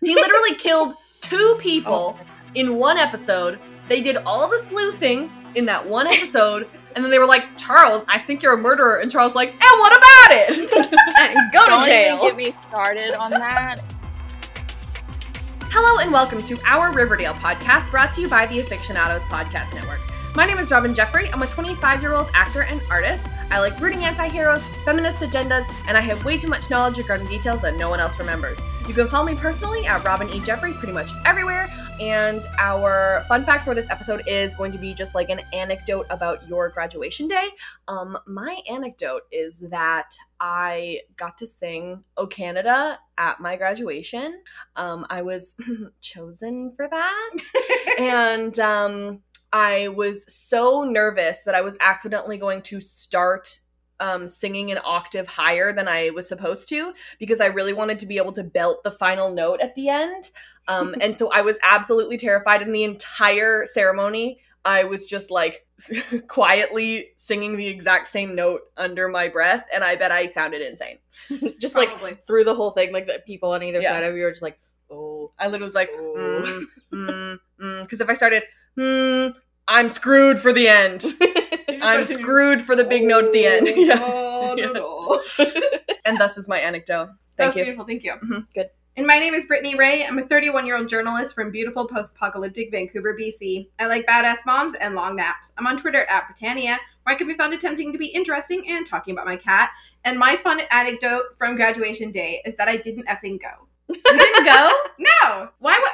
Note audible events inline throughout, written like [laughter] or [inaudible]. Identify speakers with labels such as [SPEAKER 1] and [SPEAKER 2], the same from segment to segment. [SPEAKER 1] He literally killed two people in one episode. They did all the sleuthing in that one episode, and then they were like, Charles, I think you're a murderer. And Charles, was like, and what about [laughs] it? Go to
[SPEAKER 2] [laughs] Don't
[SPEAKER 1] jail.
[SPEAKER 2] even get me started on that.
[SPEAKER 1] Hello and welcome to our Riverdale podcast brought to you by the Aficionados Podcast Network. My name is Robin Jeffrey. I'm a 25 year old actor and artist. I like rooting anti heroes, feminist agendas, and I have way too much knowledge regarding details that no one else remembers. You can follow me personally at Robin E. Jeffrey pretty much everywhere. And our fun fact for this episode is going to be just like an anecdote about your graduation day. Um, my anecdote is that I got to sing O Canada at my graduation um, I was [laughs] chosen for that. and um, I was so nervous that I was accidentally going to start um, singing an octave higher than I was supposed to because I really wanted to be able to belt the final note at the end. Um, and so I was absolutely terrified. And the entire ceremony, I was just like [laughs] quietly singing the exact same note under my breath. And I bet I sounded insane. [laughs]
[SPEAKER 3] just like
[SPEAKER 4] Probably.
[SPEAKER 3] through the whole thing, like the people on either
[SPEAKER 1] Yeah.
[SPEAKER 3] side of you are just like, oh,
[SPEAKER 1] I literally was like, mm,
[SPEAKER 3] Ooh. [laughs]
[SPEAKER 1] because if I started, mm, I'm screwed for the
[SPEAKER 3] [laughs]
[SPEAKER 1] end. I'm screwed for the big note at the end. [laughs] Yeah.
[SPEAKER 4] Oh,
[SPEAKER 1] Yeah.
[SPEAKER 4] no,
[SPEAKER 1] [laughs]
[SPEAKER 4] no.
[SPEAKER 1] And thus is my anecdote.
[SPEAKER 4] That
[SPEAKER 1] Thank
[SPEAKER 4] was
[SPEAKER 1] you.
[SPEAKER 4] beautiful. Thank you. Mm-hmm.
[SPEAKER 1] Mhm,
[SPEAKER 3] good.
[SPEAKER 4] And my name is Brittany Ray. I'm a 31 year old journalist from beautiful post apocalyptic Vancouver, BC. I like badass moms and long naps. I'm on Twitter at Britannia, where I can be found attempting to be interesting and talking about my cat. And my fun anecdote from graduation day is that I didn't effing go.
[SPEAKER 1] [laughs] You didn't go?
[SPEAKER 4] [laughs] No! Why would.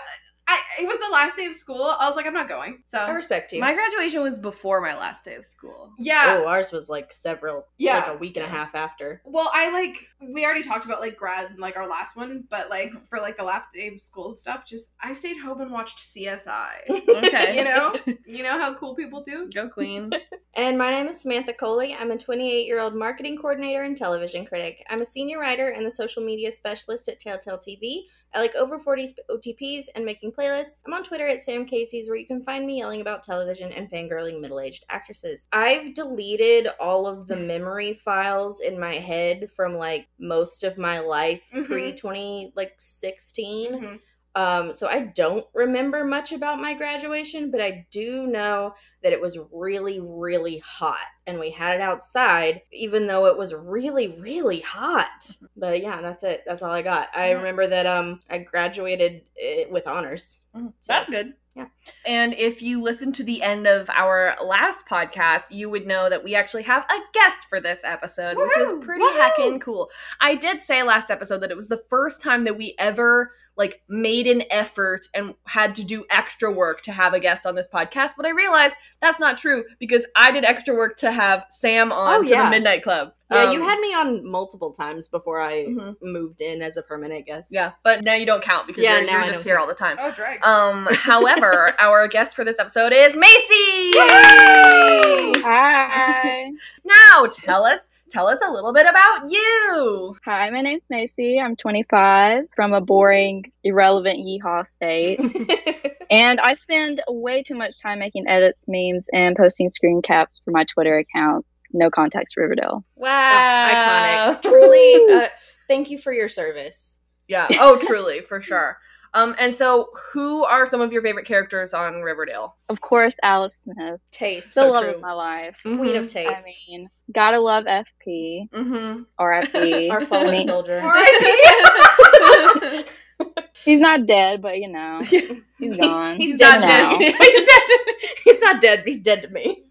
[SPEAKER 4] I, it was the last day of school. I was like, I'm not going.
[SPEAKER 3] I
[SPEAKER 5] Uh,
[SPEAKER 4] So,
[SPEAKER 3] respect you.
[SPEAKER 1] My graduation was before my last day of
[SPEAKER 3] [laughs]
[SPEAKER 1] school.
[SPEAKER 4] yeah.
[SPEAKER 3] oh, ours was like several,
[SPEAKER 4] Yeah.
[SPEAKER 3] like a week and a half after.
[SPEAKER 4] Well, I like we already talked about like grad and like our last one, but like for like the last day of school and stuff, just I stayed home and watched
[SPEAKER 3] [laughs]
[SPEAKER 4] CSI.
[SPEAKER 1] Okay.
[SPEAKER 4] You know, you know how cool people do.
[SPEAKER 1] Go Queen.
[SPEAKER 3] And my name is Samantha Coley. I'm a 28 year old marketing coordinator and television critic. I'm a senior writer and the social media specialist at Telltale TV. I like over 40 sp- OTPs and making playlists. I'm on Twitter at Sam Casey's, where you can find me yelling about television and fangirling middle aged actresses. I've deleted all of the memory files in my head from like most of my life
[SPEAKER 4] Mhm.
[SPEAKER 3] pre 20, like 16.
[SPEAKER 4] Mhm.
[SPEAKER 3] Um, so I don't remember much about my graduation, but I do know that it was really, really hot. And we had it outside, even though it was really, really hot. But yeah, that's it. That's all I got. I
[SPEAKER 1] Yeah.
[SPEAKER 3] remember that um I graduated eh, with honors.
[SPEAKER 1] So Mm-hmm. That's good.
[SPEAKER 3] Yeah.
[SPEAKER 1] And if you listen to the end of our last podcast, you would know that we actually have a guest for this episode, which is
[SPEAKER 4] Woohoo!
[SPEAKER 1] pretty
[SPEAKER 4] Woohoo!
[SPEAKER 1] heckin' cool. I did say last episode that it was the first time that we ever like made an effort and had to do extra work to have a guest on this podcast, but I realized that's not true because I did extra work to have Sam on
[SPEAKER 3] Oh,
[SPEAKER 1] to the
[SPEAKER 3] yeah.
[SPEAKER 1] Midnight Club.
[SPEAKER 3] Yeah, you
[SPEAKER 1] Um,
[SPEAKER 3] had me on multiple times before I
[SPEAKER 1] mhm.
[SPEAKER 3] moved in as a permanent guest. [laughs]
[SPEAKER 1] Yeah, but now you don't count because
[SPEAKER 3] Yeah,
[SPEAKER 1] you're,
[SPEAKER 3] now
[SPEAKER 1] you're
[SPEAKER 3] I
[SPEAKER 1] just
[SPEAKER 3] don't
[SPEAKER 1] here
[SPEAKER 3] count.
[SPEAKER 1] all the time.
[SPEAKER 4] Oh, drag.
[SPEAKER 1] [laughs] Um, however, our guest for this episode is Macy.
[SPEAKER 2] Hi.
[SPEAKER 1] Now, tell us, tell us a little bit about you.
[SPEAKER 2] Hi, my name's Macy. I'm 25 from a boring, irrelevant Yeehaw
[SPEAKER 3] [laughs]
[SPEAKER 2] state. and I spend way too much time making edits, memes, and posting screen caps for my Twitter account. No context Riverdale.
[SPEAKER 3] Oh,
[SPEAKER 1] Wow,
[SPEAKER 3] iconic. Truly uh, thank you for your service.
[SPEAKER 1] yeah. Oh, truly, for sure. Um, and so, who are some of your favorite characters on Riverdale?
[SPEAKER 2] Of course, Alice Smith.
[SPEAKER 3] Taste.
[SPEAKER 2] The
[SPEAKER 1] So
[SPEAKER 2] love
[SPEAKER 1] true.
[SPEAKER 2] of my life.
[SPEAKER 3] Queen of taste.
[SPEAKER 2] I mean, gotta love FP,
[SPEAKER 1] Mm-hmm.
[SPEAKER 2] RFP.
[SPEAKER 3] [laughs] Our
[SPEAKER 2] I
[SPEAKER 3] fallen
[SPEAKER 2] mean,
[SPEAKER 3] soldier.
[SPEAKER 1] [laughs]
[SPEAKER 2] he's not dead, but you
[SPEAKER 3] [laughs]
[SPEAKER 2] know, he's gone.
[SPEAKER 3] He's
[SPEAKER 1] dead
[SPEAKER 3] dead [laughs]
[SPEAKER 2] now.
[SPEAKER 3] now. he's, dead to, he's not dead. He's dead to me.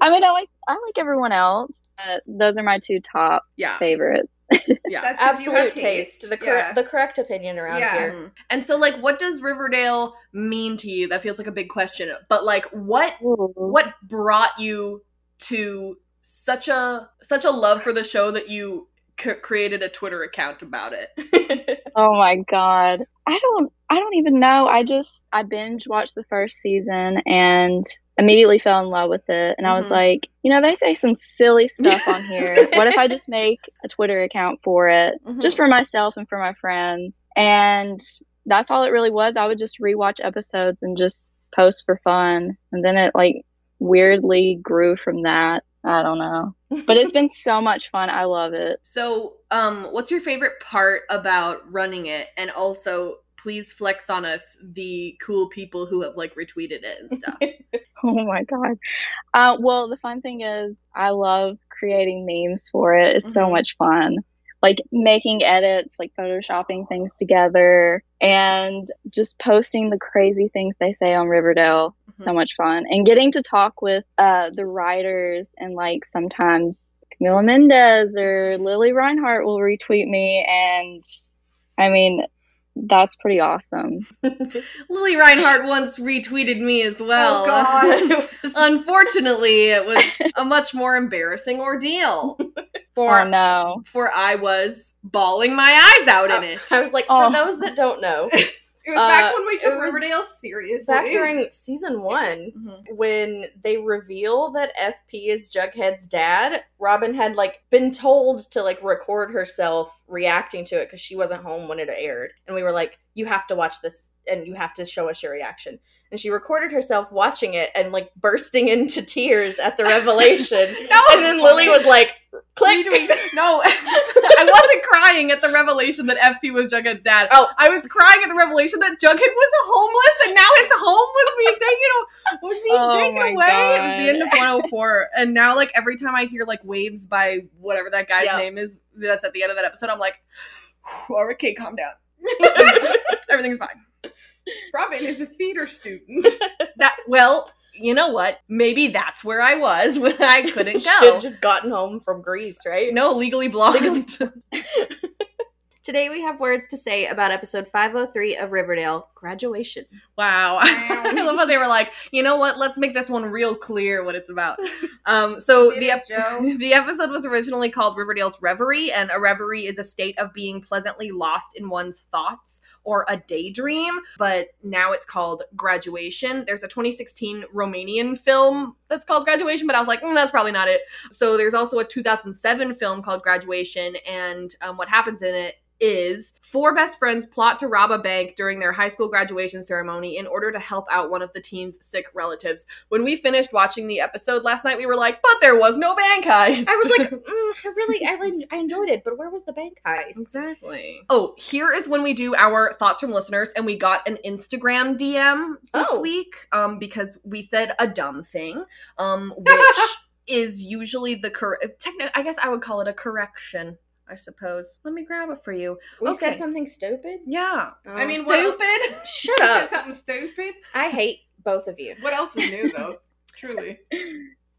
[SPEAKER 2] I mean, I like I like everyone else. But those are my two top
[SPEAKER 1] Yeah.
[SPEAKER 2] favorites. [laughs]
[SPEAKER 1] Yeah.
[SPEAKER 4] That's 'cause you have
[SPEAKER 3] Absolute taste. The cor-
[SPEAKER 4] Yeah.
[SPEAKER 3] the correct opinion around
[SPEAKER 4] Yeah.
[SPEAKER 3] here.
[SPEAKER 1] Mhm. And so, like, what does Riverdale mean to you? That feels like a big question. But like, what
[SPEAKER 4] Mm-hmm.
[SPEAKER 1] what brought you to such a such a love for the show that you c- created a Twitter account about it? [laughs]
[SPEAKER 2] Oh my god. I don't I don't even know. I just I binge watched the first season and immediately fell in love with it and I was
[SPEAKER 1] Mhm.
[SPEAKER 2] like, you know, they say some silly stuff on
[SPEAKER 1] [laughs]
[SPEAKER 2] here. what if I just make a Twitter account for it
[SPEAKER 4] Mm-hmm.
[SPEAKER 2] just for myself and for my friends. And that's all it really was. I would just rewatch episodes and just post for fun. And then it like weirdly grew from that. I don't know. But it's been so much fun. I love it.
[SPEAKER 1] So, um, what's your favorite part about running it? And also, please flex on us the cool people who have like retweeted it and
[SPEAKER 4] [laughs]
[SPEAKER 1] stuff.
[SPEAKER 2] [laughs] Oh my god. Uh, well, the fun thing is, I love creating memes for it. It's so
[SPEAKER 1] Mhm.
[SPEAKER 2] much fun. Like making edits, like photoshopping things together, and just posting the crazy things they say on Riverdale. So much fun. And getting to talk with uh, the writers and like sometimes Camila Mendez or Lily Reinhart will retweet me. And I mean, that's pretty awesome.
[SPEAKER 1] Lily Reinhardt once retweeted me as well.
[SPEAKER 3] [laughs]
[SPEAKER 4] Oh, God.
[SPEAKER 1] It was- [laughs] Unfortunately, it was a much more
[SPEAKER 4] [laughs]
[SPEAKER 1] embarrassing ordeal for
[SPEAKER 2] oh no.
[SPEAKER 1] for I was bawling my eyes out in
[SPEAKER 4] Uh,
[SPEAKER 1] it.
[SPEAKER 3] I was like, for
[SPEAKER 2] Oh.
[SPEAKER 3] those that don't know,
[SPEAKER 4] It was back
[SPEAKER 3] Uh,
[SPEAKER 4] when we took
[SPEAKER 3] it was
[SPEAKER 4] Riverdale seriously. Mm-hmm.
[SPEAKER 3] back during season one,
[SPEAKER 1] Mhm.
[SPEAKER 3] when they reveal that FP is Jughead's dad, Robin had like been told to like record herself reacting to it because she wasn't home when it aired, and we were like, "You have to watch this, and you have to show us your reaction." And she recorded herself watching it and like bursting [laughs] into tears [laughs] at the revelation.
[SPEAKER 1] No,
[SPEAKER 3] and then Lily was like, "Click."
[SPEAKER 1] no, [laughs] I wasn't crying at the revelation that FP was Jughead's dad.
[SPEAKER 3] Oh.
[SPEAKER 1] I was crying at the revelation that Jughead was homeless and now his home was being taken, a- was being
[SPEAKER 2] Oh
[SPEAKER 1] taken
[SPEAKER 2] my
[SPEAKER 1] away. It was the end of 104. and now, like, every time I hear, like, waves by whatever that guy's
[SPEAKER 3] Yeah.
[SPEAKER 1] name is that's at the end of that episode, I'm like, all right, okay, calm down. [laughs] Everything's fine.
[SPEAKER 4] Robin is a theater student.
[SPEAKER 1] That Well, you know what? Maybe that's where I was [laughs] when I couldn't
[SPEAKER 3] [laughs] She
[SPEAKER 1] go.
[SPEAKER 3] had just gotten home from Greece, right?
[SPEAKER 1] no, legally blonde.
[SPEAKER 3] Today we have words to say about episode 503 of Riverdale, graduation.
[SPEAKER 1] Wow. [laughs] [laughs] I love how they were like, you know what? Let's make this one real clear what it's about. Um, so
[SPEAKER 4] Did
[SPEAKER 1] the,
[SPEAKER 4] it,
[SPEAKER 1] ep-
[SPEAKER 4] Joe?
[SPEAKER 1] the episode was originally called Riverdale's Reverie, and a reverie is a state of being pleasantly lost in one's thoughts or a daydream, but now it's called Graduation. There's a 2016 Romanian film that's called Graduation, but I was like, mm, that's probably not it. So there's also a 2007 film called Graduation, and um, what happens in it is four best friends plot to rob a bank during their high school graduation ceremony in order to help out one of the teen's sick relatives. When we finished watching the episode last night, we were like, "But there was no bank heist."
[SPEAKER 3] I
[SPEAKER 1] [laughs]
[SPEAKER 3] was like, mm, I really, I, en- I enjoyed it, but where was the bank heist?
[SPEAKER 1] Exactly. Oh, here is when we do our thoughts from listeners, and we got an Instagram DM this
[SPEAKER 3] Oh.
[SPEAKER 1] week um, because we said a dumb thing, um, [laughs] which is usually the correct. Techni- I guess I would call it a correction. I suppose. Let me grab it for you.
[SPEAKER 3] We
[SPEAKER 1] Okay.
[SPEAKER 3] said something stupid?
[SPEAKER 1] Yeah.
[SPEAKER 4] I mean,
[SPEAKER 3] what-
[SPEAKER 4] stupid.
[SPEAKER 3] shut
[SPEAKER 4] You said
[SPEAKER 3] up.
[SPEAKER 4] something stupid.
[SPEAKER 3] I hate both
[SPEAKER 1] [laughs]
[SPEAKER 3] of you.
[SPEAKER 4] What else is new though? Truly.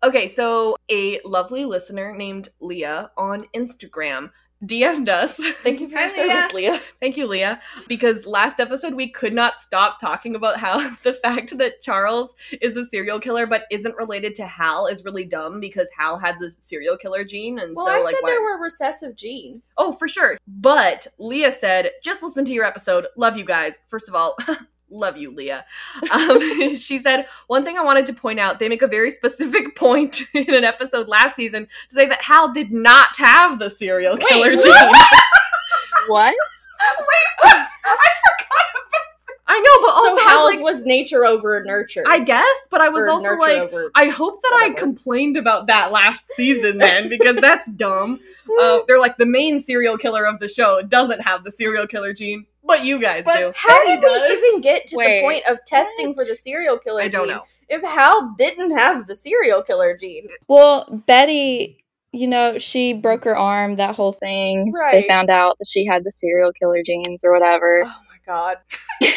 [SPEAKER 1] Okay, so a lovely listener named Leah on Instagram DM'd us. [laughs]
[SPEAKER 3] Thank you for your
[SPEAKER 4] Hi, Leah.
[SPEAKER 3] service, Leah.
[SPEAKER 1] Thank you, Leah. Because last episode we could not stop talking about how [laughs] the fact that Charles is a serial killer but isn't related to Hal is really dumb because Hal had the serial killer gene, and
[SPEAKER 3] Well,
[SPEAKER 1] so
[SPEAKER 3] I
[SPEAKER 1] like
[SPEAKER 3] said
[SPEAKER 1] why-
[SPEAKER 3] there were recessive genes.
[SPEAKER 1] Oh, for sure. But Leah said, just listen to your episode. Love you guys. First of all, [laughs] love you, Leah. Um, [laughs] she said, one thing I wanted to point out they make a very specific [laughs] point in an episode last season to say that Hal did not have the serial
[SPEAKER 3] Wait,
[SPEAKER 1] killer
[SPEAKER 3] what?
[SPEAKER 1] gene. [laughs]
[SPEAKER 2] What?
[SPEAKER 1] I know, but also
[SPEAKER 3] so
[SPEAKER 1] I was
[SPEAKER 3] Hal's
[SPEAKER 1] like,
[SPEAKER 3] was nature over nurture.
[SPEAKER 1] I guess, but I was
[SPEAKER 3] Or
[SPEAKER 1] also
[SPEAKER 3] nurture
[SPEAKER 1] like,
[SPEAKER 3] over-
[SPEAKER 1] I hope that I
[SPEAKER 3] Whatever.
[SPEAKER 1] complained about that last season
[SPEAKER 3] [laughs]
[SPEAKER 1] then because that's dumb.
[SPEAKER 3] Mm.
[SPEAKER 1] Uh, they're like, the main serial killer of the show doesn't have the serial killer gene, but you guys
[SPEAKER 4] But
[SPEAKER 1] do.
[SPEAKER 3] How
[SPEAKER 4] Betty
[SPEAKER 3] did we
[SPEAKER 4] does.
[SPEAKER 3] even get to
[SPEAKER 2] Wait,
[SPEAKER 3] the point of testing for
[SPEAKER 2] what?
[SPEAKER 3] the serial killer
[SPEAKER 1] I don't
[SPEAKER 3] gene
[SPEAKER 1] know.
[SPEAKER 3] if Hal didn't have the serial killer gene?
[SPEAKER 2] Well, Betty, you know, she broke her arm, that whole thing.
[SPEAKER 3] Right.
[SPEAKER 2] They found out that she had the serial killer genes or whatever.
[SPEAKER 1] Uh,
[SPEAKER 3] Oh my god.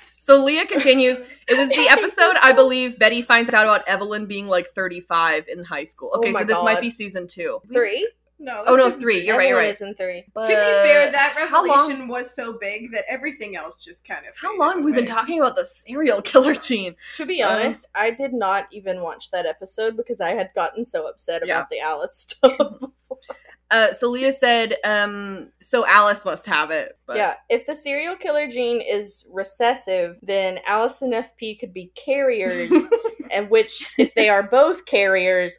[SPEAKER 1] So Leah continues. It was
[SPEAKER 3] [laughs]
[SPEAKER 1] the episode I believe Betty finds out about Evelyn being like 35 in high school.
[SPEAKER 3] Oh
[SPEAKER 1] Okay,
[SPEAKER 3] my
[SPEAKER 1] so this might
[SPEAKER 3] God.
[SPEAKER 1] be season two.
[SPEAKER 3] Three?
[SPEAKER 4] No.
[SPEAKER 1] Oh no,
[SPEAKER 4] this is-
[SPEAKER 1] three. You're right. You're
[SPEAKER 3] Evelyn
[SPEAKER 1] right.
[SPEAKER 3] is in three.
[SPEAKER 1] But
[SPEAKER 4] To be fair, that
[SPEAKER 1] how long-
[SPEAKER 4] revelation was so big that everything else just kind of.
[SPEAKER 1] how
[SPEAKER 4] faded
[SPEAKER 1] long have we been
[SPEAKER 4] away.
[SPEAKER 1] talking about the serial killer gene?
[SPEAKER 3] To be
[SPEAKER 1] Um,
[SPEAKER 3] honest, I did not even watch that episode because I had gotten so upset
[SPEAKER 1] Yeah.
[SPEAKER 3] about the Alice [laughs] stuff.
[SPEAKER 1] Uh, so Leah said, um, "So Alice must have it." But
[SPEAKER 3] yeah, if the serial killer gene is recessive, then
[SPEAKER 1] [laughs]
[SPEAKER 3] Alice and FP could be carriers, and which, if they are both carriers,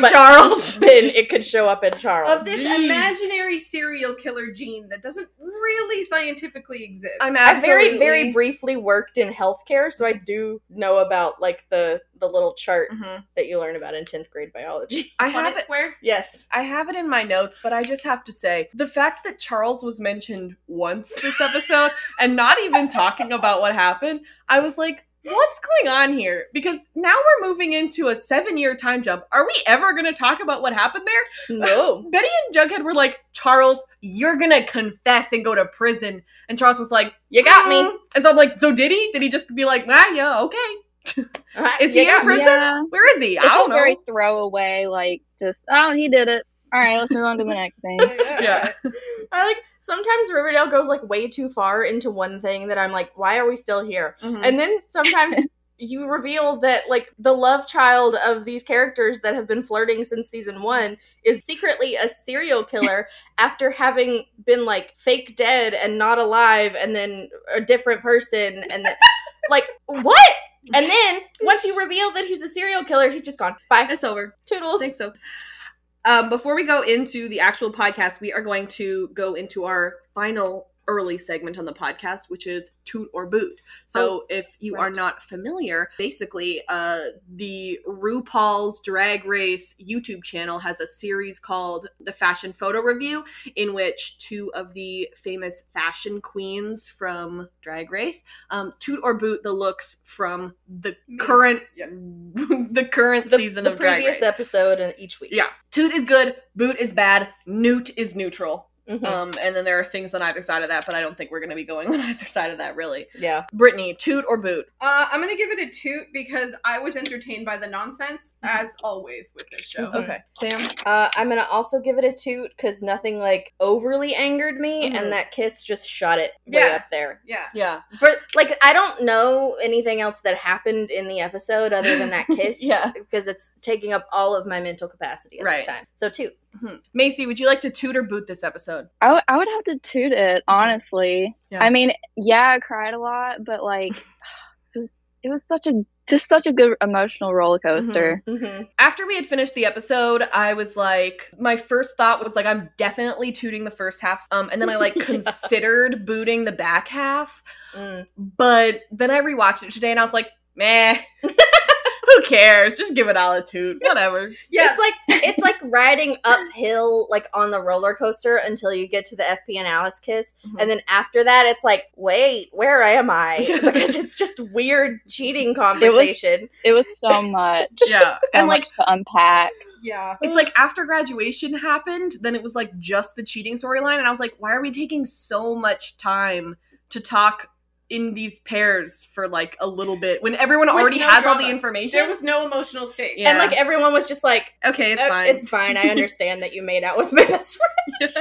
[SPEAKER 1] [laughs] But-
[SPEAKER 3] Charles. Then it could show up in Charles.
[SPEAKER 4] of this
[SPEAKER 1] Jeez.
[SPEAKER 4] imaginary serial killer gene that doesn't really scientifically exist.
[SPEAKER 1] I'm
[SPEAKER 3] I
[SPEAKER 1] absolutely
[SPEAKER 3] very, very briefly worked in healthcare, so I do know about like the the little chart
[SPEAKER 1] Mhm.
[SPEAKER 3] that you learn about in tenth grade
[SPEAKER 1] [laughs]
[SPEAKER 3] biology.
[SPEAKER 1] I
[SPEAKER 4] on
[SPEAKER 1] have
[SPEAKER 4] a
[SPEAKER 1] it.
[SPEAKER 4] square.
[SPEAKER 3] Yes.
[SPEAKER 1] I have it in my notes, but I just have to say the fact that Charles was mentioned once this
[SPEAKER 2] [laughs]
[SPEAKER 1] episode and not even talking about what happened, I was like, what's going on here? Because now we're moving into a seven year time jump. Are we ever going to talk about what happened there? [laughs]
[SPEAKER 3] No.
[SPEAKER 1] Betty and Jughead were like, Charles, you're gonna confess and go to prison. And Charles was like, You got
[SPEAKER 2] Mm-hmm.
[SPEAKER 1] me. And so I'm like, So did he? Did he just be like, Ah, yeah, okay. Is he
[SPEAKER 3] You got
[SPEAKER 1] in
[SPEAKER 3] me.
[SPEAKER 1] prison?
[SPEAKER 2] Yeah.
[SPEAKER 1] Where is he?
[SPEAKER 2] It's
[SPEAKER 1] I don't
[SPEAKER 2] a
[SPEAKER 1] know.
[SPEAKER 2] very throwaway, like just oh he did it. All right, let's move on to the next
[SPEAKER 1] [laughs]
[SPEAKER 2] thing.
[SPEAKER 3] [laughs]
[SPEAKER 1] Yeah.
[SPEAKER 3] I like sometimes Riverdale goes like way too far into one thing that I'm like, why are we still here?
[SPEAKER 4] Mm-hmm.
[SPEAKER 1] Mhm.
[SPEAKER 3] And then sometimes
[SPEAKER 4] [laughs]
[SPEAKER 3] you reveal that like the love child of these characters that have been flirting since season 1 is secretly a serial killer [laughs] after having been like fake dead and not alive and then a different person
[SPEAKER 4] [laughs]
[SPEAKER 3] and then like what? And then once you reveal that he's a serial killer, he's just gone. Bye.
[SPEAKER 4] It's over.
[SPEAKER 3] Toodles.
[SPEAKER 4] think so. Um, before we go into the actual podcast, we are going to go into our final early segment on the podcast, which is toot or boot. So if you are
[SPEAKER 3] Oh, right.
[SPEAKER 4] not familiar, basically uh, the RuPaul's Drag Race YouTube channel has a series called The Fashion Photo Review, in which two of the famous fashion queens from Drag Race um, toot or boot the looks from the current [laughs] the current
[SPEAKER 3] The,
[SPEAKER 4] season
[SPEAKER 3] the
[SPEAKER 4] of Drag Race.
[SPEAKER 3] previous episode and each week.
[SPEAKER 4] Yeah. Toot is good, boot is bad, newt is neutral.
[SPEAKER 3] Mhm.
[SPEAKER 4] Um, and then there are things on either side of that, but I don't think we're going to be
[SPEAKER 1] [laughs]
[SPEAKER 4] going on either side of that, really.
[SPEAKER 3] yeah.
[SPEAKER 4] Brittany, toot or boot? Uh, I'm going to give it a toot because I was entertained by the nonsense,
[SPEAKER 1] Mm-hmm.
[SPEAKER 4] as always with this show.
[SPEAKER 3] Mhm.
[SPEAKER 1] Okay. Sam?
[SPEAKER 3] Uh, I'm gonna also give it a toot because nothing like overly angered me,
[SPEAKER 4] Mhm.
[SPEAKER 3] and that kiss just shot it way
[SPEAKER 4] Yeah.
[SPEAKER 3] up there.
[SPEAKER 4] Yeah.
[SPEAKER 1] Yeah.
[SPEAKER 3] For like, I don't know anything else that happened in the episode other than that kiss.
[SPEAKER 1] Yeah.
[SPEAKER 3] because it's taking up all of my mental capacity at
[SPEAKER 1] Right.
[SPEAKER 3] this time. So toot.
[SPEAKER 1] Mhm. Macy, would you like to toot or boot this episode?
[SPEAKER 2] I, w- I would have to toot it honestly.
[SPEAKER 1] Yeah.
[SPEAKER 2] I mean, yeah, I cried a lot, but like [sighs] it was it was such a just such a good emotional roller coaster.
[SPEAKER 3] Mm-hmm.
[SPEAKER 1] After we had finished the episode, I was like, my first thought was like, I'm definitely tooting the first half. Um, and then I like
[SPEAKER 3] Yeah.
[SPEAKER 1] considered booting the back half.
[SPEAKER 3] Mm.
[SPEAKER 1] But then I rewatched it today and I was like, meh. [laughs] Who cares? Just give it all a toot. Whatever.
[SPEAKER 4] Yeah.
[SPEAKER 3] It's like it's like riding uphill like on the roller coaster until you get to the FP and Alice kiss. And then after that it's like, wait, where am I?
[SPEAKER 1] Yeah.
[SPEAKER 3] Because it's just weird cheating
[SPEAKER 2] It
[SPEAKER 3] conversation.
[SPEAKER 2] was it was so much,
[SPEAKER 1] [laughs] yeah.
[SPEAKER 2] so
[SPEAKER 1] and like
[SPEAKER 2] much to unpack.
[SPEAKER 4] yeah.
[SPEAKER 1] it's like after graduation happened, then it was like just the cheating storyline and I was like, why are we taking so much time to talk in these pairs for like a little bit when everyone
[SPEAKER 4] With
[SPEAKER 1] already
[SPEAKER 4] no
[SPEAKER 1] has all the
[SPEAKER 4] drama.
[SPEAKER 1] information?
[SPEAKER 4] There was no emotional stake.
[SPEAKER 1] Yeah.
[SPEAKER 3] And like everyone was just like,
[SPEAKER 4] Okay, it's
[SPEAKER 3] "Uh,
[SPEAKER 4] fine.
[SPEAKER 3] It's fine. I understand that you made out with my best friend.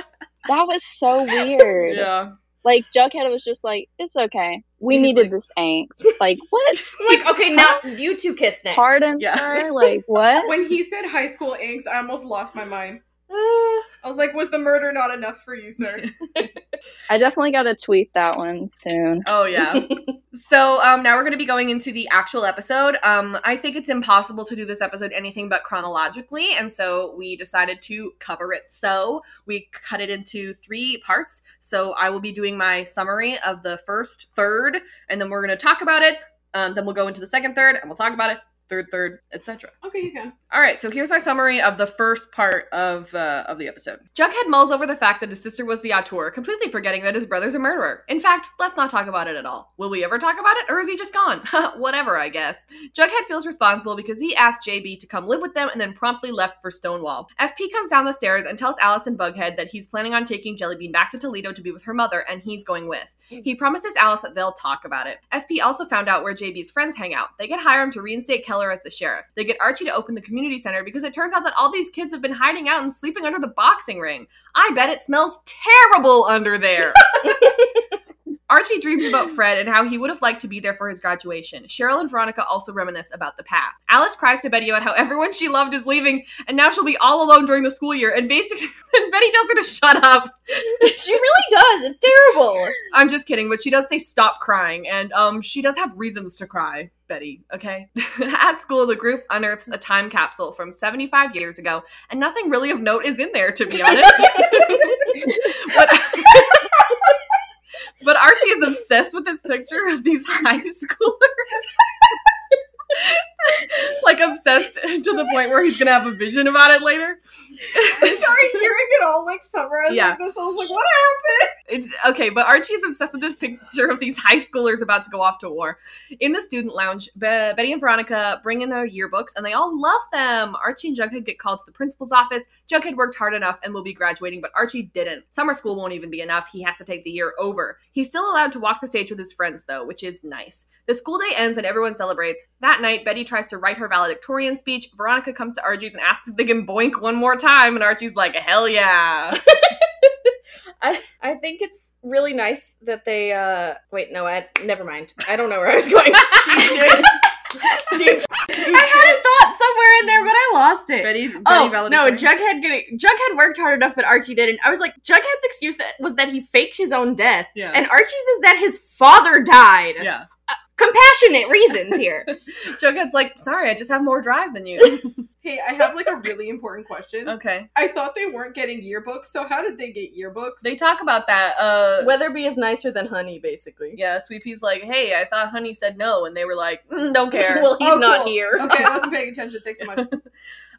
[SPEAKER 2] That was so weird.
[SPEAKER 1] yeah.
[SPEAKER 2] Like Jughead was just like, it's okay. We
[SPEAKER 1] He's
[SPEAKER 2] needed
[SPEAKER 1] like-
[SPEAKER 2] this angst. Like [laughs] what?
[SPEAKER 3] I'm like, okay, now you two kiss next.
[SPEAKER 2] Pardon,
[SPEAKER 1] Yeah.
[SPEAKER 2] sir. Like what?
[SPEAKER 4] when he said high school angst, I almost lost
[SPEAKER 1] [laughs]
[SPEAKER 4] my mind.
[SPEAKER 1] Uh.
[SPEAKER 4] I was like, was the murder not enough for you, sir?
[SPEAKER 2] I definitely got to tweet that one soon.
[SPEAKER 1] Oh yeah. so um now we're gonna be going into the actual episode. Um I think it's impossible to do this episode anything but chronologically, and so we decided to cover it so. We cut it into three parts. So I will be doing my summary of the first third, and then we're gonna talk about it. Um, then we'll go into the second third and we'll talk about it, third third, etc.
[SPEAKER 4] okay, you can.
[SPEAKER 1] All right, so here's my summary of the first part of uh, of the episode. Jughead mulls over the fact that his sister was the auteur, completely forgetting that his brother's a murderer. In fact, let's not talk about it at all. Will we ever talk about it, or is he just gone? [laughs] Whatever, I guess. Jughead feels responsible because he asked JB to come live with them and then promptly left for Stonewall. FP comes down the stairs and tells Alice and Bughead that he's planning on taking Jellybean back to Toledo to be with her mother, and he's going with. He promises Alice that they'll talk about it. FP also found out where JB's friends hang out. They get Hiram to reinstate Keller as the sheriff. They get Archie to open the community center because it turns out that all these kids have been hiding out and sleeping under the boxing ring. I bet it smells terrible under there. Archie dreams about Fred and how he would have liked to be there for his graduation. Cheryl and Veronica also reminisce about the past. Alice cries to Betty about how everyone she loved is leaving and now she'll be all alone during the school year. And basically, [laughs] and Betty tells her to shut up.
[SPEAKER 3] she really does. It's terrible.
[SPEAKER 1] I'm just kidding, but she does say stop crying, and um, she does have reasons to cry. Betty, okay? [laughs] At school, the group unearths a time capsule from 75 years ago, and nothing really of note is in there, to be honest. but, [laughs] but Archie is obsessed with this picture of these high schoolers. [laughs] like, obsessed to the point where he's going to have a vision about it later.
[SPEAKER 4] I'm sorry, hearing it all like summarized
[SPEAKER 1] Yeah.
[SPEAKER 4] like this, I was like, what happened?
[SPEAKER 1] It's okay, but Archie is obsessed with this picture of these high schoolers about to go off to war. In the student lounge, Be- Betty and Veronica bring in their yearbooks, and they all love them. Archie and Jughead get called to the principal's office. Jughead worked hard enough and will be graduating, but Archie didn't. Summer school won't even be enough. He has to take the year over. He's still allowed to walk the stage with his friends, though, which is nice. The school day ends and everyone celebrates. That night, Betty tries to write her valedictorian speech. Veronica comes to Archie's and asks if they can boink one more time, and Archie's like, "Hell yeah!" [laughs]
[SPEAKER 3] I, I think it's really nice that they uh wait no I never mind I don't know where [laughs] I was going Deep shit. I had a thought somewhere in there but I lost it
[SPEAKER 1] Betty, Betty
[SPEAKER 3] oh no
[SPEAKER 1] valedictorian.
[SPEAKER 3] Jughead getting Jughead worked hard enough but Archie didn't I was like Jughead's excuse that was that he faked his own death
[SPEAKER 1] Yeah.
[SPEAKER 3] and Archie's is that his father died
[SPEAKER 1] yeah.
[SPEAKER 3] compassionate reasons here [laughs]
[SPEAKER 1] Jughead's like, sorry, I just have more drive than you. [laughs]
[SPEAKER 4] Hey, I have like a really important question.
[SPEAKER 1] okay.
[SPEAKER 4] I thought they weren't getting yearbooks, so how did they get yearbooks?
[SPEAKER 1] They talk about that. Uh
[SPEAKER 3] Weatherby is nicer than Honey basically
[SPEAKER 1] yeah, Sweet Pea's like, hey, I thought Honey said no, and they were like, mm, don't care.
[SPEAKER 3] [laughs] well he's
[SPEAKER 4] Oh,
[SPEAKER 3] not
[SPEAKER 4] cool.
[SPEAKER 3] here
[SPEAKER 4] [laughs] okay, I wasn't paying attention. Thanks so much.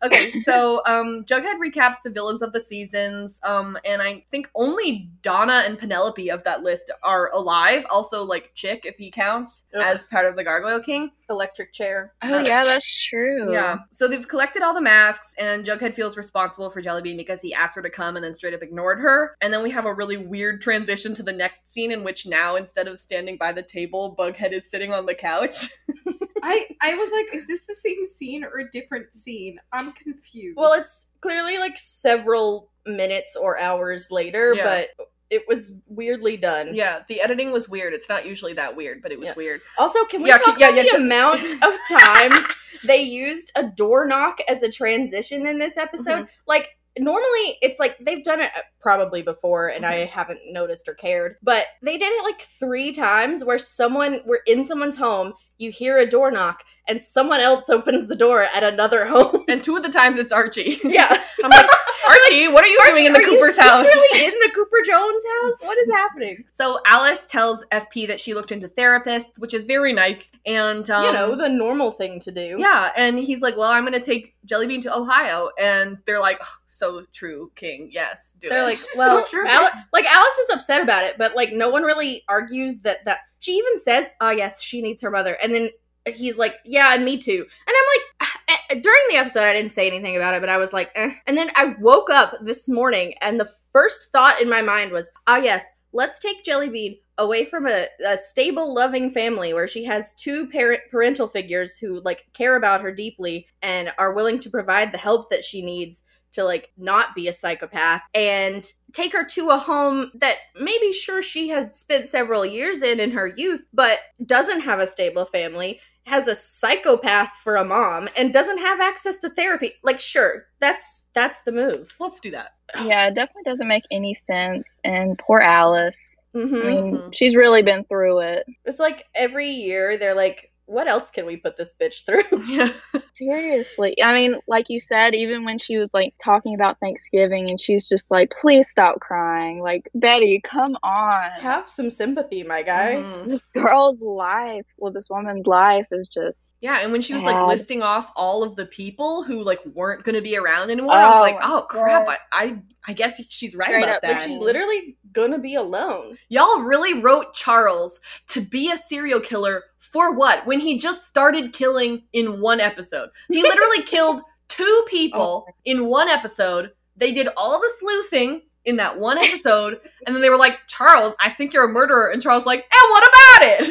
[SPEAKER 1] okay, so um Jughead recaps the villains of the seasons, um, and I think only Donna and Penelope of that list are alive. Also, like Chick, if he counts
[SPEAKER 3] Ugh.
[SPEAKER 1] as part of the Gargoyle King.
[SPEAKER 3] [laughs] electric chair
[SPEAKER 2] Oh yeah, that's true.
[SPEAKER 1] Yeah. So they've collected all the masks, and Jughead feels responsible for Jellybean because he asked her to come and then straight up ignored her. And then we have a really weird transition to the next scene in which now, instead of standing by the table, Bughead is sitting on the couch. [laughs]
[SPEAKER 4] I I was like, is this the same scene or a different scene? I'm confused.
[SPEAKER 3] Well, it's clearly like several minutes or hours later,
[SPEAKER 1] Yeah.
[SPEAKER 3] but it was weirdly done.
[SPEAKER 1] yeah, the editing was weird. It's not usually that weird, but it was
[SPEAKER 3] Yeah.
[SPEAKER 1] weird.
[SPEAKER 3] Also, can we
[SPEAKER 1] Yeah,
[SPEAKER 3] talk
[SPEAKER 1] yeah,
[SPEAKER 3] about
[SPEAKER 1] yeah,
[SPEAKER 3] the
[SPEAKER 1] t- [laughs]
[SPEAKER 3] amount of times they used a door knock as a transition in this episode?
[SPEAKER 1] Mm-hmm.
[SPEAKER 3] Like normally it's like they've done it uh, probably before and I
[SPEAKER 1] Mm-hmm.
[SPEAKER 3] haven't noticed or cared, but they did it like 3 times where someone we're in someone's home, you hear a door knock and someone else opens the door at another home. [laughs]
[SPEAKER 1] And two of the times it's [laughs] Archie.
[SPEAKER 3] yeah.
[SPEAKER 1] I'm like, Archie, what are you doing in the
[SPEAKER 3] Archie, are you
[SPEAKER 1] Cooper's house?
[SPEAKER 3] secretly in the Cooper Jones house? What is happening?
[SPEAKER 1] So Alice tells FP that she looked into therapists, which is very nice. And um,
[SPEAKER 3] you know, the normal thing to do.
[SPEAKER 1] Yeah, and he's like, "Well, I'm gonna take Jellybean to Ohio," and they're like, "Ugh, "So true, King. Yes, do
[SPEAKER 3] They're
[SPEAKER 1] [laughs] it."
[SPEAKER 3] like,
[SPEAKER 4] So
[SPEAKER 3] well,
[SPEAKER 4] true.
[SPEAKER 3] Al- like Alice is upset about it, but like no one really argues that that she even says, "Oh yes, she needs her mother," and then he's like, "Yeah, and me too." And I'm like, [sighs] eh, during the episode, I didn't say anything about it, but I was like, eh. and then I woke up this morning, and the first thought in my mind was, "Ah yes, let's take Jellybean." Away from a, a stable, loving family where she has two parent parental figures who like care about her deeply and are willing to provide the help that she needs to like not be a psychopath and take her to a home that maybe sure she had spent several years in in her youth but doesn't have a stable family has a psychopath for a mom and doesn't have access to therapy like sure that's that's the move
[SPEAKER 1] "Let's do that."
[SPEAKER 2] Yeah, it definitely doesn't make any sense. And poor Alice. I
[SPEAKER 3] hmm
[SPEAKER 2] mean,
[SPEAKER 1] Mhm.
[SPEAKER 2] she's really been through it.
[SPEAKER 3] it's like every year they're like what else can we put this bitch through
[SPEAKER 1] [laughs]
[SPEAKER 3] [laughs]
[SPEAKER 1] Yeah,
[SPEAKER 2] Seriously. I mean, like you said, even when she was like talking about Thanksgiving and she's just like, please stop crying. Like, Betty, come on.
[SPEAKER 3] have some sympathy my guy
[SPEAKER 1] Mhm.
[SPEAKER 2] this girl's life, well, this woman's life is just,
[SPEAKER 1] yeah. And when she was like
[SPEAKER 2] Sad.
[SPEAKER 1] listing off all of the people who like weren't gonna be around anymore, I was
[SPEAKER 2] Oh,
[SPEAKER 1] like, "Oh crap!
[SPEAKER 2] God.
[SPEAKER 1] I, I, I guess she's right
[SPEAKER 2] Straight
[SPEAKER 1] about
[SPEAKER 2] up,
[SPEAKER 1] that."
[SPEAKER 3] like she's literally gonna be alone
[SPEAKER 1] [laughs] Y'all really wrote Charles to be a serial killer for what? When he just started killing in one episode. He literally killed two people in one episode. They did all the sleuthing in that one episode, and then they were like, Charles, I think you're a murderer. And Charles, like, and what about it?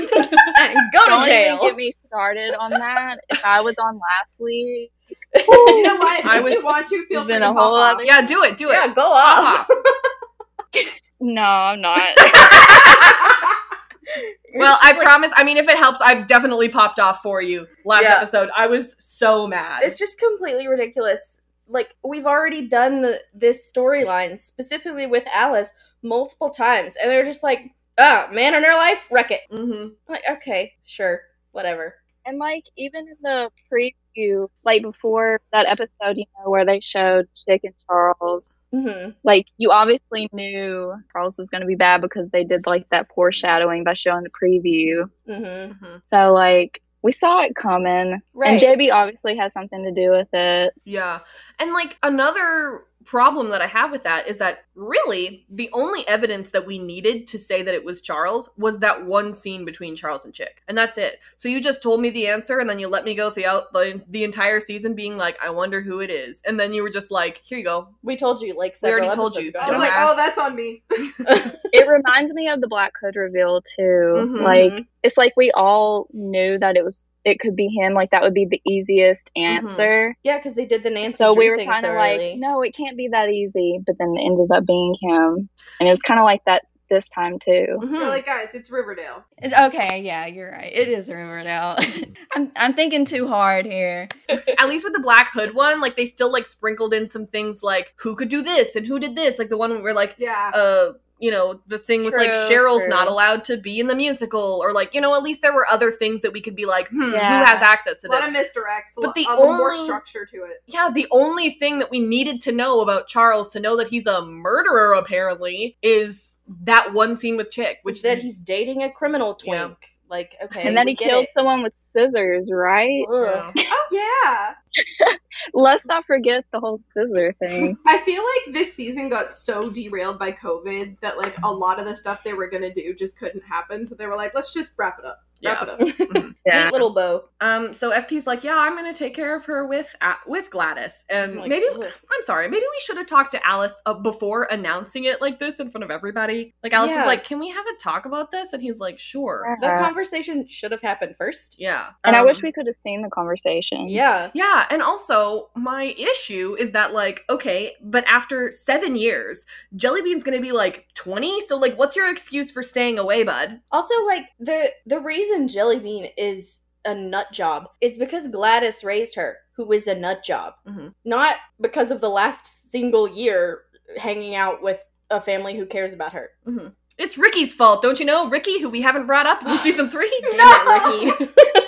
[SPEAKER 1] [laughs]
[SPEAKER 3] and
[SPEAKER 2] [laughs]
[SPEAKER 3] go
[SPEAKER 2] don't
[SPEAKER 3] to
[SPEAKER 2] even
[SPEAKER 3] jail
[SPEAKER 2] get me started on that. if I was on last week,
[SPEAKER 4] you know what?
[SPEAKER 1] I
[SPEAKER 4] I
[SPEAKER 1] was-
[SPEAKER 4] was want to feel
[SPEAKER 2] It's
[SPEAKER 4] free
[SPEAKER 2] been
[SPEAKER 4] to
[SPEAKER 2] a whole
[SPEAKER 4] pop
[SPEAKER 2] other-
[SPEAKER 1] yeah, do it, do it.
[SPEAKER 3] [laughs] yeah go
[SPEAKER 1] Pop
[SPEAKER 3] off
[SPEAKER 1] off.
[SPEAKER 2] no, I'm not.
[SPEAKER 4] off.
[SPEAKER 1] Well,
[SPEAKER 3] [laughs] It's
[SPEAKER 1] I
[SPEAKER 3] just like-
[SPEAKER 1] promise. I mean, if it helps, I've definitely popped off for you last
[SPEAKER 3] Yeah.
[SPEAKER 1] episode. I was so mad.
[SPEAKER 3] it's just completely ridiculous. Like we've already done the, this storyline specifically with Alice multiple times, and "Oh, they're just like, "Ah, man in her life, wreck it."
[SPEAKER 1] Mhm.
[SPEAKER 3] I'm like, okay, sure, whatever.
[SPEAKER 2] [laughs] And like even in the preview, like before that episode, you know, where they showed Chick and Charles,
[SPEAKER 3] hmm
[SPEAKER 2] like you obviously knew Charles was going to be bad because they did like that foreshadowing by showing the preview.
[SPEAKER 3] hmm
[SPEAKER 1] Mhm.
[SPEAKER 2] So like we saw it coming, and
[SPEAKER 3] Right.
[SPEAKER 2] JB obviously had something to do with it.
[SPEAKER 1] Yeah. And like another problem that I have with that is that really the only evidence that we needed to say that it was Charles was that one scene between Charles and Chick. And that's it. So you just told me the answer and then you let me go throughout the, the entire season being like, I wonder who it is. And then you were just like, here you go.
[SPEAKER 3] we told you like
[SPEAKER 1] We
[SPEAKER 3] several
[SPEAKER 1] already told
[SPEAKER 3] episodes
[SPEAKER 1] you.
[SPEAKER 4] I
[SPEAKER 3] ago.
[SPEAKER 4] was like,
[SPEAKER 1] Dumbass.
[SPEAKER 4] oh, that's on me.
[SPEAKER 2] It reminds me of the Black Hood reveal too.
[SPEAKER 6] Mm-hmm.
[SPEAKER 1] Mhm.
[SPEAKER 2] Like it's like we all knew that it was it could be him. Like that would be the easiest
[SPEAKER 6] Mm-hmm.
[SPEAKER 2] answer.
[SPEAKER 3] yeah, because they did the Nancy
[SPEAKER 2] so we
[SPEAKER 3] Drew
[SPEAKER 2] were
[SPEAKER 3] thing
[SPEAKER 2] kind of
[SPEAKER 3] so early.
[SPEAKER 2] like, no, it can't be that easy. But then it ended up being him, and it was kind of like that this time too.
[SPEAKER 3] Mm-hmm.
[SPEAKER 1] Mhm.
[SPEAKER 4] They're like, guys, it's Riverdale.
[SPEAKER 6] It's- Okay, yeah, you're right. It is Riverdale. [laughs] I'm I'm thinking too hard here.
[SPEAKER 1] At least with the Black Hood one, like they still like sprinkled in some things like who could do this and who did this. Like the one where like
[SPEAKER 4] Yeah.
[SPEAKER 1] uh you know the thing with like
[SPEAKER 2] True,
[SPEAKER 1] Cheryl's
[SPEAKER 2] true.
[SPEAKER 1] not allowed to be in the musical or like you know at least there were other things that we could be like hmm,
[SPEAKER 2] Yeah.
[SPEAKER 1] who has access to
[SPEAKER 4] a
[SPEAKER 1] this
[SPEAKER 4] lot of misdirects, a
[SPEAKER 1] But
[SPEAKER 4] lot
[SPEAKER 1] the
[SPEAKER 4] a little more
[SPEAKER 1] only-
[SPEAKER 4] structure to
[SPEAKER 1] [gasps]
[SPEAKER 4] it.
[SPEAKER 1] yeah the only thing that we needed to know about Charles to know that he's a murderer apparently is that one scene with Chick which
[SPEAKER 3] which that he's dating a criminal twink.
[SPEAKER 1] Yeah.
[SPEAKER 3] Like okay,
[SPEAKER 2] And then
[SPEAKER 3] we
[SPEAKER 2] he
[SPEAKER 3] get
[SPEAKER 2] killed
[SPEAKER 3] it.
[SPEAKER 2] someone with scissors, right?
[SPEAKER 3] Ugh.
[SPEAKER 4] Oh yeah.
[SPEAKER 2] Let's not forget the whole scissor
[SPEAKER 6] [laughs]
[SPEAKER 2] thing.
[SPEAKER 4] I feel like this season got so derailed by COVID that like a lot of the stuff they were gonna do just couldn't happen. So they were like, let's just wrap it up. Wrap
[SPEAKER 2] [laughs]
[SPEAKER 1] Yeah.
[SPEAKER 4] it up.
[SPEAKER 3] Neat little bow.
[SPEAKER 1] um so FP's like yeah I'm going to take care of her with uh, with Gladys and
[SPEAKER 3] I'm like,
[SPEAKER 1] maybe
[SPEAKER 3] ugh.
[SPEAKER 1] I'm sorry. Maybe we should have talked to Alice uh, before announcing it like this in front of everybody. Like Alice
[SPEAKER 3] Yeah.
[SPEAKER 1] is like, "Can we have a talk about this?" And he's like, "Sure."
[SPEAKER 3] the
[SPEAKER 2] Uh,
[SPEAKER 3] conversation should have happened first.
[SPEAKER 1] Yeah.
[SPEAKER 2] and I
[SPEAKER 1] Um,
[SPEAKER 2] wish we could have seen the conversation.
[SPEAKER 3] Yeah.
[SPEAKER 1] Yeah, and also my issue is that like, okay, but after 7 years, Jellybean's going to be like 20, so like what's your excuse for staying away, bud?
[SPEAKER 3] Also, like the the reason Jellybean is a nut job is because Gladys raised her, who is a nut job,
[SPEAKER 4] Mm-hmm.
[SPEAKER 1] Mhm.
[SPEAKER 3] not because of the last single year hanging out with a family who cares
[SPEAKER 4] [laughs]
[SPEAKER 3] about her.
[SPEAKER 1] It's Ricky's fault, don't you know? Ricky, who we haven't brought up since season 3,
[SPEAKER 3] [laughs] Damn it,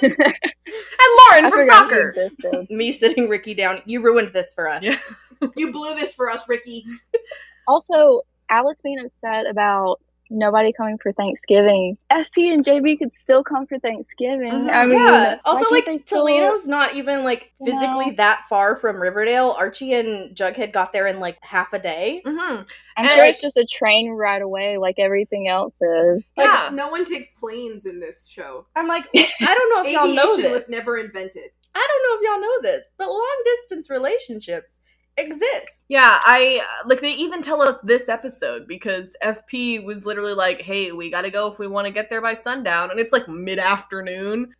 [SPEAKER 3] Ricky. [laughs]
[SPEAKER 2] [laughs]
[SPEAKER 1] and
[SPEAKER 2] I
[SPEAKER 1] Lauren from
[SPEAKER 2] forgot he
[SPEAKER 1] soccer.
[SPEAKER 2] existed.
[SPEAKER 3] Me sitting Ricky down. You ruined this for us.
[SPEAKER 1] Yeah.
[SPEAKER 4] [laughs] You blew this for us, Ricky.
[SPEAKER 2] [laughs] Also, Alice being upset about nobody coming for Thanksgiving. FP and JB could still come for Thanksgiving.
[SPEAKER 1] Mhm.
[SPEAKER 2] I mean,
[SPEAKER 3] yeah.
[SPEAKER 2] why
[SPEAKER 3] Also,
[SPEAKER 2] can't
[SPEAKER 3] like
[SPEAKER 2] they still-
[SPEAKER 3] Toledo's not even like
[SPEAKER 2] No.
[SPEAKER 3] physically that far from Riverdale. Archie and Jughead got there in like half a day.
[SPEAKER 1] Mhm.
[SPEAKER 2] I'm
[SPEAKER 1] and,
[SPEAKER 2] sure
[SPEAKER 1] like-
[SPEAKER 2] it's just a train ride away, like everything else is. [laughs]
[SPEAKER 4] Like,
[SPEAKER 1] Yeah.
[SPEAKER 4] No one takes planes in this show.
[SPEAKER 3] I'm like, I don't know if y'all
[SPEAKER 4] Aviation
[SPEAKER 3] know this.
[SPEAKER 4] was never invented.
[SPEAKER 3] I don't know if y'all know this, but long distance relationships exist.
[SPEAKER 1] Yeah, I uh, like they even tell us this episode because FP was literally like, "Hey, we got to go if we want to get there by sundown." And it's like mid-afternoon.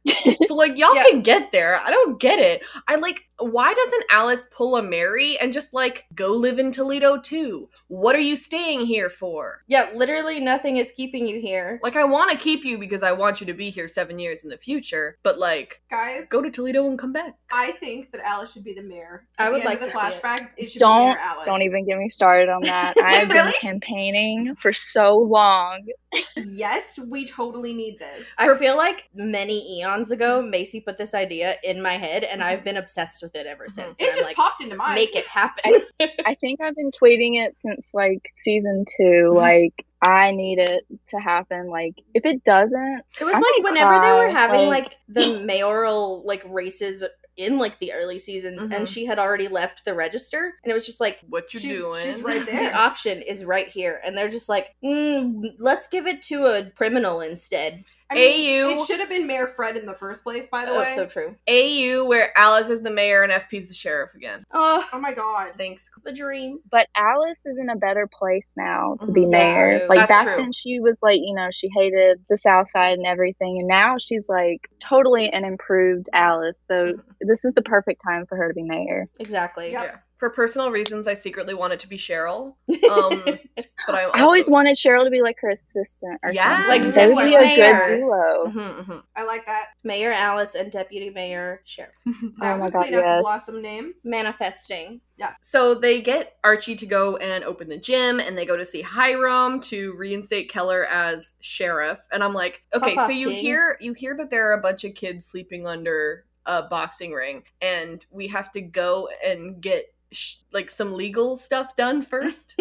[SPEAKER 1] so like y'all
[SPEAKER 3] Yeah.
[SPEAKER 1] can get there. I don't get it. I like why doesn't Alice pull a Mary and just like go live in Toledo too? What are you staying here for?
[SPEAKER 3] Yeah, literally nothing is keeping you here.
[SPEAKER 1] Like I want to keep you because I want you to be here 7 years in the future, but like
[SPEAKER 4] Guys,
[SPEAKER 1] go to Toledo and come back.
[SPEAKER 4] I think that Alice should be the mayor.
[SPEAKER 3] I
[SPEAKER 4] At the
[SPEAKER 3] would
[SPEAKER 4] end
[SPEAKER 3] like
[SPEAKER 4] of the
[SPEAKER 3] to see it.
[SPEAKER 4] flashback. It. should
[SPEAKER 2] Don't-
[SPEAKER 4] be Mayor Alice.
[SPEAKER 2] Don't even get me started on that. I've
[SPEAKER 4] really?
[SPEAKER 2] been campaigning for so long.
[SPEAKER 4] Yes, we totally need this.
[SPEAKER 3] I feel like many eons ago, Macy put this idea in my head, and I've been obsessed with it ever
[SPEAKER 1] Mhm.
[SPEAKER 3] since. And
[SPEAKER 4] Mm-hmm. it
[SPEAKER 3] I'm
[SPEAKER 4] just
[SPEAKER 3] like,
[SPEAKER 4] popped into mind.
[SPEAKER 3] make it happen.
[SPEAKER 2] I think I've been tweeting it since like season two. Like, I need it to happen. Like, if it doesn't,
[SPEAKER 3] [laughs] It was
[SPEAKER 2] I'm
[SPEAKER 3] like
[SPEAKER 2] gonna
[SPEAKER 3] whenever they were
[SPEAKER 2] cry,
[SPEAKER 3] having
[SPEAKER 2] like-
[SPEAKER 3] like
[SPEAKER 4] [laughs]
[SPEAKER 3] the mayoral like races in like the early seasons, and
[SPEAKER 4] Mm-hmm.
[SPEAKER 1] Mhm.
[SPEAKER 3] she had already left the register, and it was just like
[SPEAKER 1] What you
[SPEAKER 4] She's-
[SPEAKER 1] doing?
[SPEAKER 4] she's right
[SPEAKER 3] [laughs] the
[SPEAKER 4] there.
[SPEAKER 3] option is right here, and they're just like, mm, let's give it to a criminal instead.
[SPEAKER 4] I
[SPEAKER 1] AU.
[SPEAKER 4] It should have been Mayor Fred in the first place, by the
[SPEAKER 3] Oh,
[SPEAKER 4] way.
[SPEAKER 3] so true.
[SPEAKER 1] AU where Alice is the mayor and FP's the sheriff again.
[SPEAKER 3] Oh,
[SPEAKER 4] oh my god.
[SPEAKER 1] Thanks.
[SPEAKER 3] the dream.
[SPEAKER 2] but Alice is in a better place now to
[SPEAKER 1] Mhm.
[SPEAKER 2] be
[SPEAKER 3] So
[SPEAKER 2] mayor.
[SPEAKER 3] true.
[SPEAKER 2] Like
[SPEAKER 1] That's
[SPEAKER 2] back
[SPEAKER 1] true.
[SPEAKER 2] then, she was like, you know, she hated the South Side and everything, and now she's like
[SPEAKER 1] Mm.
[SPEAKER 2] totally an improved Alice. So this is the perfect time for her to be mayor.
[SPEAKER 3] Exactly.
[SPEAKER 4] Yep.
[SPEAKER 1] Yeah. For personal reasons, I secretly wanted to
[SPEAKER 4] [laughs]
[SPEAKER 1] be Cheryl. Um, but I,
[SPEAKER 2] I always wanted Cheryl to be like her assistant or
[SPEAKER 1] Yeah.
[SPEAKER 2] something.
[SPEAKER 3] Like
[SPEAKER 2] that would be a
[SPEAKER 3] Mayor.
[SPEAKER 2] good duo.
[SPEAKER 1] Mhm, mhm.
[SPEAKER 4] I like that.
[SPEAKER 3] Mayor Alice and Deputy Mayor Sheriff.
[SPEAKER 1] mm-hmm. [laughs]
[SPEAKER 4] That
[SPEAKER 2] Oh my
[SPEAKER 4] would
[SPEAKER 2] God,
[SPEAKER 4] clean up
[SPEAKER 2] yes.
[SPEAKER 4] the Blossom name.
[SPEAKER 3] Manifesting.
[SPEAKER 1] So they get Archie to go and open the gym, and they go to see Hiram to reinstate Keller as sheriff. And I'm like, okay,
[SPEAKER 3] Papa
[SPEAKER 1] so you
[SPEAKER 3] King.
[SPEAKER 1] hear you hear that there are a bunch of kids sleeping under a boxing ring, and we have to go and get sh- like some legal stuff done first.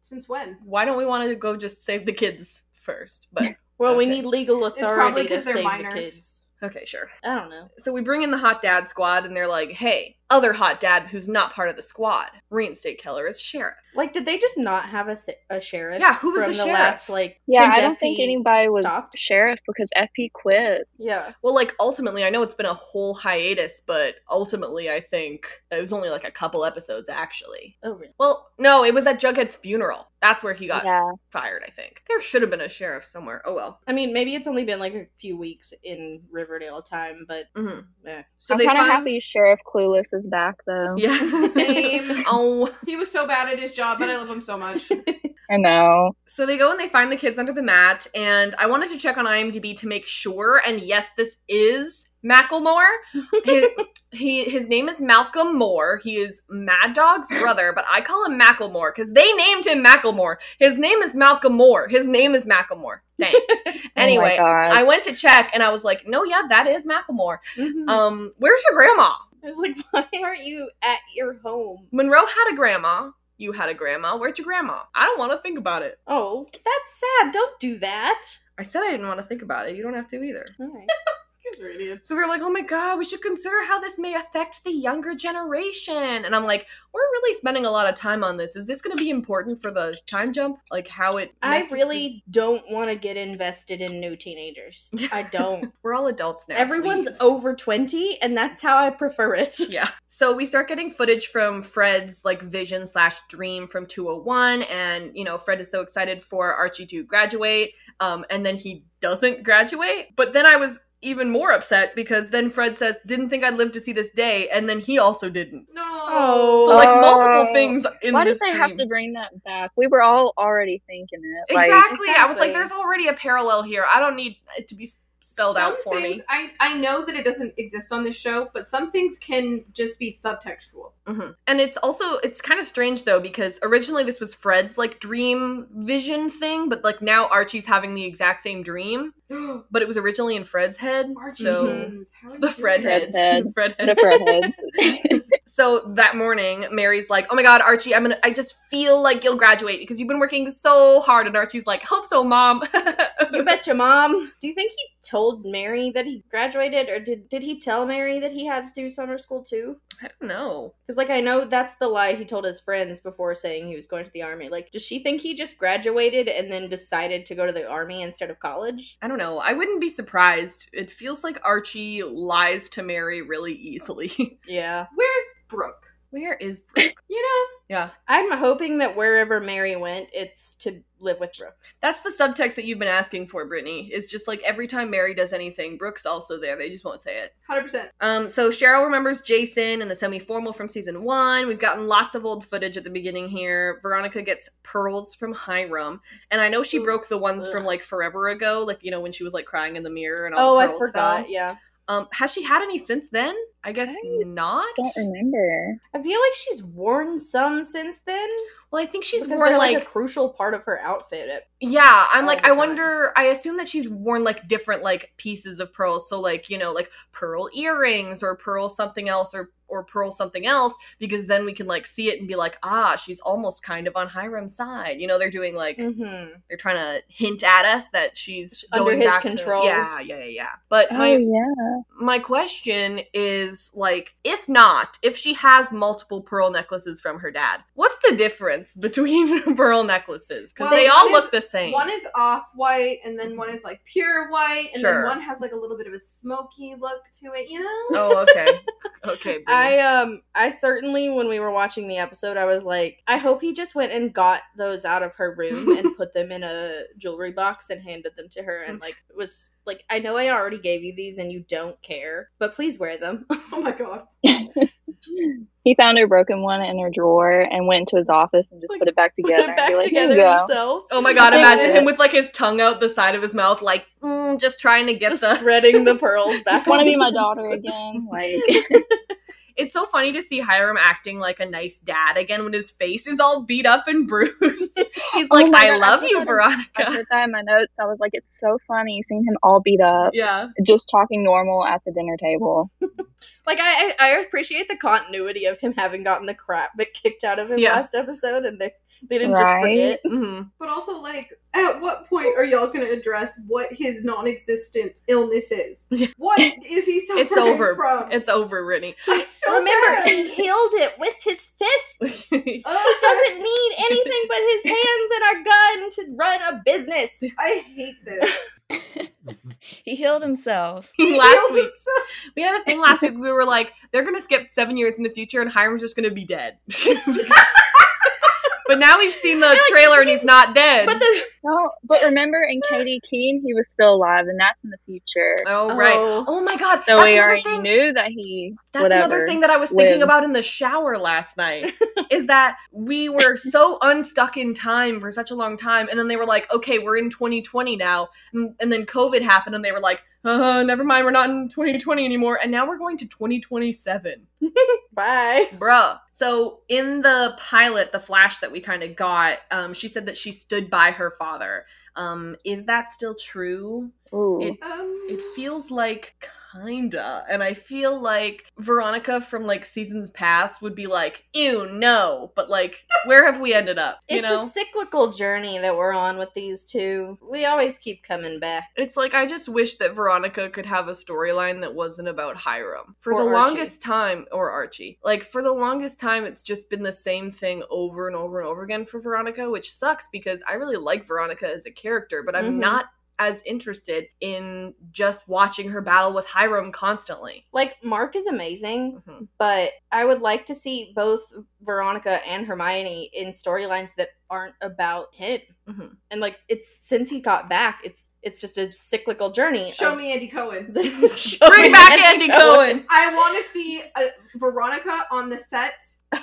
[SPEAKER 4] Since when?
[SPEAKER 1] Why don't we want to go just save the kids first? But
[SPEAKER 3] Well, we
[SPEAKER 1] Okay.
[SPEAKER 3] need legal authority
[SPEAKER 4] probably
[SPEAKER 3] to
[SPEAKER 4] 'cause they're
[SPEAKER 3] save
[SPEAKER 4] minors.
[SPEAKER 3] the kids.
[SPEAKER 1] okay, sure.
[SPEAKER 3] I don't know.
[SPEAKER 1] So we bring in the hot dad squad, and they're like, hey, other hot dad who's not part of the squad, reinstate Keller as sheriff.
[SPEAKER 3] Like, did they just not have a, se- a sheriff?
[SPEAKER 1] Yeah, who was
[SPEAKER 3] from
[SPEAKER 1] the
[SPEAKER 3] the
[SPEAKER 1] sheriff?
[SPEAKER 3] last like?
[SPEAKER 2] Yeah,
[SPEAKER 3] since
[SPEAKER 2] I don't
[SPEAKER 3] FP
[SPEAKER 2] think anybody was
[SPEAKER 3] stopped.
[SPEAKER 2] sheriff because FP quit.
[SPEAKER 3] Yeah,
[SPEAKER 1] Well, like ultimately, I know it's been a whole hiatus, but ultimately, I think it was only like a couple episodes actually.
[SPEAKER 3] oh really?
[SPEAKER 1] Well, no, it was at Jughead's funeral. That's where he got
[SPEAKER 2] Yeah.
[SPEAKER 1] fired, I think. There should have been a sheriff somewhere. Oh well.
[SPEAKER 3] I mean, maybe it's only been like a few weeks in Riverdale time, but
[SPEAKER 1] hmm
[SPEAKER 3] eh.
[SPEAKER 1] So
[SPEAKER 2] I'm
[SPEAKER 1] they
[SPEAKER 2] kind of
[SPEAKER 1] find-
[SPEAKER 2] happy Sheriff Clueless is back though.
[SPEAKER 1] Yeah.
[SPEAKER 4] Same.
[SPEAKER 1] [laughs] oh.
[SPEAKER 4] He was so bad at his job, but I love him so
[SPEAKER 1] [laughs]
[SPEAKER 4] much.
[SPEAKER 2] I know. Oh
[SPEAKER 1] So they go and they find the kids under the mat, and I wanted to check on IMDb to make sure. And yes, this is
[SPEAKER 2] [laughs]
[SPEAKER 1] Macklemore. His, he his name is Malcolm Moore. He is Mad Dog's brother, but I call him Macklemore because they named him Macklemore. His name is Malcolm Moore. His name is Macklemore. Thanks. anyway,
[SPEAKER 2] [laughs] oh my God.
[SPEAKER 1] I went to check and I was like, no, yeah, that is Macklemore.
[SPEAKER 3] Mhm.
[SPEAKER 1] Um, where's your grandma?
[SPEAKER 3] [laughs] I was like, why aren't you at your home?
[SPEAKER 1] Monroe had a grandma. You had a grandma. Where's your grandma? I don't want to think about it.
[SPEAKER 3] Oh, that's sad. Don't do that.
[SPEAKER 1] I said I didn't want to think about it. You don't have to either.
[SPEAKER 3] All right.
[SPEAKER 4] Kids are idiots.
[SPEAKER 1] So they're like, oh my God, we should consider how this may affect the younger generation. And I'm like, we're really spending a lot of time on this. Is this going to be important for the time jump? Like, how it.
[SPEAKER 3] I
[SPEAKER 1] messes with-
[SPEAKER 3] really don't want to get invested in new teenagers. I don't.
[SPEAKER 1] We're all adults now.
[SPEAKER 3] Everyone's
[SPEAKER 1] please.
[SPEAKER 3] over 20, and that's how I prefer it.
[SPEAKER 1] [laughs] Yeah. So we start getting footage from Fred's like vision slash dream from 201. And, you know, Fred is so excited for Archie to graduate. Um, and then he doesn't graduate. But then I was even more upset because then Fred says, didn't think I'd live to see this day. And then he also didn't.
[SPEAKER 4] No.
[SPEAKER 3] Oh.
[SPEAKER 1] So like multiple
[SPEAKER 2] Oh.
[SPEAKER 1] things in
[SPEAKER 2] Why
[SPEAKER 1] this
[SPEAKER 2] did they
[SPEAKER 1] dream.
[SPEAKER 2] have to bring that back? We were all already thinking it. Like,
[SPEAKER 1] exactly. I was like,
[SPEAKER 3] Exactly.
[SPEAKER 1] there's already a parallel here. I don't need it to be s- spelled out
[SPEAKER 4] Some
[SPEAKER 1] for
[SPEAKER 4] things-
[SPEAKER 1] me.
[SPEAKER 4] I, I know that it doesn't exist on this show, but some things can just be subtextual.
[SPEAKER 1] Mhm. And it's also it's kind of strange though because originally this was Fred's like dream vision thing, but like now Archie's having the exact same dream, but it was originally in Fred's head.
[SPEAKER 4] Archie
[SPEAKER 1] So.
[SPEAKER 3] Mhm.
[SPEAKER 4] Beans, how
[SPEAKER 5] Mm-hmm.
[SPEAKER 4] are
[SPEAKER 1] [laughs] The
[SPEAKER 4] you
[SPEAKER 1] Fred
[SPEAKER 4] doing?
[SPEAKER 1] heads.
[SPEAKER 2] Fredhead.
[SPEAKER 1] [laughs] Fred
[SPEAKER 2] the
[SPEAKER 1] heads.
[SPEAKER 2] Fredheads.
[SPEAKER 1] So that morning, Mary's like, "Oh my God, Archie, I'm gonna. I just feel like you'll graduate because you've been working so hard." And Archie's like, "Hope so, Mom." [laughs]
[SPEAKER 3] You betcha, mom. Do you think he told Mary that he graduated, or did, did he tell Mary that he had to do summer school too?
[SPEAKER 1] I don't know.
[SPEAKER 3] Because, like, I know that's the lie he told his friends before saying he was going to the army. Like, does she think he just graduated and then decided to go to the army instead of college?
[SPEAKER 1] I don't know. I wouldn't be surprised. It feels like Archie lies to Mary really easily. [laughs]
[SPEAKER 3] Yeah.
[SPEAKER 4] Where's Brooke?
[SPEAKER 1] Where is Brooke?
[SPEAKER 4] You know,
[SPEAKER 1] yeah.
[SPEAKER 3] I'm hoping that wherever Mary went, it's to live with Brooke.
[SPEAKER 1] That's the subtext that you've been asking for, Brittany. Is just like every time Mary does anything, Brooke's also there. They just won't say it.
[SPEAKER 4] 100%.
[SPEAKER 1] Um, so Cheryl remembers Jason and the semi-formal from season one. We've gotten lots of old footage at the beginning here. Veronica gets pearls from Hiram, and I know she
[SPEAKER 3] Ooh.
[SPEAKER 1] broke the ones from
[SPEAKER 3] Ugh.
[SPEAKER 1] like forever ago, like you know when she was like crying in the mirror and all
[SPEAKER 3] Oh,
[SPEAKER 1] the
[SPEAKER 3] I
[SPEAKER 1] pearls
[SPEAKER 3] forgot.
[SPEAKER 1] fell.
[SPEAKER 3] Yeah.
[SPEAKER 1] Um, has she had any since then? I guess
[SPEAKER 2] I
[SPEAKER 1] not.
[SPEAKER 2] Don't
[SPEAKER 1] [laughs]
[SPEAKER 2] remember.
[SPEAKER 3] I feel like she's worn some since then.
[SPEAKER 1] Well, I think she's
[SPEAKER 3] because
[SPEAKER 1] worn
[SPEAKER 3] they're,
[SPEAKER 1] like
[SPEAKER 3] a crucial part of her outfit. It-
[SPEAKER 1] Yeah, I'm
[SPEAKER 3] all
[SPEAKER 1] like,
[SPEAKER 3] the
[SPEAKER 1] I
[SPEAKER 3] time.
[SPEAKER 1] wonder. I assume that she's worn like different like pieces of pearls. So like you know like pearl earrings or pearl something else or or pearl something else because then we can like see it and be like, ah, she's almost kind of on Hiram's side. You know, they're doing like
[SPEAKER 3] Mhm.
[SPEAKER 1] they're trying to hint at us that she's
[SPEAKER 3] Under
[SPEAKER 1] going
[SPEAKER 3] his
[SPEAKER 1] back to-
[SPEAKER 3] control.
[SPEAKER 1] yeah, yeah, yeah, yeah. But
[SPEAKER 2] Oh
[SPEAKER 1] my
[SPEAKER 2] yeah.
[SPEAKER 1] my question is like, if not, if she has multiple pearl necklaces from her dad, what's the difference [laughs] between pearl necklaces? Because
[SPEAKER 4] Well,
[SPEAKER 1] they
[SPEAKER 4] one
[SPEAKER 1] all
[SPEAKER 4] is-
[SPEAKER 1] look the same.
[SPEAKER 4] One is off white, and then one is like pure white, and
[SPEAKER 1] Sure.
[SPEAKER 4] then one has like a little bit of a smoky look to it, you know?
[SPEAKER 1] Oh, okay. Okay.
[SPEAKER 3] I um I certainly when we were watching the episode I was like I hope he just went and got those out of her room
[SPEAKER 4] [laughs]
[SPEAKER 3] and put them in a jewelry box and handed them to her and like was like I know I [laughs] already gave you these and you don't care but please wear them.
[SPEAKER 4] Oh my god.
[SPEAKER 2] [laughs] He found her broken one in her drawer and went into his office and just
[SPEAKER 3] Like,
[SPEAKER 2] put it back together. and be
[SPEAKER 3] back
[SPEAKER 2] like, "Here you
[SPEAKER 3] together
[SPEAKER 2] go."
[SPEAKER 3] himself.
[SPEAKER 1] Oh my god,
[SPEAKER 2] Thank
[SPEAKER 1] imagine
[SPEAKER 2] you.
[SPEAKER 1] him with like his tongue out the side of his mouth, like mm, just trying to get
[SPEAKER 3] Just
[SPEAKER 1] the [laughs]
[SPEAKER 3] threading
[SPEAKER 2] [laughs]
[SPEAKER 3] the pearls back.
[SPEAKER 2] Want to be
[SPEAKER 3] onto
[SPEAKER 2] my
[SPEAKER 3] [laughs] the
[SPEAKER 2] daughter
[SPEAKER 3] necklace.
[SPEAKER 2] again? Like,
[SPEAKER 1] It's so funny to see Hiram acting like a nice dad again when his face is all beat up and [laughs] bruised. He's
[SPEAKER 2] Oh
[SPEAKER 1] like,
[SPEAKER 2] my
[SPEAKER 1] I
[SPEAKER 2] God, I
[SPEAKER 1] love
[SPEAKER 2] put
[SPEAKER 1] you,
[SPEAKER 2] that in- [laughs] I [laughs]
[SPEAKER 1] Veronica.
[SPEAKER 2] put that in my notes. I was like, it's so funny seeing him all beat up,
[SPEAKER 1] Yeah.
[SPEAKER 2] just talking normal at the dinner table.
[SPEAKER 3] Like I, I I appreciate the continuity of him having gotten the crap that kicked out of him
[SPEAKER 1] Yeah.
[SPEAKER 3] last episode, and they they didn't
[SPEAKER 2] Right.
[SPEAKER 3] just forget.
[SPEAKER 1] hmm
[SPEAKER 5] [laughs]
[SPEAKER 4] But also, like, at what point are y'all going to address what his non-existent illness
[SPEAKER 1] [laughs]
[SPEAKER 4] is?
[SPEAKER 1] Yeah.
[SPEAKER 4] What is he suffering
[SPEAKER 1] It's over.
[SPEAKER 4] from?
[SPEAKER 1] It's over, Brittany. [laughs]
[SPEAKER 4] [laughs] He's so
[SPEAKER 3] Remember,
[SPEAKER 4] bad. Oh,
[SPEAKER 3] he healed it with his fists.
[SPEAKER 4] Ugh,
[SPEAKER 3] He doesn't need anything but his hands and a gun to run a business.
[SPEAKER 4] [laughs] I hate this.
[SPEAKER 1] [laughs]
[SPEAKER 6] he healed himself.
[SPEAKER 1] last week,
[SPEAKER 4] So-
[SPEAKER 1] we had a thing last week. We were like, they're going to skip seven years in the future and Hiram's just going to be [laughs] dead. but now we've seen the
[SPEAKER 3] like,
[SPEAKER 1] trailer and he's not dead.
[SPEAKER 3] But the
[SPEAKER 2] No, but remember in Katie Keene, he was still alive, and that's in the future.
[SPEAKER 1] oh, [laughs] right.
[SPEAKER 3] Oh.
[SPEAKER 1] Oh my god.
[SPEAKER 2] So
[SPEAKER 1] that's
[SPEAKER 2] we
[SPEAKER 1] another
[SPEAKER 2] already
[SPEAKER 1] thing.
[SPEAKER 2] knew that he.
[SPEAKER 1] That's
[SPEAKER 2] whatever.
[SPEAKER 1] another thing that I was thinking
[SPEAKER 2] live.
[SPEAKER 1] about in the shower last
[SPEAKER 2] [laughs]
[SPEAKER 1] night is that we were so unstuck in time for such a long time. And then they were like, okay, we're in 2020 now. And, and then COVID happened and they were like, uh, never mind, we're not in 2020 anymore. And now we're going to
[SPEAKER 2] [laughs]
[SPEAKER 1] 2027.
[SPEAKER 3] bye.
[SPEAKER 1] Bruh. So in the pilot, the flash that we kind of got, um, she said that she stood by her father. Um, is that still true?
[SPEAKER 2] Ooh.
[SPEAKER 1] It-
[SPEAKER 4] um,
[SPEAKER 1] It feels like kinda, and I feel like Veronica from like seasons past would be like, "Ew, no," but like, [laughs] where have we ended up? You
[SPEAKER 3] It's
[SPEAKER 1] know,
[SPEAKER 3] a cyclical journey that we're on with these two. We always keep coming back.
[SPEAKER 1] it's like I just wish that Veronica could have a storyline that wasn't about Hiram for
[SPEAKER 3] Or
[SPEAKER 1] the
[SPEAKER 3] Archie.
[SPEAKER 1] longest time, or Archie. Like for the longest time, it's just been the same thing over and over and over again for Veronica, which sucks because I really like Veronica as a character, but I'm
[SPEAKER 3] Mhm.
[SPEAKER 1] not as interested in just watching her battle with Hiram constantly.
[SPEAKER 3] Like Mark is amazing,
[SPEAKER 1] Mhm.
[SPEAKER 3] but I would like to see both Veronica and Hermione in storylines that aren't about him.
[SPEAKER 1] Mhm.
[SPEAKER 3] And like it's since he got back, it's it's just a cyclical journey.
[SPEAKER 4] show
[SPEAKER 3] [laughs] of-
[SPEAKER 4] me Andy Cohen. Oh
[SPEAKER 3] Show
[SPEAKER 1] Bring
[SPEAKER 3] me
[SPEAKER 4] [laughs]
[SPEAKER 1] back Andy Cohen.
[SPEAKER 4] I want to see uh Veronica on the set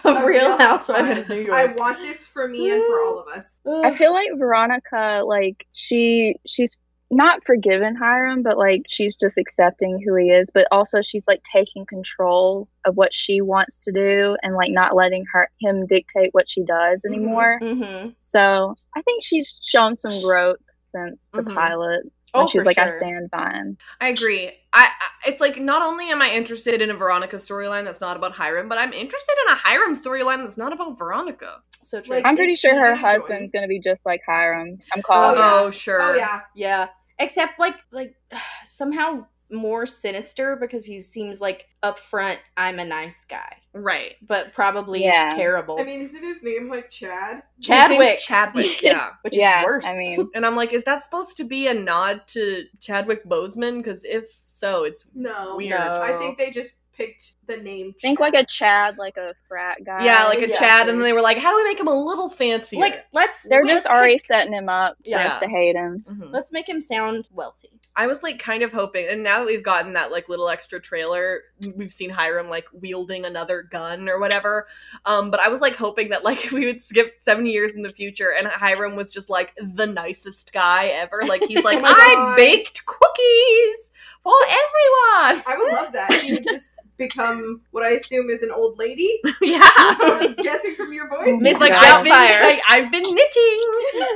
[SPEAKER 3] of Real Housewives of New
[SPEAKER 4] I
[SPEAKER 3] York.
[SPEAKER 4] want this for me and for all of us.
[SPEAKER 3] [laughs]
[SPEAKER 2] I feel like Veronica, like she, she's not forgiven Hiram, but like she's just accepting who he is. But also, she's like taking control of what she wants to do, and like not letting her him dictate what she does anymore.
[SPEAKER 3] hmm
[SPEAKER 2] So I think she's shown some growth since the
[SPEAKER 1] Mhm.
[SPEAKER 2] pilot.
[SPEAKER 3] Oh,
[SPEAKER 2] and she was
[SPEAKER 3] for
[SPEAKER 2] like,
[SPEAKER 3] sure.
[SPEAKER 2] I stand by him.
[SPEAKER 1] I agree. I, I it's like not only am I interested in a Veronica storyline that's not about Hiram, but I'm interested in a Hiram storyline that's not about Veronica.
[SPEAKER 3] So true.
[SPEAKER 4] Like-
[SPEAKER 2] I'm pretty
[SPEAKER 4] Is
[SPEAKER 2] sure
[SPEAKER 4] he
[SPEAKER 2] her
[SPEAKER 4] gonna join?
[SPEAKER 2] husband's going to be just like Hiram. I'm
[SPEAKER 4] Oh,
[SPEAKER 2] calling.
[SPEAKER 4] yeah.
[SPEAKER 1] Oh, sure.
[SPEAKER 4] Oh yeah,
[SPEAKER 3] yeah. Except like like [sighs] somehow more sinister because he seems like upfront, I'm a nice guy.
[SPEAKER 1] Right.
[SPEAKER 3] But probably
[SPEAKER 2] Yeah.
[SPEAKER 3] is terrible.
[SPEAKER 4] I mean, isn't his name like Chad?
[SPEAKER 1] His name's
[SPEAKER 4] [laughs]
[SPEAKER 3] Chadwick.
[SPEAKER 1] Chadwick. Yeah.
[SPEAKER 3] which
[SPEAKER 2] Yeah,
[SPEAKER 3] is worse.
[SPEAKER 2] I mean,
[SPEAKER 1] And I'm like, is that supposed to be a nod to Chadwick Boseman? Because if so, it's
[SPEAKER 4] No,
[SPEAKER 1] Weird.
[SPEAKER 3] No.
[SPEAKER 4] I think they just picked the name.
[SPEAKER 2] think like a Chad, like a frat guy.
[SPEAKER 1] yeah, like a
[SPEAKER 4] Uh, yeah.
[SPEAKER 1] Chad, and they were like, how do we make him a little fancier?
[SPEAKER 3] like let's
[SPEAKER 2] They're
[SPEAKER 3] let's
[SPEAKER 2] just already
[SPEAKER 3] take-
[SPEAKER 2] setting him up
[SPEAKER 3] Yeah.
[SPEAKER 2] just to hate him.
[SPEAKER 1] Mhm.
[SPEAKER 3] let's make him sound wealthy.
[SPEAKER 1] I was like kind of hoping, and now that we've gotten that like little extra trailer, we've seen Hiram like wielding another gun or whatever. Um, but I was like hoping that like [laughs] we would skip seventy years in the future, and Hiram was just like the nicest guy ever. Like
[SPEAKER 4] [laughs]
[SPEAKER 1] he's like,
[SPEAKER 4] Oh my
[SPEAKER 1] I
[SPEAKER 4] God.
[SPEAKER 1] baked cookies for everyone. [laughs]
[SPEAKER 4] I would love that. He would just become what I assume is an old
[SPEAKER 1] [laughs]
[SPEAKER 4] lady. [laughs]
[SPEAKER 1] yeah,
[SPEAKER 5] [laughs]
[SPEAKER 4] I'm guessing from your voice.
[SPEAKER 1] [laughs] he's like,
[SPEAKER 2] God.
[SPEAKER 1] I've been, I, I've been knitting.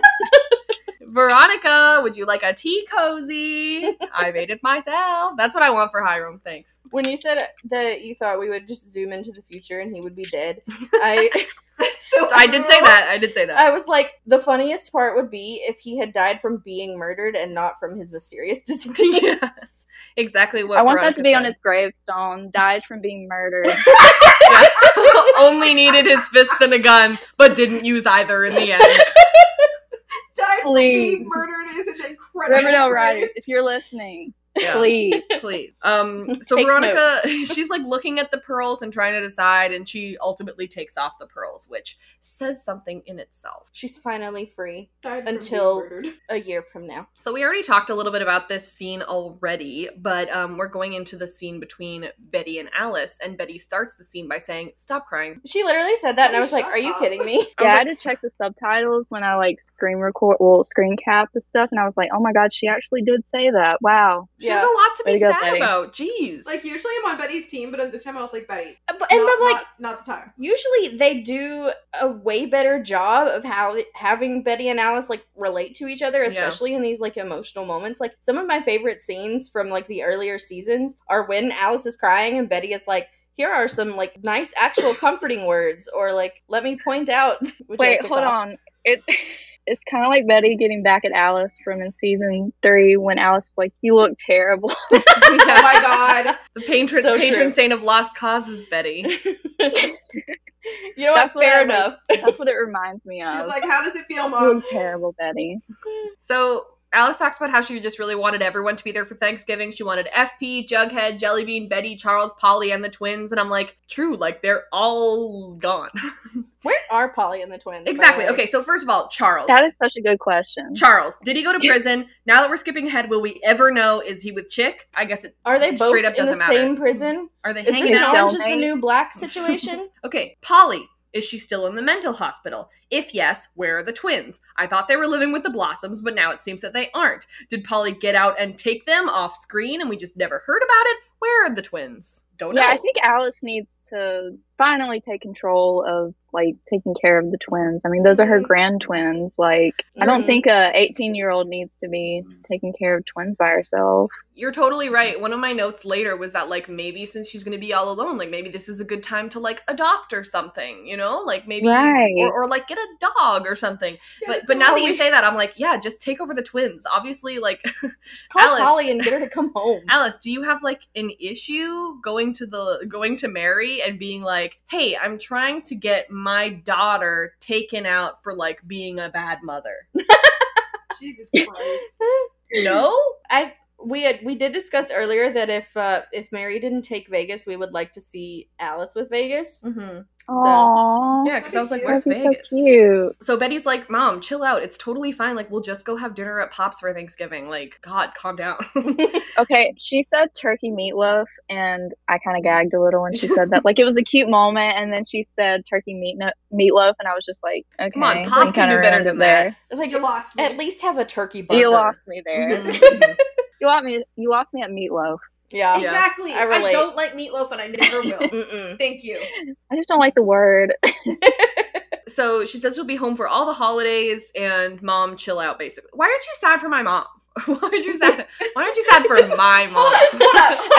[SPEAKER 1] [laughs] Veronica, would you like a tea cozy? I made it myself. That's what I want for Hiram. Thanks.
[SPEAKER 3] When you said that you thought we would just zoom into the future and he would be [laughs] dead, I
[SPEAKER 4] So
[SPEAKER 1] I did say that. I did say that.
[SPEAKER 3] I was like, the funniest part would be if he had died from being murdered and not from his mysterious [laughs] disease.
[SPEAKER 1] yes, exactly what
[SPEAKER 2] I want that
[SPEAKER 1] Veronica
[SPEAKER 2] to be on
[SPEAKER 1] [laughs] said.
[SPEAKER 2] his gravestone. Died from being murdered.
[SPEAKER 1] [laughs] Only needed his fists and a gun, but didn't use either in the
[SPEAKER 2] [laughs]
[SPEAKER 1] end.
[SPEAKER 4] Died from
[SPEAKER 2] Please.
[SPEAKER 4] being murdered is an incredible.
[SPEAKER 2] Riverdale
[SPEAKER 4] phrase.
[SPEAKER 2] Riders, if you're listening,
[SPEAKER 1] Yeah.
[SPEAKER 2] Please.
[SPEAKER 1] please. Um,
[SPEAKER 2] [laughs]
[SPEAKER 1] so
[SPEAKER 3] Take
[SPEAKER 1] Veronica, [laughs]
[SPEAKER 3] notes.
[SPEAKER 1] she's like looking at the pearls and trying to decide, and she ultimately takes off the pearls, which says something in itself.
[SPEAKER 3] She's finally free
[SPEAKER 4] Died from
[SPEAKER 3] Until-
[SPEAKER 4] being murdered.
[SPEAKER 3] a year from now.
[SPEAKER 1] So we already talked a little bit about this scene already, but um, we're going into the scene between Betty and Alice, and Betty starts the scene by saying, "Stop crying."
[SPEAKER 3] She literally said that, and I was
[SPEAKER 4] Shut
[SPEAKER 3] like, "Are you
[SPEAKER 4] up."
[SPEAKER 3] kidding
[SPEAKER 1] I
[SPEAKER 3] me?"
[SPEAKER 2] yeah,
[SPEAKER 1] was
[SPEAKER 2] I
[SPEAKER 1] like-
[SPEAKER 2] had to check the subtitles when I like screen record, well, screen cap the stuff, and I was like, oh my god, she actually did say that. Wow.
[SPEAKER 1] She has a lot to
[SPEAKER 2] Way
[SPEAKER 1] be
[SPEAKER 2] to go,
[SPEAKER 1] sad
[SPEAKER 2] Betty.
[SPEAKER 1] about. Jeez.
[SPEAKER 4] Like usually I'm on Betty's team, but this time I was like Betty.
[SPEAKER 3] Uh, but- and
[SPEAKER 4] not,
[SPEAKER 3] I'm like,
[SPEAKER 4] not, not the
[SPEAKER 3] [laughs]
[SPEAKER 4] time.
[SPEAKER 3] usually they do a way better job of how having Betty and Alice like relate to each other,
[SPEAKER 1] Yeah.
[SPEAKER 3] especially in these like emotional moments. Like some of my favorite scenes from like the earlier seasons are when Alice is crying and Betty is like. Here are some like nice actual comforting words, or like let me point out. [laughs] would you like
[SPEAKER 2] Wait,
[SPEAKER 3] to
[SPEAKER 2] hold
[SPEAKER 3] call?
[SPEAKER 2] on. It [laughs] it's kind of like Betty getting back at Alice from in season three when Alice was like, "You look terrible." [laughs]
[SPEAKER 4] oh my
[SPEAKER 3] [laughs]
[SPEAKER 4] god.
[SPEAKER 1] the patron
[SPEAKER 3] So
[SPEAKER 1] patron
[SPEAKER 3] true.
[SPEAKER 1] saint of lost causes, Betty.
[SPEAKER 3] You
[SPEAKER 2] [laughs]
[SPEAKER 3] know what?
[SPEAKER 2] That's what
[SPEAKER 3] Fair
[SPEAKER 2] I like.
[SPEAKER 3] enough.
[SPEAKER 2] That's what it reminds me of.
[SPEAKER 4] She's like, how does it feel,
[SPEAKER 2] "You
[SPEAKER 4] mom?
[SPEAKER 5] "Um,
[SPEAKER 2] look terrible, Betty."
[SPEAKER 1] so. Alice talks about how she just really wanted everyone to be there for Thanksgiving. She wanted FP, Jughead, Jellybean, Betty, Charles, Polly, and the twins. And I'm like, true, like they're all gone. [laughs]
[SPEAKER 3] Where are Polly and the twins? by the
[SPEAKER 1] Exactly.
[SPEAKER 3] way?
[SPEAKER 1] Okay, so first of all, Charles.
[SPEAKER 2] That is such a good question.
[SPEAKER 1] Charles, did he go to prison? Now that we're skipping ahead, will we ever know? Is he with Chick? I guess it
[SPEAKER 3] Are they both
[SPEAKER 1] Straight up
[SPEAKER 3] in the
[SPEAKER 1] doesn't matter.
[SPEAKER 3] same prison?
[SPEAKER 1] are they
[SPEAKER 3] Is
[SPEAKER 1] hanging
[SPEAKER 3] this
[SPEAKER 2] Hang
[SPEAKER 1] out?
[SPEAKER 2] out.
[SPEAKER 3] orange is the
[SPEAKER 2] Cellmate?
[SPEAKER 3] new
[SPEAKER 2] [laughs]
[SPEAKER 3] black situation?
[SPEAKER 1] Okay, Polly, is she still in the mental hospital? If yes, where are the twins? I thought they were living with the Blossoms, but now it seems that they aren't. Did Polly get out and take them off screen and we just never heard about it? Where are the twins? Don't
[SPEAKER 2] yeah,
[SPEAKER 1] know.
[SPEAKER 2] I think Alice needs to finally take control of like taking care of the twins. I mean, those are her
[SPEAKER 1] Mm-hmm.
[SPEAKER 2] grand twins. Like, I don't
[SPEAKER 3] Mhm.
[SPEAKER 2] think a 18 year old needs to be taking care of twins by herself.
[SPEAKER 1] You're totally right. One of my notes later was that like maybe since she's gonna be all alone, like maybe this is a good time to like adopt or something, you know? Like maybe
[SPEAKER 2] Right.
[SPEAKER 1] or, or like get a dog or something.
[SPEAKER 4] Yeah,
[SPEAKER 1] But
[SPEAKER 4] it's
[SPEAKER 1] but now that
[SPEAKER 4] Halloween.
[SPEAKER 1] you say that, I'm like, yeah, just take over the twins. Obviously, like
[SPEAKER 3] Just call
[SPEAKER 1] Alice.
[SPEAKER 3] Polly and get her to come home.
[SPEAKER 1] Alice, do you have like an issue going to the going to Mary and being like, "Hey, I'm trying to get my daughter taken out for like being a bad mother."
[SPEAKER 4] [laughs] Jesus Christ.
[SPEAKER 1] No?
[SPEAKER 3] I we had we did discuss earlier that if uh, if Mary didn't take Vegas, we would like to see Alice with Vegas.
[SPEAKER 1] Mhm.
[SPEAKER 2] Aww.
[SPEAKER 1] Yeah, cuz I was like,
[SPEAKER 4] That'd
[SPEAKER 1] "Where's
[SPEAKER 2] That'd be so
[SPEAKER 1] Vegas?"
[SPEAKER 2] cute.
[SPEAKER 1] So Betty's like, "Mom, chill out. It's totally fine. Like, we'll just go have dinner at Pops for Thanksgiving. Like, god, calm down." [laughs]
[SPEAKER 2] Okay, she said turkey meatloaf, and I kind of gagged a little when she said
[SPEAKER 1] [laughs]
[SPEAKER 2] that. Like, it was a cute moment, and then she said turkey meat no- meatloaf, and I was just like, okay,
[SPEAKER 1] Come on,
[SPEAKER 2] you
[SPEAKER 1] Pop can
[SPEAKER 2] kinda
[SPEAKER 1] do better
[SPEAKER 2] ruined it
[SPEAKER 1] than that.
[SPEAKER 3] [laughs] Like
[SPEAKER 4] You lost me.
[SPEAKER 3] at least have a turkey
[SPEAKER 2] there.
[SPEAKER 3] burger.
[SPEAKER 2] You lost me there.
[SPEAKER 1] Mhm.
[SPEAKER 2] you lost me. You lost me at meatloaf.
[SPEAKER 3] Yeah.
[SPEAKER 1] Yeah.
[SPEAKER 4] Exactly.
[SPEAKER 3] I
[SPEAKER 4] I,
[SPEAKER 3] relate. Mm-hmm.
[SPEAKER 4] don't like meatloaf and I never
[SPEAKER 3] [laughs]
[SPEAKER 4] will.
[SPEAKER 3] Mm-mm.
[SPEAKER 4] Thank
[SPEAKER 3] [laughs]
[SPEAKER 4] you.
[SPEAKER 2] I just don't like the word.
[SPEAKER 1] so she says she'll be home for all the holidays and mom chill out basically. Why aren't you sad for my mom? [laughs] Why aren't you sad? Why aren't you sad for my mom?
[SPEAKER 3] [laughs]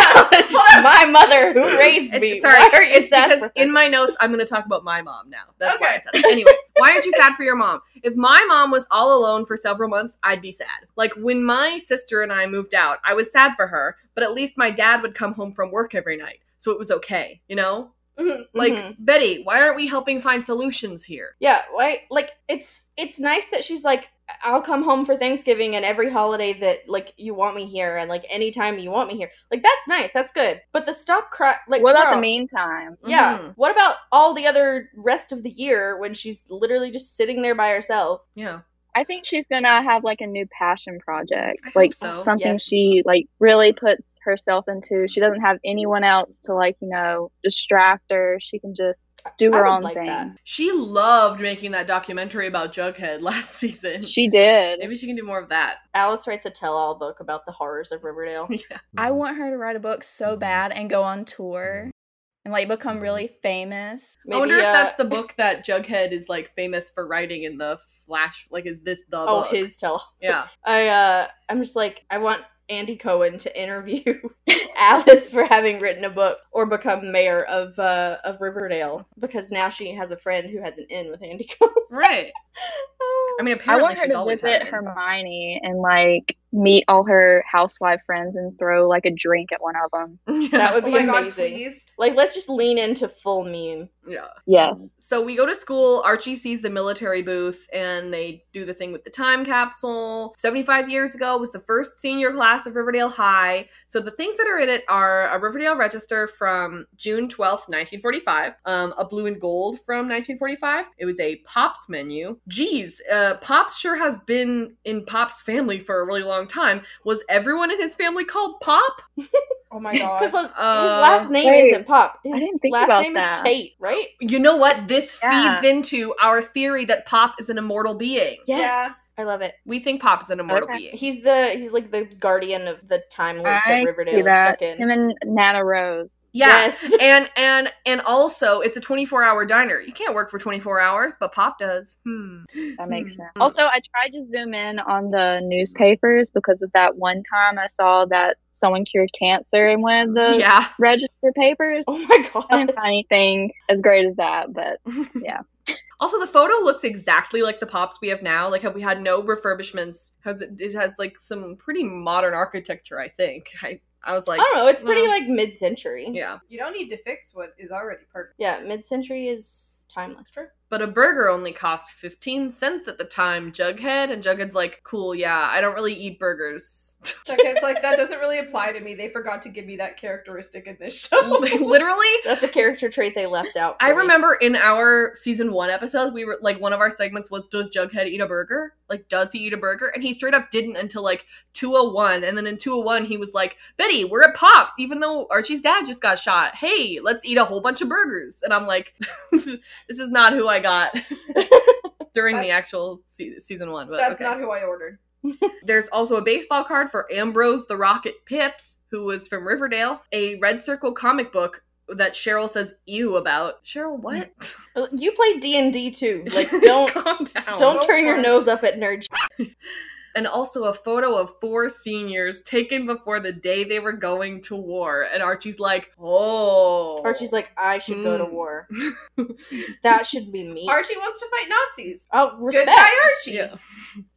[SPEAKER 3] Alice, my mother who raised
[SPEAKER 1] It's-
[SPEAKER 3] me.
[SPEAKER 1] sorry,
[SPEAKER 3] Why are you
[SPEAKER 1] it's
[SPEAKER 3] sad
[SPEAKER 1] because
[SPEAKER 3] for her?
[SPEAKER 1] in my notes I'm going to talk about my mom now. That's why I
[SPEAKER 4] Okay.
[SPEAKER 1] said that. Anyway, why aren't you sad for your mom? If my mom was all alone for several months, I'd be sad. Like when my sister and I moved out, I was sad for her, but at least my dad would come home from work every night, so it was okay. You know,
[SPEAKER 4] Mhm.
[SPEAKER 1] like
[SPEAKER 3] Mhm.
[SPEAKER 1] Betty, why aren't we helping find solutions here?
[SPEAKER 3] Yeah, why? Like it's it's nice that she's like, I'll come home for Thanksgiving and every holiday that like you want me here and like anytime you want me here. Like that's nice, that's good. But the stop cry, like
[SPEAKER 2] what about
[SPEAKER 3] girl,
[SPEAKER 2] the meantime?
[SPEAKER 3] Yeah.
[SPEAKER 1] Mhm.
[SPEAKER 3] What about all the other rest of the year when she's literally just sitting there by herself?
[SPEAKER 1] Yeah.
[SPEAKER 2] I think she's gonna have like a new passion project,
[SPEAKER 1] I hope
[SPEAKER 2] like
[SPEAKER 1] so,
[SPEAKER 2] something
[SPEAKER 3] yes.
[SPEAKER 2] she like really puts herself into. She doesn't have anyone else to like you know distract her. She can just do
[SPEAKER 3] I
[SPEAKER 2] her
[SPEAKER 3] would
[SPEAKER 2] own
[SPEAKER 3] like
[SPEAKER 2] thing.
[SPEAKER 3] that.
[SPEAKER 1] She loved making that documentary about Jughead [laughs] last season.
[SPEAKER 2] She did.
[SPEAKER 1] Maybe she can do more of that.
[SPEAKER 3] Alice writes a tell-all book about the horrors
[SPEAKER 1] [laughs]
[SPEAKER 3] of Riverdale.
[SPEAKER 6] I want her to write a book so bad and go on tour and like become really famous.
[SPEAKER 1] I wonder
[SPEAKER 3] uh,
[SPEAKER 1] if that's the book that Jughead is like famous for writing in the Flash. Like, is this the
[SPEAKER 3] oh
[SPEAKER 1] book?
[SPEAKER 3] his tell.
[SPEAKER 1] yeah.
[SPEAKER 3] I uh, I'm just like I want Andy Cohen
[SPEAKER 1] [laughs]
[SPEAKER 3] to interview [laughs] Alice for having written a book or become mayor of uh, of Riverdale because now she has a friend who has an in with Andy [laughs] Cohen.
[SPEAKER 1] Right. I mean,
[SPEAKER 2] I
[SPEAKER 1] apparently
[SPEAKER 2] want her
[SPEAKER 1] she's
[SPEAKER 2] to
[SPEAKER 1] always [laughs]
[SPEAKER 2] visit
[SPEAKER 1] had it.
[SPEAKER 2] Hermione and like meet all her housewife friends and throw like a drink at one of them.
[SPEAKER 3] That would
[SPEAKER 4] oh
[SPEAKER 3] be
[SPEAKER 4] my god,
[SPEAKER 3] amazing.
[SPEAKER 4] please.
[SPEAKER 3] Like, let's just lean into full meme.
[SPEAKER 1] Yeah.
[SPEAKER 2] Yes.
[SPEAKER 1] So we go to school. Archie sees the military booth and they do the thing with the time capsule. 75 years ago was the first senior class of Riverdale High. So the things that are in it are a Riverdale register from June 12th, 1945, um, a blue and gold from 1945. It was a Pops menu. Geez, uh, Pops sure has been in Pop's family for a really long time. Was everyone in his family called Pop?
[SPEAKER 4] Oh
[SPEAKER 3] [laughs]
[SPEAKER 4] my god.
[SPEAKER 3] Because his, his
[SPEAKER 1] Uh,
[SPEAKER 3] last name
[SPEAKER 2] wait.
[SPEAKER 3] isn't Pop. His
[SPEAKER 2] didn't think
[SPEAKER 3] last
[SPEAKER 2] about
[SPEAKER 3] name is
[SPEAKER 2] that.
[SPEAKER 3] Tate, right?
[SPEAKER 1] You know what? This
[SPEAKER 2] Yeah.
[SPEAKER 1] feeds into our theory that Pop is an immortal being.
[SPEAKER 3] Yes. I love it.
[SPEAKER 1] We think Pop is an immortal
[SPEAKER 2] Okay.
[SPEAKER 1] being.
[SPEAKER 3] He's the he's like the guardian of the time loop that
[SPEAKER 2] I
[SPEAKER 3] Riverdale
[SPEAKER 2] see
[SPEAKER 3] is
[SPEAKER 2] that.
[SPEAKER 3] stuck in.
[SPEAKER 2] Him and Nana Rose.
[SPEAKER 1] yeah.
[SPEAKER 3] Yes. [laughs]
[SPEAKER 1] And and and also it's a 24-hour diner. You can't work for 24 hours, but Pop does.
[SPEAKER 3] [laughs]
[SPEAKER 1] Hmm.
[SPEAKER 2] That makes sense.
[SPEAKER 1] Hmm.
[SPEAKER 2] Also, I tried to zoom in on the newspapers because of that one time I saw that someone cured cancer in one of the
[SPEAKER 1] Yeah.
[SPEAKER 2] register papers.
[SPEAKER 3] Oh my god.
[SPEAKER 2] I didn't find anything as great as that, but [gasps]
[SPEAKER 1] [laughs] Also the photo looks exactly like the Pops we have now. Like have we had no refurbishments? Has it it has like some pretty modern architecture, I think. I I was like
[SPEAKER 3] I don't know. It's pretty
[SPEAKER 1] well,
[SPEAKER 3] like mid century.
[SPEAKER 1] yeah.
[SPEAKER 4] you don't need to fix what is already perfect.
[SPEAKER 3] Yeah. Mid century is timeless. True.
[SPEAKER 1] But a burger only cost 15 cents at the time, Jughead, and Jughead's like, "Cool, yeah, I don't really eat burgers." [laughs]
[SPEAKER 4] Like, it's like that doesn't really apply to me. They forgot to give me that characteristic in this
[SPEAKER 3] [laughs]
[SPEAKER 4] show.
[SPEAKER 1] Literally,
[SPEAKER 3] That's a character trait they left out.
[SPEAKER 1] I
[SPEAKER 3] for me.
[SPEAKER 1] remember in our season one episode, we were like one of our segments was does Jughead eat a burger? Like, does he eat a burger? And he straight up didn't until like 201. And then in 201, he was like, Betty, we're at Pops, even though Archie's dad just got shot. Hey, let's eat a whole bunch of burgers. And I'm like, [laughs] this is not who I got [laughs] during the actual se- season one.
[SPEAKER 4] [laughs]
[SPEAKER 1] But
[SPEAKER 4] That's
[SPEAKER 1] okay.
[SPEAKER 4] not who I ordered.
[SPEAKER 1] There's also a baseball card for Ambrose the Rocket Pips, who was from Riverdale, a Red Circle comic book that Cheryl says ew about. Cheryl, what?
[SPEAKER 4] [laughs]
[SPEAKER 3] Uh, you play D and D too. [laughs]
[SPEAKER 1] [laughs]
[SPEAKER 3] Like don't
[SPEAKER 1] calm down.
[SPEAKER 3] don't
[SPEAKER 4] Go
[SPEAKER 3] turn your
[SPEAKER 4] for it.
[SPEAKER 3] nose up at nerd. shit.
[SPEAKER 1] And also a photo of four seniors taken before the day they were going to war. And Archie's like, oh.
[SPEAKER 3] Archie's like, I should go to
[SPEAKER 1] Mm.
[SPEAKER 3] war. That should be me.
[SPEAKER 4] Archie wants to fight Nazis.
[SPEAKER 3] oh,
[SPEAKER 4] Good
[SPEAKER 3] respect.
[SPEAKER 4] guy Archie.
[SPEAKER 1] Yeah. [laughs]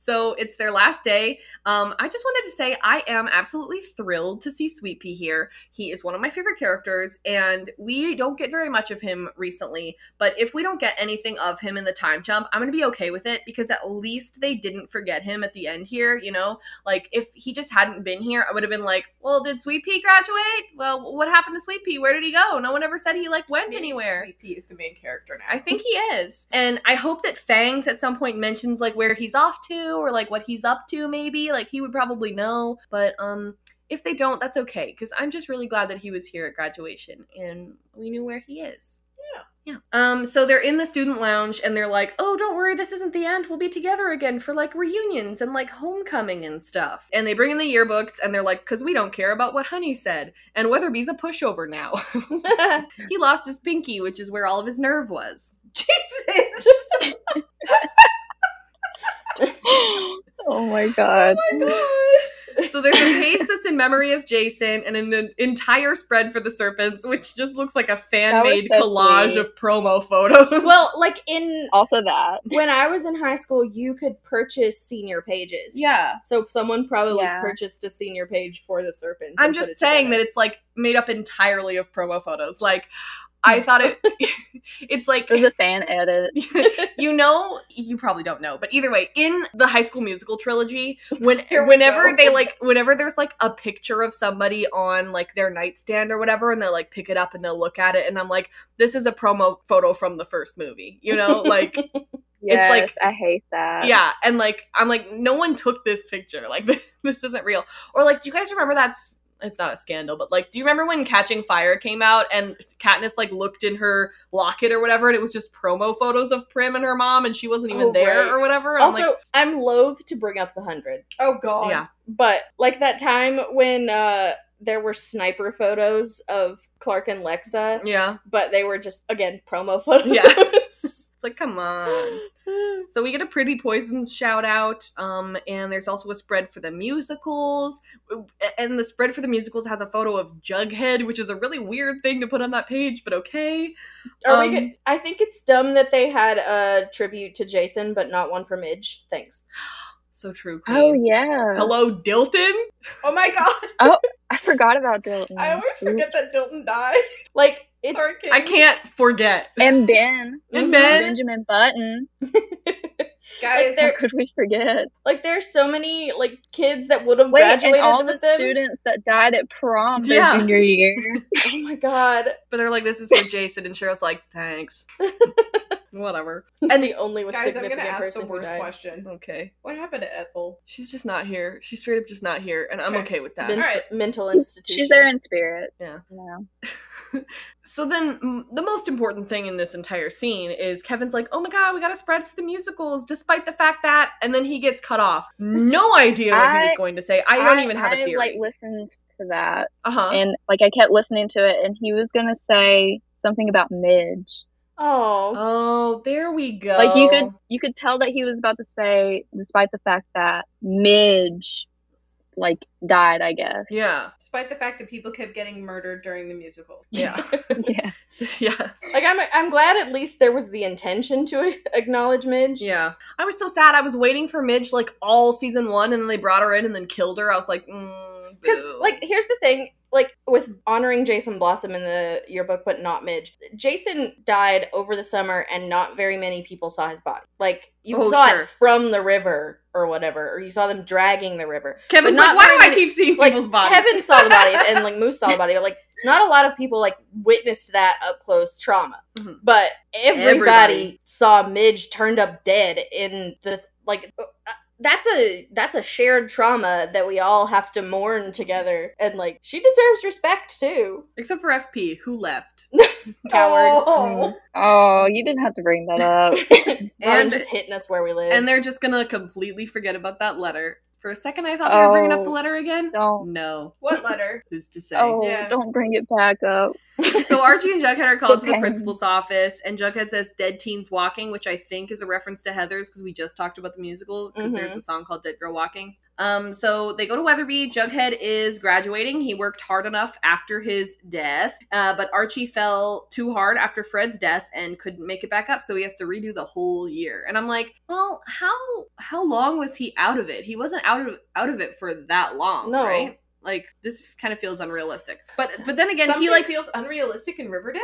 [SPEAKER 1] So it's their last day. Um, I just wanted to say I am absolutely thrilled to see Sweet Pea here. He is one of my favorite characters, and we don't get very much of him recently. But if we don't get anything of him in the time jump, I'm gonna be okay with it because at least they didn't forget him at the end here. You know, like if he just hadn't been here, I would have been like, "Well, did Sweet Pea graduate? Well, what happened to Sweet Pea? Where did he go? No one ever said he like went anywhere."
[SPEAKER 4] Sweet Pea is the main character now.
[SPEAKER 1] I think he is. And I hope that Fangs at some point mentions like where he's off to or like what he's up to maybe. Like he would probably know, but um if they don't, that's okay cuz I'm just really glad that he was here at graduation and we knew where he is. Yeah. Um, so they're in the student lounge and they're like, oh, don't worry, this isn't the end. We'll be together again for like reunions and like homecoming and stuff. And they bring in the yearbooks and they're like, because we don't care about what Honey said. And Weatherby's a pushover now. [laughs] he lost his pinky, which is where all of his nerve was.
[SPEAKER 4] Jesus.
[SPEAKER 2] oh my god.
[SPEAKER 1] [laughs] So there's a page that's in memory of Jason and an entire spread for the serpents, which just looks like a fan made
[SPEAKER 2] so
[SPEAKER 1] collage
[SPEAKER 2] sweet.
[SPEAKER 1] of promo
[SPEAKER 2] [laughs]
[SPEAKER 1] photos.
[SPEAKER 3] well, like in
[SPEAKER 2] Also that.
[SPEAKER 3] when I was in high school, you could purchase senior pages.
[SPEAKER 1] yeah.
[SPEAKER 3] So someone probably
[SPEAKER 2] Yeah.
[SPEAKER 3] purchased a senior page for the serpents.
[SPEAKER 1] I'm just saying that it's like made up entirely of promo photos. Like I
[SPEAKER 2] [laughs]
[SPEAKER 1] thought it [laughs] it's like
[SPEAKER 2] It was a fan edit.
[SPEAKER 1] [laughs] you know, you probably don't know, but either way, in the High School
[SPEAKER 4] [laughs]
[SPEAKER 1] Musical trilogy, when
[SPEAKER 4] Here we
[SPEAKER 1] whenever
[SPEAKER 4] go.
[SPEAKER 1] they like, whenever there's like a picture of somebody on like their nightstand or whatever, and they'll like pick it up and they'll look at it, and I'm like, this is a promo photo from the first movie,
[SPEAKER 4] [laughs]
[SPEAKER 1] you know,
[SPEAKER 3] [laughs]
[SPEAKER 1] like
[SPEAKER 2] Yes,
[SPEAKER 1] like-
[SPEAKER 2] I hate that.
[SPEAKER 1] yeah, and like I'm like, no one took this picture, like [laughs] this, isn't real, or like, do you guys remember that's it's not a scandal, but like, do you remember when Catching Fire came out and Katniss like looked in her locket or whatever, and it was just promo photos of Prim and her mom, and she wasn't even
[SPEAKER 3] Oh,
[SPEAKER 1] there
[SPEAKER 3] right.
[SPEAKER 1] or whatever. and I'm
[SPEAKER 3] also I'm loath to bring up the hundred,
[SPEAKER 4] Oh god.
[SPEAKER 1] Yeah.
[SPEAKER 3] but like that time when uh there were sniper photos of Clark and Lexa,
[SPEAKER 1] Yeah.
[SPEAKER 3] but they were just again promo [laughs] photos.
[SPEAKER 1] Yeah. It's like, come
[SPEAKER 3] [laughs]
[SPEAKER 1] on. So we get a Pretty Poison shout out, um, and there's also a spread for the musicals. And the spread for the musicals has a photo of Jughead, which is a really weird thing to put on that page, but okay.
[SPEAKER 3] Are we
[SPEAKER 1] Um,
[SPEAKER 3] good? I think it's dumb that they had a tribute to Jason, but not one for Midge. Thanks.
[SPEAKER 1] So true. Queen.
[SPEAKER 2] Oh yeah.
[SPEAKER 1] Hello, Dilton.
[SPEAKER 4] Oh my god,
[SPEAKER 2] I forgot about Dalton.
[SPEAKER 4] I always forget that Dilton died.
[SPEAKER 3] Like it's
[SPEAKER 4] Our king.
[SPEAKER 1] I can't forget.
[SPEAKER 2] And Ben.
[SPEAKER 1] And Ben.
[SPEAKER 2] Benjamin Button.
[SPEAKER 4] Guys,
[SPEAKER 3] Like, they're-
[SPEAKER 2] How could we forget?
[SPEAKER 3] [laughs] like there's so many like kids that would have
[SPEAKER 2] Wait, and
[SPEAKER 3] graduated
[SPEAKER 2] all the
[SPEAKER 3] with them. [laughs]
[SPEAKER 2] students that died at prom their
[SPEAKER 1] Yeah.
[SPEAKER 2] junior year.
[SPEAKER 3] Oh my god.
[SPEAKER 1] But they're like, this is for Jason, and Cheryl's like,
[SPEAKER 2] [laughs]
[SPEAKER 1] thanks. Whatever.
[SPEAKER 3] And the only was
[SPEAKER 4] guys, I'm gonna
[SPEAKER 3] significant
[SPEAKER 4] ask
[SPEAKER 3] person
[SPEAKER 4] the worst
[SPEAKER 3] who died.
[SPEAKER 4] question.
[SPEAKER 1] Okay.
[SPEAKER 4] What happened to Ethel?
[SPEAKER 1] She's just not here. She's straight up just not here, and I'm
[SPEAKER 4] Okay.
[SPEAKER 1] okay with that.
[SPEAKER 3] Menst-
[SPEAKER 4] Alright.
[SPEAKER 3] Mental institution.
[SPEAKER 2] She's there in spirit.
[SPEAKER 1] Yeah.
[SPEAKER 2] You know.
[SPEAKER 1] [laughs] so then m- the most important thing in this entire scene is Kevin's like, "Oh my god, we got to spread for the musicals despite the fact that." And then he gets cut off. No idea what he was
[SPEAKER 2] I-
[SPEAKER 1] going to say. I don't even have
[SPEAKER 2] a
[SPEAKER 1] a theory.
[SPEAKER 2] like listened to that
[SPEAKER 1] uh-huh.
[SPEAKER 2] and like I kept listening to it and he was gonna say something about Midge.
[SPEAKER 3] Oh.
[SPEAKER 1] oh, there we go.
[SPEAKER 2] Like you
[SPEAKER 1] Oh.
[SPEAKER 2] could you could tell that he was about to say, despite the fact that Midge like died, I guess.
[SPEAKER 1] Yeah.
[SPEAKER 4] Despite the fact that people kept getting murdered during the musical.
[SPEAKER 1] [laughs]
[SPEAKER 2] [laughs]
[SPEAKER 1] Yeah. [laughs]
[SPEAKER 2] yeah.
[SPEAKER 1] yeah.
[SPEAKER 3] Like I'm I'm glad at least there was the intention to [laughs] acknowledge Midge.
[SPEAKER 1] Yeah. I was so sad. I was waiting for Midge like all season 1 and then they brought her in and then killed her. I was like, mm,
[SPEAKER 3] Because
[SPEAKER 1] boo.
[SPEAKER 3] like here's the thing, like with honoring Jason Blossom in the yearbook, but not Midge. Jason died over the summer, and not very many people saw his body. Like you
[SPEAKER 1] Oh,
[SPEAKER 3] saw
[SPEAKER 1] sure.
[SPEAKER 3] it from the river or whatever, or you saw them dragging the river.
[SPEAKER 1] Kevin's
[SPEAKER 3] but
[SPEAKER 1] like,
[SPEAKER 3] not
[SPEAKER 1] "Why do I
[SPEAKER 3] very
[SPEAKER 1] keep seeing
[SPEAKER 3] Like
[SPEAKER 1] people's bodies?"
[SPEAKER 3] Kevin saw the body, and like Moose saw the body. But, like not a lot of people like witnessed that up close trauma,
[SPEAKER 1] Mhm.
[SPEAKER 3] but everybody,
[SPEAKER 1] Everybody.
[SPEAKER 3] saw Midge turned up dead in the like. uh, That's a that's a shared trauma that we all have to mourn together, and like she deserves respect too.
[SPEAKER 1] Except for FP, who
[SPEAKER 3] [laughs]
[SPEAKER 1] left?
[SPEAKER 3] Coward. Mm-hmm.
[SPEAKER 4] Oh.
[SPEAKER 2] Oh, you didn't have to bring that
[SPEAKER 1] [laughs]
[SPEAKER 2] up.
[SPEAKER 3] Robin
[SPEAKER 1] And-
[SPEAKER 3] just hitting us where we live. [laughs]
[SPEAKER 1] and they're just gonna completely forget about that letter. For a second, I thought they were bringing up the
[SPEAKER 2] Oh.
[SPEAKER 1] letter again.
[SPEAKER 2] Don't
[SPEAKER 1] No,
[SPEAKER 4] What letter?
[SPEAKER 1] who's to say?
[SPEAKER 2] oh
[SPEAKER 4] Yeah.
[SPEAKER 2] don't bring it back up.
[SPEAKER 1] So Archie and Jughead are called to the
[SPEAKER 2] Okay.
[SPEAKER 1] principal's office, and Jughead says "Dead Teens Walking," which I think is a reference to Heather's because we just talked about the musical because
[SPEAKER 3] Mhm.
[SPEAKER 1] there's a song called "Dead Girl Walking." Um, so they go to Weatherby. Jughead is graduating. He worked hard enough after his death, uh, but Archie fell too hard after Fred's death and couldn't make it back up, so he has to redo the whole year. And I'm like, well, how how long was he out of it? He wasn't out of out of it for that long,
[SPEAKER 3] No.
[SPEAKER 1] right? Like this kind of feels unrealistic. But but then again,
[SPEAKER 4] Something
[SPEAKER 1] he like
[SPEAKER 4] feels unrealistic in Riverdale.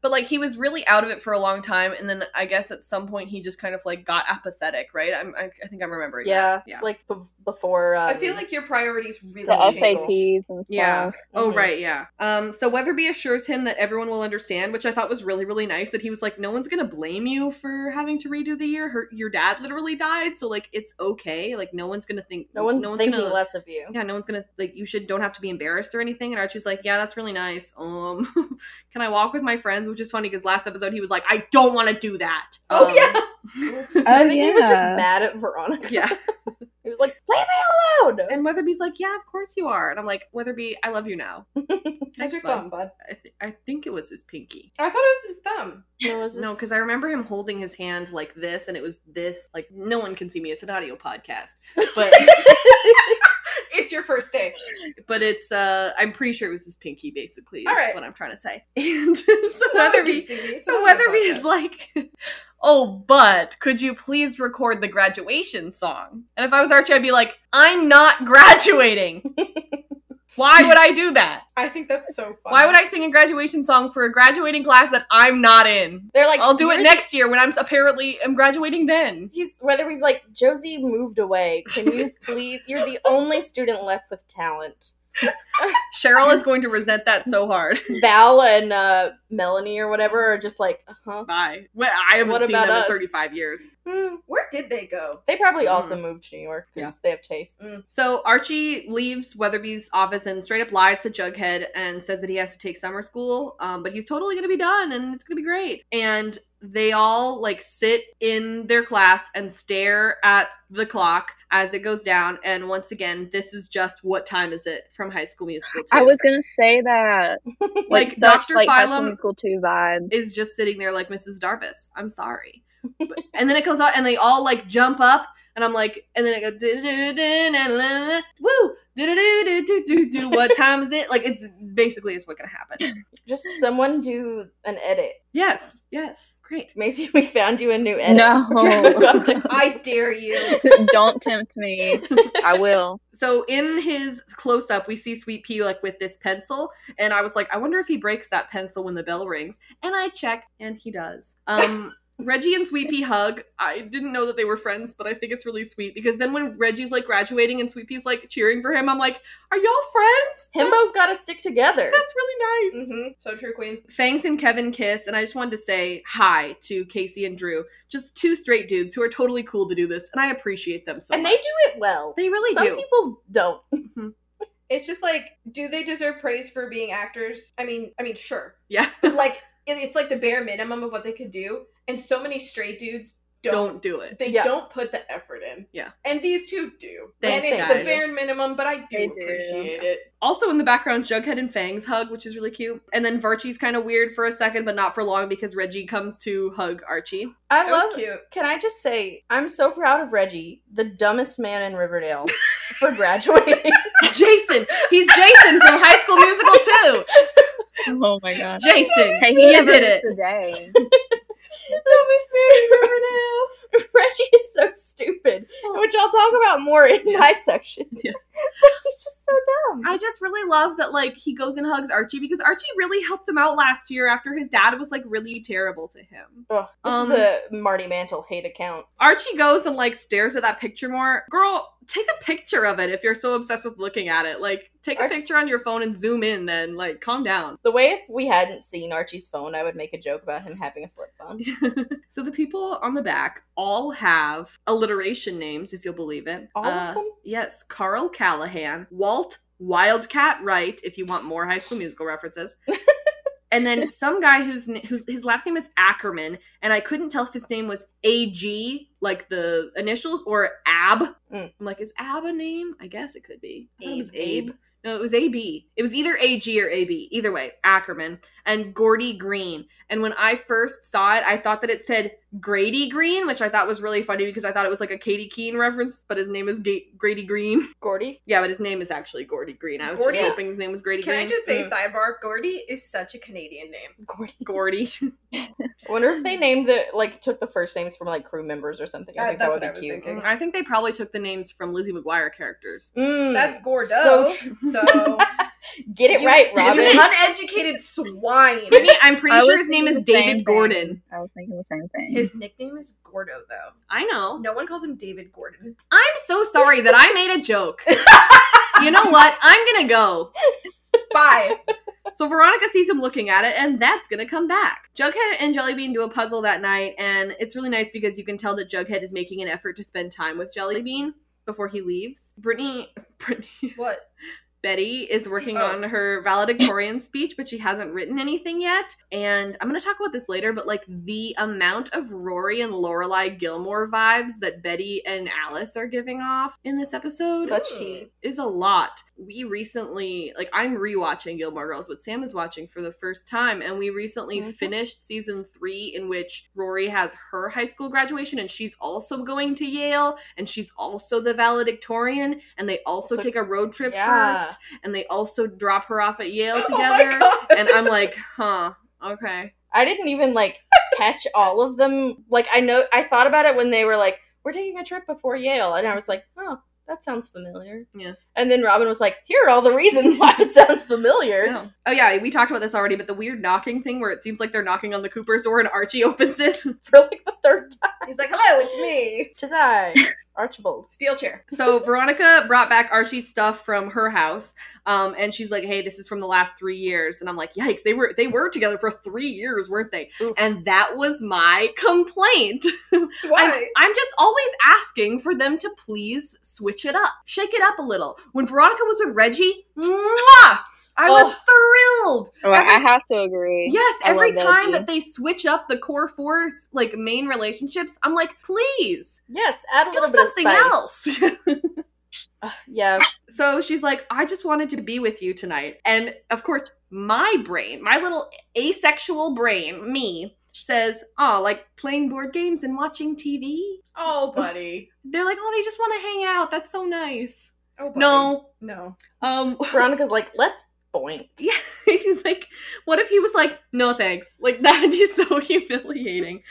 [SPEAKER 1] but like he was really out of it for a long time, and then I guess at some point he just kind of like got apathetic, right? I'm, I, I think I'm remembering.
[SPEAKER 3] yeah,
[SPEAKER 1] that. yeah.
[SPEAKER 3] like b- before. Um,
[SPEAKER 4] I feel like your priorities really
[SPEAKER 2] The
[SPEAKER 4] change.
[SPEAKER 2] SATs and stuff.
[SPEAKER 1] Yeah. Oh
[SPEAKER 3] Mhm.
[SPEAKER 1] right, yeah. Um. So Weatherby assures him that everyone will understand, which I thought was really really nice. That he was like, no one's gonna blame you for having to redo the year. Her, your dad literally died, so like it's okay. Like no one's gonna think.
[SPEAKER 3] no one's thinking
[SPEAKER 1] gonna,
[SPEAKER 3] less of you.
[SPEAKER 1] Yeah, no one's gonna like. You should don't have to be embarrassed or anything. And Archie's like, yeah, that's really nice. Um, [laughs] can I walk with my friends? Which is funny because last episode he was like, I don't want to do that.
[SPEAKER 4] Oh,
[SPEAKER 1] Um,
[SPEAKER 4] yeah.
[SPEAKER 3] [laughs] I think he was just
[SPEAKER 2] yeah.
[SPEAKER 3] mad at Veronica.
[SPEAKER 1] yeah.
[SPEAKER 3] He was like, "Leave me alone."
[SPEAKER 1] And Weatherby's like, "Yeah, of course you are." And I'm like, "Weatherby, I love you now." [laughs]
[SPEAKER 4] That's your
[SPEAKER 1] fun.
[SPEAKER 4] thumb, bud.
[SPEAKER 1] I, th- I think it was his pinky.
[SPEAKER 4] I thought it was his thumb.
[SPEAKER 3] No, it
[SPEAKER 1] [laughs]
[SPEAKER 3] was
[SPEAKER 1] No,
[SPEAKER 3] just-
[SPEAKER 1] because I remember him holding his hand like this, and it was this. Like no one can see me; it's an audio [laughs] podcast, but
[SPEAKER 4] [laughs] It's your first day.
[SPEAKER 1] but it's uh, I'm pretty sure it was his pinky, basically. Is
[SPEAKER 4] All right.
[SPEAKER 1] what I'm trying to say. [laughs] And so Weatherby, so Weatherby
[SPEAKER 4] Weatherby
[SPEAKER 1] is like, [laughs] "Oh, but could you please record the graduation song?" And if I was Archie, I'd be like, "I'm not graduating." [laughs] Why would I do that?
[SPEAKER 4] I think that's so funny.
[SPEAKER 1] Why would I sing a graduation song for a graduating class that I'm not in?
[SPEAKER 3] They're like,
[SPEAKER 1] I'll do it
[SPEAKER 3] "You're
[SPEAKER 1] next year when I'm s- apparently am graduating then.
[SPEAKER 3] the-" He's whether he's like Josie moved away. Can
[SPEAKER 1] [laughs]
[SPEAKER 3] you please? You're the only student left with talent.
[SPEAKER 1] Cheryl is going to resent that so hard.
[SPEAKER 3] Val and uh, Melanie or whatever are just like, uh huh.
[SPEAKER 1] Bye. Well, I haven't
[SPEAKER 3] What
[SPEAKER 1] seen
[SPEAKER 3] about
[SPEAKER 1] them in
[SPEAKER 3] us?
[SPEAKER 1] 35 years.
[SPEAKER 4] Where did they go?
[SPEAKER 3] Hmm, They
[SPEAKER 1] Hmm.
[SPEAKER 3] probably also moved to New York because they have taste. Hmm,
[SPEAKER 1] So Archie leaves Weatherby's office and straight up lies to Jughead and says that he has to take summer school, um, but he's totally going to be done and it's going to be great. And they all like sit in their class and stare at the clock as it goes down. And once again, this is just what time is it from High School Musical? 2.
[SPEAKER 2] I was gonna say that.
[SPEAKER 1] [laughs] Like,
[SPEAKER 2] Like, such
[SPEAKER 1] Dr.
[SPEAKER 2] like high school
[SPEAKER 1] Phylum-
[SPEAKER 2] musical two vibe.
[SPEAKER 1] is just sitting there like Mrs. Darvis. I'm sorry. But- and then it comes out, and they all like jump up, and I'm like, and then it goes, "Du-du-du-du-dun, na, na, na, woo, do What time is it? Like, it's basically is what gonna happen. [laughs]
[SPEAKER 3] Just someone do an edit.
[SPEAKER 1] Yes, yes, great.
[SPEAKER 3] Macy, we found you a new edit. [laughs]
[SPEAKER 1] [laughs]
[SPEAKER 2] No.
[SPEAKER 1] I dare [laughs] you.
[SPEAKER 2] [laughs] Don't tempt me. I will.
[SPEAKER 1] So in his close up, we see Sweet Pea like with this pencil, and I was like, I wonder if he breaks that pencil when the bell rings. And I check, and he does.
[SPEAKER 3] [laughs]
[SPEAKER 1] Um, Reggie and Sweet Pea hug. I didn't know that they were friends, but I think it's really sweet because then when Reggie's like graduating and Sweet Pea's like cheering for him, I'm like, Are y'all friends?
[SPEAKER 3] Himbo's got to stick together.
[SPEAKER 1] That's really nice.
[SPEAKER 4] Mm-hmm.
[SPEAKER 3] Mhm. So true, Queen.
[SPEAKER 1] Fangs and Kevin kiss, and I just wanted to say hi to Casey and Drew. Just two straight dudes who are totally cool to do this, and I appreciate them so
[SPEAKER 3] and
[SPEAKER 1] much.
[SPEAKER 3] they do it well.
[SPEAKER 1] They really
[SPEAKER 3] Some
[SPEAKER 1] do.
[SPEAKER 3] people don't.
[SPEAKER 1] It's
[SPEAKER 5] just like, do they deserve praise for being actors? I mean, I mean, sure.
[SPEAKER 1] yeah,
[SPEAKER 5] Like, it- it's like the bare minimum of what they could do. And so many straight dudes don't.
[SPEAKER 1] don't do it.
[SPEAKER 5] They
[SPEAKER 3] Yeah.
[SPEAKER 5] don't put the effort in.
[SPEAKER 1] Yeah.
[SPEAKER 5] And these two do.
[SPEAKER 1] Thanks,
[SPEAKER 5] and it's
[SPEAKER 1] guys.
[SPEAKER 5] the bare minimum, but I do
[SPEAKER 2] They do.
[SPEAKER 5] appreciate it.
[SPEAKER 1] Also in the background, Jughead and Fangs hug, which is really cute. And then Varchie's kind of weird for a second, but not for long because Reggie comes to hug [laughs] Archie.
[SPEAKER 3] I
[SPEAKER 5] That
[SPEAKER 3] love.
[SPEAKER 5] was cute.
[SPEAKER 3] Can I just say, I'm so proud of Reggie, the dumbest man in Riverdale, for graduating.
[SPEAKER 1] Jason! He's Jason from High School Musical
[SPEAKER 2] Oh my god.
[SPEAKER 1] 2! [laughs] Jason!
[SPEAKER 2] Hey,
[SPEAKER 1] you
[SPEAKER 2] he never
[SPEAKER 1] did
[SPEAKER 2] did
[SPEAKER 1] it!
[SPEAKER 2] today.
[SPEAKER 3] dumbest man in Riverdale. [laughs] Reggie is so stupid, which I'll talk about more in my section. [laughs]
[SPEAKER 1] Yeah.
[SPEAKER 3] He's just so dumb.
[SPEAKER 1] I just really love that like he goes and hugs Archie because Archie really helped him out last year after his dad was like really terrible to him.
[SPEAKER 3] Ugh, this
[SPEAKER 1] Um,
[SPEAKER 3] is a Marty Mantle hate account.
[SPEAKER 1] Archie goes and like stares at that picture more. Girl, take a picture of it if you're so obsessed with looking at it. Like take a
[SPEAKER 3] Archie-
[SPEAKER 1] picture on your phone and zoom in then like calm down.
[SPEAKER 3] The way if we hadn't seen Archie's phone, I would make a joke about him having a flip phone.
[SPEAKER 1] [laughs] so the people on the back all have alliteration names, if you'll believe it.
[SPEAKER 3] All of
[SPEAKER 1] Uh,
[SPEAKER 3] them?
[SPEAKER 1] Yes, Carl Callahan, Walt Wildcat Wright, if you want more High School Musical [laughs] references. And then some guy whose n- whose his last name is Ackerman, and I couldn't tell if his name was A G, like the initials, or Ab.
[SPEAKER 3] Mm.
[SPEAKER 1] I'm like, is Ab a name? I guess it could be. I thought it was
[SPEAKER 3] Abe.
[SPEAKER 1] Abe. No, it was AB. It was either AG or AB. Either way, Ackerman and Gordy Green. And when I first saw it, I thought that it said Grady Green, which I thought was really funny because I thought it was like a Katie Keene reference, but his name is Ga- Grady Green. [laughs]
[SPEAKER 3] Gordy?
[SPEAKER 1] Yeah, but his name is actually Gordy Green. I was
[SPEAKER 5] Gordy?
[SPEAKER 1] just hoping his name was Grady
[SPEAKER 5] Can
[SPEAKER 1] Green.
[SPEAKER 5] I just say,
[SPEAKER 3] Mm.
[SPEAKER 5] sidebar, Gordy is such a Canadian name.
[SPEAKER 3] Gordy.
[SPEAKER 1] Gordy? [laughs]
[SPEAKER 3] I wonder if they named the like took the first names from like crew members or something. I
[SPEAKER 5] That-
[SPEAKER 3] think that
[SPEAKER 5] that's what
[SPEAKER 3] would
[SPEAKER 5] I
[SPEAKER 3] be
[SPEAKER 5] was
[SPEAKER 3] cute.
[SPEAKER 5] thinking.
[SPEAKER 1] I think they probably took the names from Lizzie McGuire characters.
[SPEAKER 3] Mm.
[SPEAKER 5] That's
[SPEAKER 3] So
[SPEAKER 5] Gordo.
[SPEAKER 3] true.
[SPEAKER 5] So,
[SPEAKER 3] [laughs] Get it
[SPEAKER 5] You-
[SPEAKER 3] right,
[SPEAKER 5] you
[SPEAKER 3] Robin.
[SPEAKER 5] uneducated swine.
[SPEAKER 3] [laughs]
[SPEAKER 1] Pretty- I'm pretty
[SPEAKER 2] [laughs] I
[SPEAKER 1] sure
[SPEAKER 2] was
[SPEAKER 1] his name is
[SPEAKER 2] thinking the same
[SPEAKER 1] David
[SPEAKER 2] thing.
[SPEAKER 1] Gordon.
[SPEAKER 2] I was thinking the same thing.
[SPEAKER 5] His nickname is Gordo, though.
[SPEAKER 1] I know.
[SPEAKER 5] No one calls him David Gordon.
[SPEAKER 1] I'm so sorry that I made a
[SPEAKER 2] [laughs]
[SPEAKER 1] joke. you know what? I'm gonna go.
[SPEAKER 3] [laughs]
[SPEAKER 5] Bye.
[SPEAKER 1] So Veronica sees him looking at it, and that's gonna come back. Jughead and Jellybean do a puzzle that night, and it's really nice because you can tell that Jughead is making an effort to spend time with Jellybean before he leaves. Brittany, [laughs] Brittany,
[SPEAKER 5] what?
[SPEAKER 1] Betty is working
[SPEAKER 5] Oh.
[SPEAKER 1] on her valedictorian speech, but she hasn't written anything yet. And I'm gonna talk about this later, but like the amount of Rory and Lorelai Gilmore vibes that Betty and Alice are giving off in this episode
[SPEAKER 3] Such tea.
[SPEAKER 1] is a lot. We recently, like, I'm rewatching Gilmore Girls, but Sam is watching for the first time, and we recently
[SPEAKER 5] Mm-hmm.
[SPEAKER 3] Mhm.
[SPEAKER 1] finished season three, in which Rory has her high school graduation, and she's also going to Yale, and she's also the valedictorian, and they also
[SPEAKER 3] So-
[SPEAKER 1] take a road trip
[SPEAKER 3] Yeah.
[SPEAKER 1] first, and they also drop her off at Yale
[SPEAKER 5] [laughs] Oh my
[SPEAKER 4] [laughs]
[SPEAKER 1] together.
[SPEAKER 5] God.
[SPEAKER 1] and I'm like, huh, okay.
[SPEAKER 3] I didn't even like catch all of them. Like I know I thought about it when they were like, "We're taking a trip before Yale," and I was like, "Oh, that sounds familiar."
[SPEAKER 1] Yeah.
[SPEAKER 3] And then Robin was like, "Here are all the reasons why it sounds familiar."
[SPEAKER 1] Yeah. Oh yeah, we talked about this already, but the weird knocking thing where it seems like they're knocking on the Cooper's door and Archie [laughs] opens it.
[SPEAKER 3] [laughs] For like the third time,
[SPEAKER 5] He's like, hello, it's me.
[SPEAKER 3] which is I, Archibald.
[SPEAKER 5] Steel chair.
[SPEAKER 1] So Veronica brought back Archie's stuff from her house, um, and she's like, "Hey, this is from the last three years." And I'm like, "Yikes! They were they were together for three years, weren't they?"
[SPEAKER 3] Oof.
[SPEAKER 1] And that was my complaint. I'm, I'm just always asking for them to please switch it up, shake it up a little. When Veronica was with Reggie, mwah, I was thrilled.
[SPEAKER 2] Well,
[SPEAKER 1] every
[SPEAKER 2] I have to agree.
[SPEAKER 1] Yes,
[SPEAKER 2] I
[SPEAKER 1] every
[SPEAKER 2] love that
[SPEAKER 1] time
[SPEAKER 2] view.
[SPEAKER 1] that they switch up the core four like main relationships, I'm like, please
[SPEAKER 3] Yes, add a
[SPEAKER 1] do
[SPEAKER 3] little bit of
[SPEAKER 1] something
[SPEAKER 3] spice.
[SPEAKER 1] else. [laughs]
[SPEAKER 3] Ugh, yeah,
[SPEAKER 1] so she's like, I just wanted to be with you tonight, and of course, my brain, my little asexual brain, me says, oh, like playing board games and watching TV.
[SPEAKER 4] Oh, buddy.
[SPEAKER 1] They're like, oh, they just want to hang out. That's so nice.
[SPEAKER 4] Oh, buddy.
[SPEAKER 1] No,
[SPEAKER 4] No.
[SPEAKER 1] um, [laughs]
[SPEAKER 3] Veronica's like, let's boink.
[SPEAKER 1] yeah, she's like, what if he was like, no thanks? Like [laughs] that'd be so humiliating.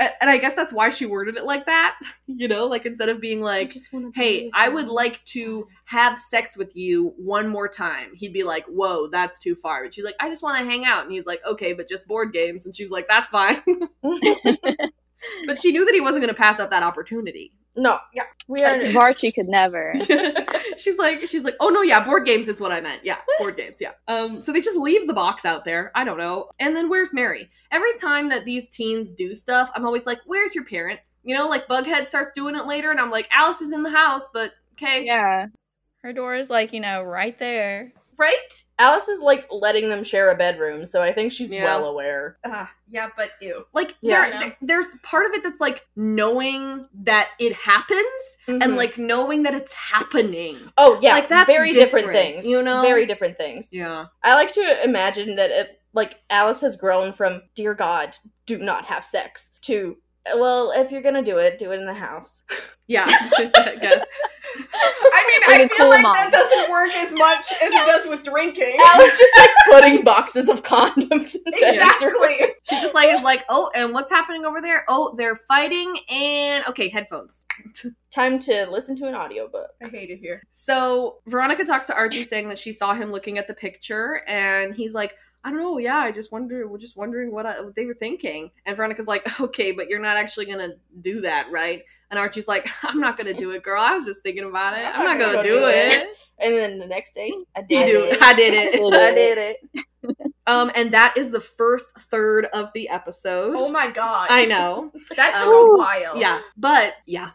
[SPEAKER 1] A- and I guess that's why she worded it like that. You know, like instead of being like, hey, I would like to have sex with you one more time. He'd be like, whoa, that's too far. But she's like, I just want to hang out. And he's like, okay, but just board games. And she's like, that's fine. [laughs] but she knew that he wasn't going to pass up that opportunity.
[SPEAKER 3] [laughs]
[SPEAKER 1] [laughs]
[SPEAKER 3] No,
[SPEAKER 4] Yeah.
[SPEAKER 3] we are.
[SPEAKER 2] [laughs] Varchi could never.
[SPEAKER 1] she's like she's like oh no yeah board games is what i meant yeah board games yeah um so they just leave the box out there i don't know and then where's mary every time that these teens do stuff i'm always like where's your parent you know like bughead starts doing it later and i'm like alice is in the house but okay
[SPEAKER 2] Yeah.
[SPEAKER 6] Her door is like, you know, right there.
[SPEAKER 1] right
[SPEAKER 3] Alice is like letting them share a bedroom, so I think she's
[SPEAKER 1] Yeah.
[SPEAKER 3] well aware.
[SPEAKER 4] Uh, yeah, but ew.
[SPEAKER 1] like there,
[SPEAKER 3] Yeah,
[SPEAKER 6] I know.
[SPEAKER 1] th- there's part of it that's like knowing that it happens
[SPEAKER 3] Mm-hmm.
[SPEAKER 1] and like knowing that it's happening
[SPEAKER 3] oh yeah,
[SPEAKER 1] like, that's
[SPEAKER 3] very different,
[SPEAKER 1] different,
[SPEAKER 3] things.
[SPEAKER 1] you know?
[SPEAKER 3] very different things.
[SPEAKER 1] yeah
[SPEAKER 3] I like to imagine that it like Alice has grown from "Dear God, do not have sex" to "Well, if you're gonna do it, do it in the
[SPEAKER 1] [laughs]
[SPEAKER 3] house."
[SPEAKER 1] yeah i guess
[SPEAKER 4] I
[SPEAKER 2] Like
[SPEAKER 4] mean, I
[SPEAKER 2] a
[SPEAKER 4] feel
[SPEAKER 2] cool
[SPEAKER 4] like
[SPEAKER 2] mom.
[SPEAKER 4] that doesn't work as much as it does with drinking.
[SPEAKER 3] Alice just like putting boxes of condoms in the
[SPEAKER 4] exactly.
[SPEAKER 1] She just like is like, oh, and what's happening over there? Oh, they're fighting, and okay, headphones.
[SPEAKER 3] Time to listen to an audiobook.
[SPEAKER 4] I hate it here.
[SPEAKER 1] So Veronica talks to Archie, saying that she saw him looking at the picture, and he's like, I don't know, yeah, I just wonder, we're just wondering what, I, what they were thinking. And Veronica's like, [laughs] okay, but you're not actually gonna do that, right? And Archie's like, [laughs] I'm not gonna do it, girl. I was just thinking about it. I'm not gonna do it.
[SPEAKER 3] And then the next day, I
[SPEAKER 1] You
[SPEAKER 3] did
[SPEAKER 1] do.
[SPEAKER 3] it.
[SPEAKER 1] I did it.
[SPEAKER 3] I did it.
[SPEAKER 1] Um, and that is the first third of the episode.
[SPEAKER 4] Oh my god.
[SPEAKER 1] I know.
[SPEAKER 4] That took
[SPEAKER 1] Um,
[SPEAKER 4] a while.
[SPEAKER 1] Yeah, but yeah,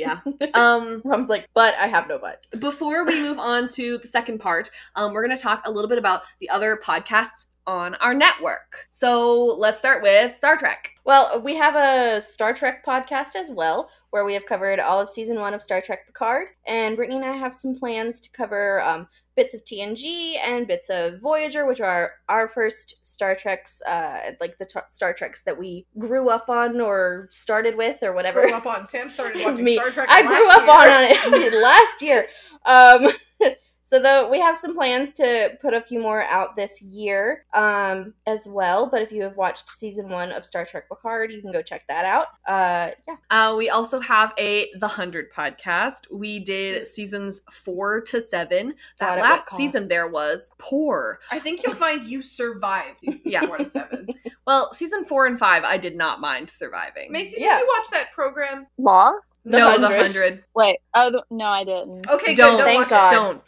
[SPEAKER 4] [laughs]
[SPEAKER 1] yeah. Um,
[SPEAKER 3] Rom's like, but I have no butt.
[SPEAKER 1] before we move on to the second part, um, we're going to talk a little bit about the other podcasts on our network. So let's start with Star Trek.
[SPEAKER 3] Well, we have a Star Trek podcast as well, where we have covered all of season one of Star Trek Picard. And Brittany and I have some plans to cover um, bits of TNG and bits of Voyager, which are our first Star Treks, uh, like the t- Star Treks that we grew up on or started with or whatever.
[SPEAKER 4] Grew up on. Sam started watching
[SPEAKER 3] Me.
[SPEAKER 4] Star Trek.
[SPEAKER 3] I grew
[SPEAKER 4] last
[SPEAKER 3] up
[SPEAKER 4] year.
[SPEAKER 3] on, on
[SPEAKER 4] [laughs]
[SPEAKER 3] it [laughs] last year. Um, [laughs] so though we have some plans to put a few more out this year um, as well. But if you have watched season one of Star Trek Picard, you can go check that out. Uh, yeah,
[SPEAKER 1] Uh, we also have a The Hundred podcast. We did seasons four to seven.
[SPEAKER 3] God,
[SPEAKER 1] That
[SPEAKER 3] at what
[SPEAKER 1] last
[SPEAKER 3] cost?
[SPEAKER 1] season there was poor.
[SPEAKER 4] I think you'll find you survived these
[SPEAKER 1] Yeah.
[SPEAKER 4] four to seven.
[SPEAKER 1] Well, season four and five, I did not mind surviving.
[SPEAKER 4] Macy,
[SPEAKER 3] Yeah.
[SPEAKER 4] did you watch that program?
[SPEAKER 2] Lost?
[SPEAKER 3] The
[SPEAKER 1] no, the
[SPEAKER 3] 100.
[SPEAKER 1] hundred.
[SPEAKER 2] Wait. Oh th- no, I didn't.
[SPEAKER 4] Okay,
[SPEAKER 1] don't,
[SPEAKER 4] good. Don't
[SPEAKER 3] Thank
[SPEAKER 4] watch
[SPEAKER 3] God.
[SPEAKER 1] don't,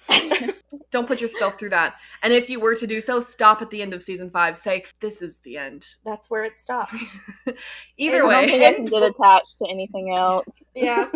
[SPEAKER 1] don't put yourself through that. And if you were to do so, stop at the end of season five. Say this is the end.
[SPEAKER 3] that's where it stopped. [laughs]
[SPEAKER 1] Either
[SPEAKER 2] I
[SPEAKER 1] way, [laughs]
[SPEAKER 2] don't think I can get attached to anything else.
[SPEAKER 4] [laughs] Yeah.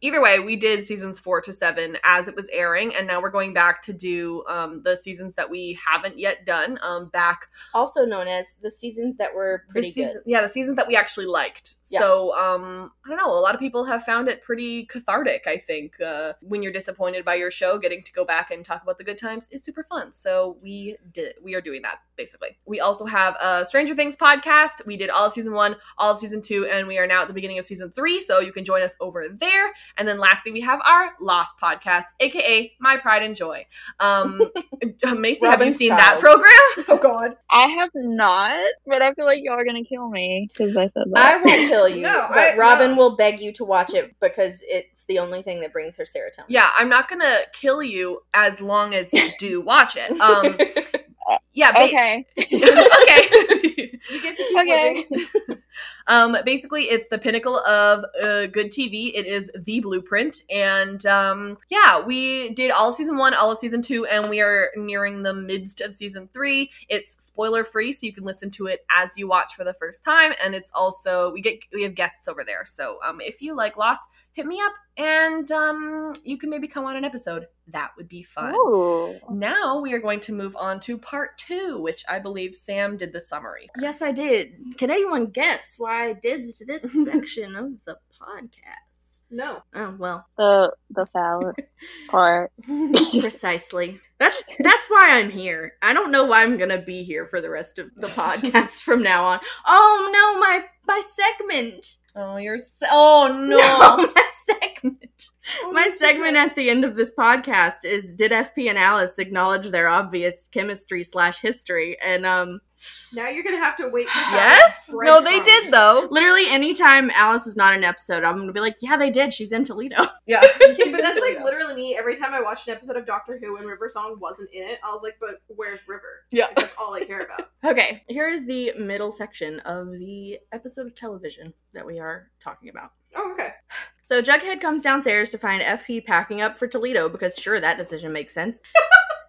[SPEAKER 1] either way, we did seasons four to seven as it was airing, and now we're going back to do um, the seasons that we haven't yet done. Um, back
[SPEAKER 3] also known as the seasons that were
[SPEAKER 1] the
[SPEAKER 3] pretty
[SPEAKER 1] season, yeah, the seasons that we actually liked.
[SPEAKER 3] Yeah.
[SPEAKER 1] So um, I don't know. A lot of people have found it pretty cathartic. I think uh, when you're disappointed by your show, getting to go back and talk about the good times is super fun. So we did, we are doing that basically. We also have a Stranger Things podcast. We did all of season one, all of season two, and we are now at the beginning of season three. So you can join us over there. And then lastly, we have our Lost podcast, aka My Pride and Joy. Um, [laughs] Macy, have you
[SPEAKER 3] Robin's
[SPEAKER 1] seen
[SPEAKER 3] Child.
[SPEAKER 1] that program?
[SPEAKER 4] oh God.
[SPEAKER 2] I have not, but I feel like y'all are gonna kill me because I said
[SPEAKER 3] good. I
[SPEAKER 2] that.
[SPEAKER 3] won't kill
[SPEAKER 4] [laughs]
[SPEAKER 3] you,
[SPEAKER 4] No,
[SPEAKER 3] but
[SPEAKER 4] I-
[SPEAKER 3] Robin
[SPEAKER 4] no.
[SPEAKER 3] will beg you to watch it because it's the only thing that brings her serotonin.
[SPEAKER 1] Yeah, I'm not gonna kill you as long as you do watch it. Um, yeah, ba-
[SPEAKER 2] okay.
[SPEAKER 1] [laughs] okay. [laughs]
[SPEAKER 4] You get to keep
[SPEAKER 2] Okay.
[SPEAKER 4] living.
[SPEAKER 1] um, basically, it's the pinnacle of uh, good TV. It is the blueprint, and um, yeah, we did all of season one, all of season two, and we are nearing the midst of season three. It's spoiler free, so you can listen to it as you watch for the first time, and it's also we get we have guests over there. So um, if you like Lost, hit me up, and um, you can maybe come on an episode. That would be fun.
[SPEAKER 2] Ooh.
[SPEAKER 1] Now we are going to move on to part two, which I believe Sam did the summary.
[SPEAKER 3] Yes, I did. Can anyone guess why I did this section of the podcast?
[SPEAKER 4] No.
[SPEAKER 3] Oh well,
[SPEAKER 2] The the phallus part. [laughs]
[SPEAKER 3] precisely. That's that's why I'm here. I don't know why I'm gonna be here for the rest of the podcast from now on. Oh no, my my segment.
[SPEAKER 1] Oh, you're so. Oh no.
[SPEAKER 3] my segment.
[SPEAKER 5] Oh,
[SPEAKER 4] Oh,
[SPEAKER 3] My segment at the end of this podcast is did FP and Alice acknowledge their obvious chemistry slash history? And um
[SPEAKER 4] Now you're gonna have to wait. for
[SPEAKER 1] [laughs] Yes.
[SPEAKER 4] that
[SPEAKER 1] No, they
[SPEAKER 4] breadcrumb.
[SPEAKER 1] did though.
[SPEAKER 3] literally anytime Alice is not in an episode, I'm gonna be like, Yeah, they did. She's in Toledo.
[SPEAKER 4] [laughs]
[SPEAKER 1] Yeah.
[SPEAKER 4] Yeah, but that's like literally me. Every time I watched an episode of Doctor Who and River Song wasn't in it, I was like, "But where's River?"
[SPEAKER 1] Yeah.
[SPEAKER 4] Like, that's all I care [laughs] about.
[SPEAKER 3] Okay, here is the middle section of the episode of television that we are talking about.
[SPEAKER 4] Oh, okay.
[SPEAKER 3] So Jughead comes downstairs to find FP packing up for Toledo because sure that decision makes sense.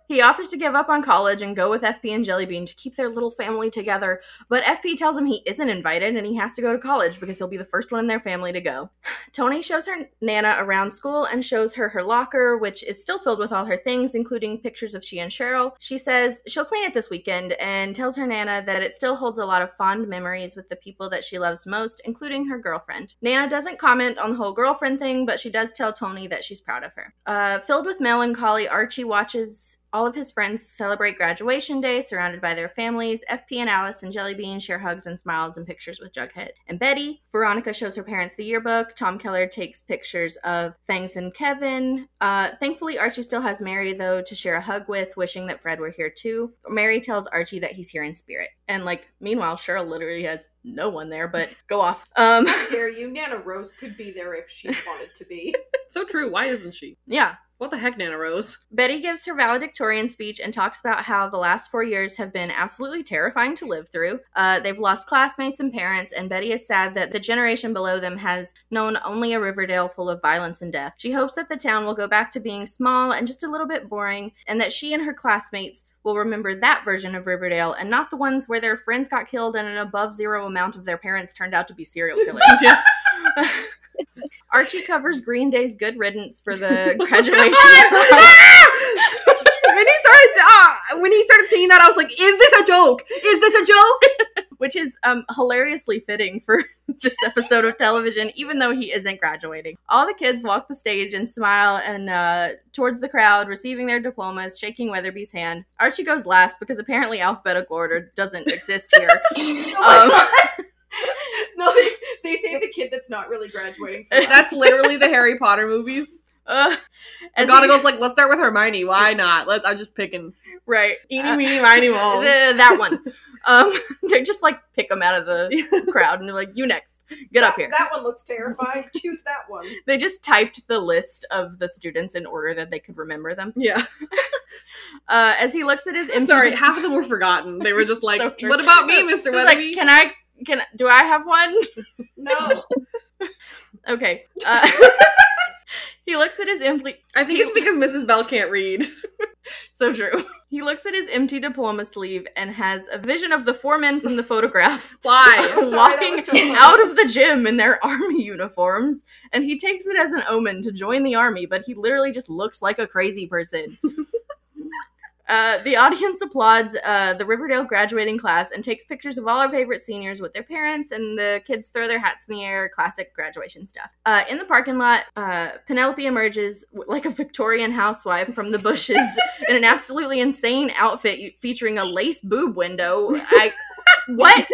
[SPEAKER 3] he offers to give up on college and go with FP and Jellybean to keep their little family together, but FP tells him he isn't invited and he has to go to college because he'll be the first one in their family to go. Tony shows her Nana around school and shows her her locker, which is still filled with all her things, including pictures of she and Cheryl. She says she'll clean it this weekend and tells her Nana that it still holds a lot of fond memories with the people that she loves most, including her girlfriend. Nana doesn't comment on the whole girlfriend thing, but she does tell Tony that she's proud of her. Uh, filled with melancholy, Archie watches all of his friends celebrate graduation day surrounded by their families. FP and Alice and Jellybean share hugs and smiles and pictures with Jughead and Betty. Veronica shows her parents the yearbook. Tom Keller takes pictures of Fangs and Kevin. Uh, thankfully, Archie still has Mary, though, to share a hug with, wishing that Fred were here too. Mary tells Archie that he's here in spirit. And, like, meanwhile, Cheryl literally has no one there, but go off. Um, [laughs]
[SPEAKER 4] How Dare you? Nana Rose could be there if she wanted to be.
[SPEAKER 1] [laughs] So true. Why isn't she?
[SPEAKER 3] yeah,
[SPEAKER 1] What the heck, Nana Rose?
[SPEAKER 3] Betty gives her valedictorian speech and talks about how the last four years have been absolutely terrifying to live through. Uh, they've lost classmates and parents, and Betty is sad that the generation below them has known only a Riverdale full of violence and death. She hopes that the town will go back to being small and just a little bit boring, and that she and her classmates will remember that version of Riverdale and not the ones where their friends got killed and an above zero amount of their parents turned out to be serial killers.
[SPEAKER 1] Yeah.
[SPEAKER 3] [laughs] Archie covers Green Day's Good Riddance for the graduation song.
[SPEAKER 4] [laughs] when he started, uh, when he started singing that, I was like, "Is this a joke? [laughs] Is this a joke?"
[SPEAKER 3] which is um, hilariously fitting for [laughs] this episode of television, even though he isn't graduating. All the kids walk the stage and smile and uh, towards the crowd, receiving their diplomas, shaking Weatherby's hand. Archie goes last because apparently alphabetical order doesn't exist here.
[SPEAKER 4] Oh my
[SPEAKER 3] Um,
[SPEAKER 4] God. [laughs] no, they, they say the kid that's not really graduating. [laughs] For
[SPEAKER 1] [laughs] That's literally the Harry Potter movies.
[SPEAKER 3] [laughs] uh, as
[SPEAKER 1] Gotta
[SPEAKER 3] he-
[SPEAKER 1] goes like, let's start with Hermione. Why not? Let's. I'm just picking.
[SPEAKER 3] right,
[SPEAKER 1] Eeny, meeny,
[SPEAKER 3] [laughs]
[SPEAKER 1] miny,
[SPEAKER 3] Uh,
[SPEAKER 1] moe.
[SPEAKER 3] the- that one. Um, [laughs] they're just like pick them out of the crowd and they're like, "You next, get
[SPEAKER 4] that,
[SPEAKER 3] up here."
[SPEAKER 4] That one looks terrifying. [laughs] Choose that one.
[SPEAKER 3] They just typed the list of the students in order that they could remember them.
[SPEAKER 1] Yeah.
[SPEAKER 3] Uh, as he looks at his
[SPEAKER 1] [laughs] I'm
[SPEAKER 3] empty
[SPEAKER 1] sorry. Half of them were forgotten. They were just like,
[SPEAKER 3] So true.
[SPEAKER 1] what about me, Mr.
[SPEAKER 3] It was like,
[SPEAKER 1] Weatherby?
[SPEAKER 3] can I? Can do I have one? [laughs]
[SPEAKER 4] [laughs] No,
[SPEAKER 3] Okay. Uh, [laughs] he looks at his empty.
[SPEAKER 1] I think it's because Mrs. Bell can't read.
[SPEAKER 3] So true. [laughs] He looks at his empty diploma sleeve and has a vision of the four men from
[SPEAKER 4] [laughs]
[SPEAKER 3] the photograph [laughs]
[SPEAKER 1] Why?
[SPEAKER 4] sorry, that
[SPEAKER 3] walking
[SPEAKER 4] was so funny.
[SPEAKER 3] out of the gym in their [laughs] army uniforms, and he takes it as an omen to join the army. But he literally just looks like a
[SPEAKER 4] [laughs]
[SPEAKER 3] crazy person. Uh, the audience applauds uh, the Riverdale graduating class and takes pictures of all our favorite seniors with their parents, and the kids throw their hats in the air, classic graduation stuff. Uh, in the parking lot, uh, Penelope emerges w- like a Victorian housewife from the bushes in an absolutely insane outfit u- featuring a lace boob window. I, what?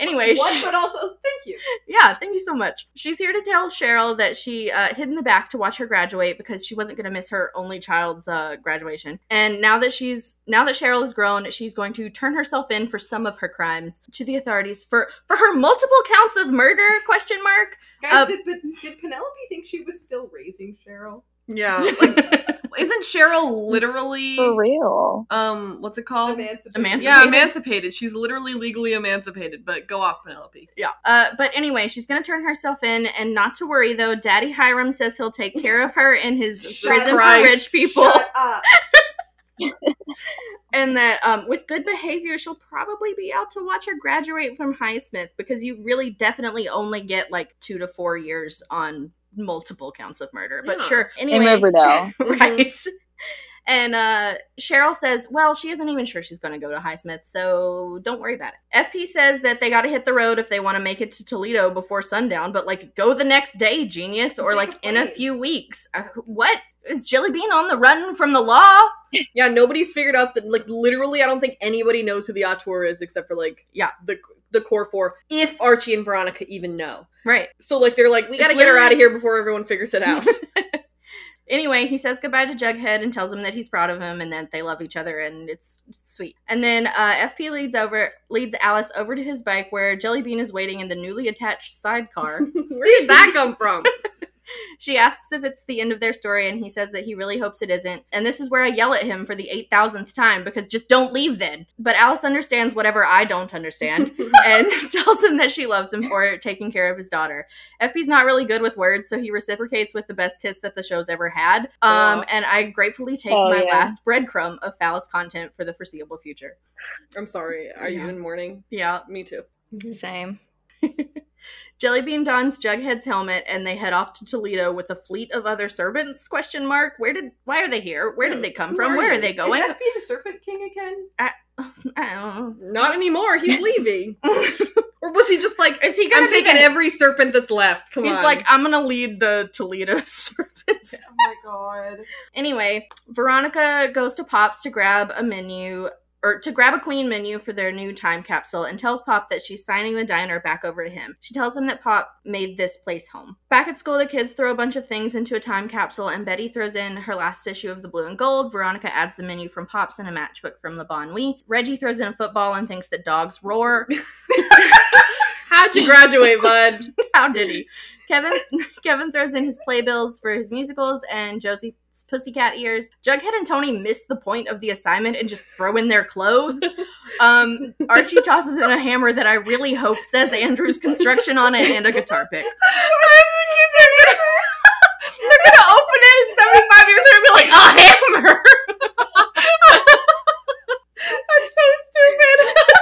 [SPEAKER 3] Anyway,
[SPEAKER 4] one,
[SPEAKER 3] she-
[SPEAKER 4] but also thank you.
[SPEAKER 3] yeah, thank you so much. She's here to tell Cheryl that she uh, hid in the back to watch her graduate because she wasn't going to miss her only child's uh, graduation. And now that she's now that Cheryl is grown, she's going to turn herself in for some of her crimes to the authorities for for her multiple counts of murder? Question mark.
[SPEAKER 4] Guys,
[SPEAKER 3] Uh,
[SPEAKER 4] did, Pe- did Penelope think she was still raising Cheryl?
[SPEAKER 1] Yeah. [laughs] Like, isn't Cheryl literally
[SPEAKER 2] For real.
[SPEAKER 1] um what's it called?
[SPEAKER 4] Emancipated.
[SPEAKER 3] Emancipated.
[SPEAKER 1] Yeah, emancipated. She's literally legally emancipated, but go off, Penelope.
[SPEAKER 3] Yeah. Uh, but anyway, she's going to turn herself in, and not to worry though. Daddy Hiram says he'll take care of her in his
[SPEAKER 4] Shut
[SPEAKER 3] prison
[SPEAKER 1] Christ.
[SPEAKER 3] for rich people.
[SPEAKER 4] Shut up.
[SPEAKER 3] and that um, with good behavior, she'll probably be out to watch her graduate from Highsmith because you really definitely only get like two to four years on multiple counts of murder. But
[SPEAKER 1] Yeah.
[SPEAKER 3] sure,
[SPEAKER 6] [laughs]
[SPEAKER 2] In
[SPEAKER 3] [laughs] anyway,
[SPEAKER 2] Riverdale.
[SPEAKER 3] right? And uh, Cheryl says, well, she isn't even sure she's going to go to Highsmith, so don't worry about it. FP says that they got to hit the road if they want to make it to Toledo before sundown, but like go the next day, genius, or
[SPEAKER 4] Take
[SPEAKER 3] like
[SPEAKER 4] a
[SPEAKER 3] in a
[SPEAKER 4] plane.
[SPEAKER 3] few weeks. Uh, what? Is Jelly Bean on the run from the law?
[SPEAKER 1] Yeah, nobody's figured out that. Like, literally, I don't think anybody knows who the auteur is except for like, yeah, the the core four. If Archie and Veronica even know,
[SPEAKER 3] Right.
[SPEAKER 1] so like they're like, we
[SPEAKER 3] It's
[SPEAKER 1] gotta get her
[SPEAKER 3] literally-
[SPEAKER 1] out of here before everyone figures it
[SPEAKER 3] [laughs]
[SPEAKER 1] out. [laughs]
[SPEAKER 3] Anyway, he says goodbye to Jughead and tells him that he's proud of him and that they love each other and it's sweet. And then uh, FP leads over leads Alice over to his bike where Jellybean is waiting in the newly attached sidecar.
[SPEAKER 1] Where did that come
[SPEAKER 3] [laughs]
[SPEAKER 1] from?
[SPEAKER 3] she asks if it's the end of their story and he says that he really hopes it isn't. And this is where I yell at him for the 8,000th time because just don't leave then. But Alice understands whatever I don't understand and [laughs] tells him that she loves him for taking care of his daughter. FP's not really good with words, so he reciprocates with the best kiss that the show's ever had. Um,
[SPEAKER 1] Aw.
[SPEAKER 3] And I gratefully take
[SPEAKER 2] Oh,
[SPEAKER 3] my
[SPEAKER 2] yeah.
[SPEAKER 3] last breadcrumb of phallus content for the foreseeable future.
[SPEAKER 1] I'm sorry. Are you in mourning?
[SPEAKER 3] Yeah.
[SPEAKER 1] Me too.
[SPEAKER 6] Same.
[SPEAKER 3] Jellybean dons Jughead's helmet and they head off to Toledo with a fleet of other servants? Question mark. Where did? Why are they here? Where did they come
[SPEAKER 4] Who
[SPEAKER 3] from? Where
[SPEAKER 4] you?
[SPEAKER 3] are they
[SPEAKER 1] [laughs]
[SPEAKER 3] going?
[SPEAKER 4] Is FP the Serpent King again?
[SPEAKER 3] I don't
[SPEAKER 1] Not anymore.
[SPEAKER 3] [laughs]
[SPEAKER 1] He's leaving. or was he just like,
[SPEAKER 3] know. Is he gonna
[SPEAKER 1] I'm
[SPEAKER 3] be
[SPEAKER 1] taking
[SPEAKER 3] the-
[SPEAKER 1] every serpent that's left? Come
[SPEAKER 3] He's
[SPEAKER 1] on.
[SPEAKER 3] like, I'm gonna lead the Toledo [laughs] servants.
[SPEAKER 4] Oh my god.
[SPEAKER 3] Anyway, Veronica goes to Pop's to grab a menu or to grab a clean menu for their new time capsule and tells Pop that she's signing the diner back over to him. She tells him that Pop made this place home. Back at school, the kids throw a bunch of things into a time capsule and Betty throws in her last issue of the Blue and Gold. Veronica adds the menu from Pop's and a matchbook from Le Bon Oui. Reggie throws in a football and thinks that dogs roar. [laughs]
[SPEAKER 1] how'd you graduate, bud?
[SPEAKER 3] [laughs] How did he? Kevin [laughs] Kevin throws in his playbills for his musicals and Josie's pussycat ears. Jughead and Tony miss the point of the assignment and just throw in their clothes. Um, Archie tosses in a hammer that I really hope says Andrew's construction on it and a guitar pick.
[SPEAKER 1] They're gonna open it in 75 years and be like, a hammer! That's so stupid.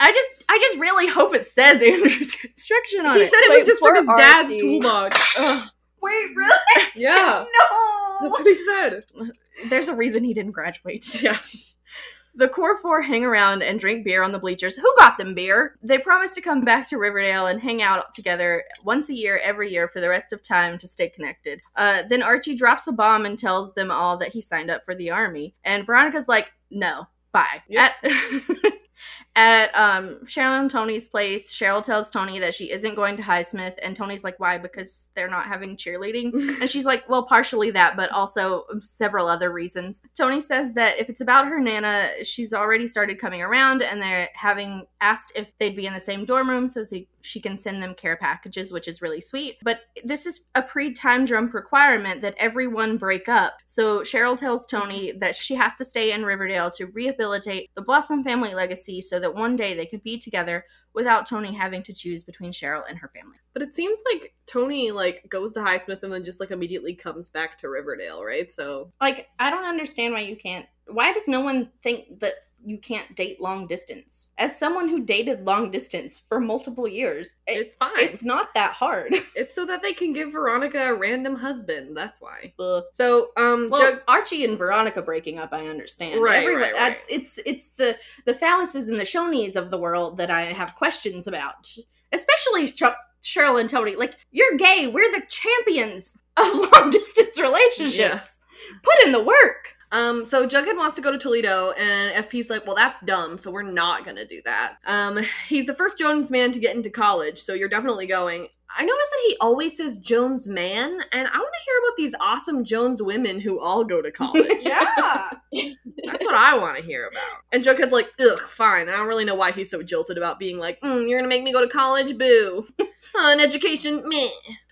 [SPEAKER 3] I just I just really hope it says Andrew's construction on
[SPEAKER 1] He
[SPEAKER 3] it.
[SPEAKER 1] said it
[SPEAKER 2] Wait,
[SPEAKER 1] was just from
[SPEAKER 2] poor
[SPEAKER 1] his dad's
[SPEAKER 2] Archie.
[SPEAKER 3] [laughs]
[SPEAKER 1] toolbox. Ugh,
[SPEAKER 4] Wait, really?
[SPEAKER 1] yeah.
[SPEAKER 4] No.
[SPEAKER 1] That's what he said.
[SPEAKER 3] There's a reason he didn't graduate.
[SPEAKER 1] Yeah.
[SPEAKER 3] [laughs] The core four hang around and drink beer on the bleachers. Who got them beer? They promise to come back to Riverdale and hang out together once a year, every year, for the rest of time to stay connected. Uh, then Archie drops a bomb and tells them all that he signed up for the army. And Veronica's like, no, bye.
[SPEAKER 1] Yep.
[SPEAKER 3] At- [laughs] At um, Cheryl and Tony's place, Cheryl tells Tony that she isn't going to Highsmith, and Tony's like, "Why? Because they're not having cheerleading." And she's like, well, partially that, but also several other reasons. Tony says that if it's about her Nana, she's already started coming around and they're having asked if they'd be in the same dorm room so she- she can send them care packages, which is really sweet. But this is a pre time jump requirement that everyone break up. So Cheryl tells Tony that she has to stay in Riverdale to rehabilitate the Blossom family legacy so that one day they could be together without Tony having to choose between Cheryl and her family.
[SPEAKER 1] But it seems like Tony like goes to Highsmith and then just like immediately comes back to Riverdale, right? So
[SPEAKER 3] like i don't understand why you can't why does no one think that you can't date long distance as someone who dated long distance for multiple years it,
[SPEAKER 1] it's fine.
[SPEAKER 3] it's not that hard [laughs]
[SPEAKER 1] It's so that they can give Veronica a random husband. That's why.
[SPEAKER 3] well
[SPEAKER 1] So, um, Jug-
[SPEAKER 3] archie and veronica breaking up i understand
[SPEAKER 1] Right,
[SPEAKER 3] Everybo-
[SPEAKER 1] right, right.
[SPEAKER 3] that's it's it's the the phalluses and the shonies of the world that i have questions about especially Sh- cheryl and tony like you're gay we're the champions of [laughs] long distance relationships put in the work
[SPEAKER 1] um, so Jughead wants to go to Toledo, and FP's like, "Well, that's dumb. So we're not gonna do that." Um, he's the first Jones man to get into college, so you're definitely going. I noticed that he always says Jones man, and I want to hear about these awesome Jones women who all
[SPEAKER 3] [laughs]
[SPEAKER 1] go to college. [laughs]
[SPEAKER 4] Yeah.
[SPEAKER 1] That's what I want to hear about. And Jughead's like, ugh, fine. I don't really know why he's so jilted about being like, mm, you're gonna make me go to college, boo. [laughs] Uh, An education, meh.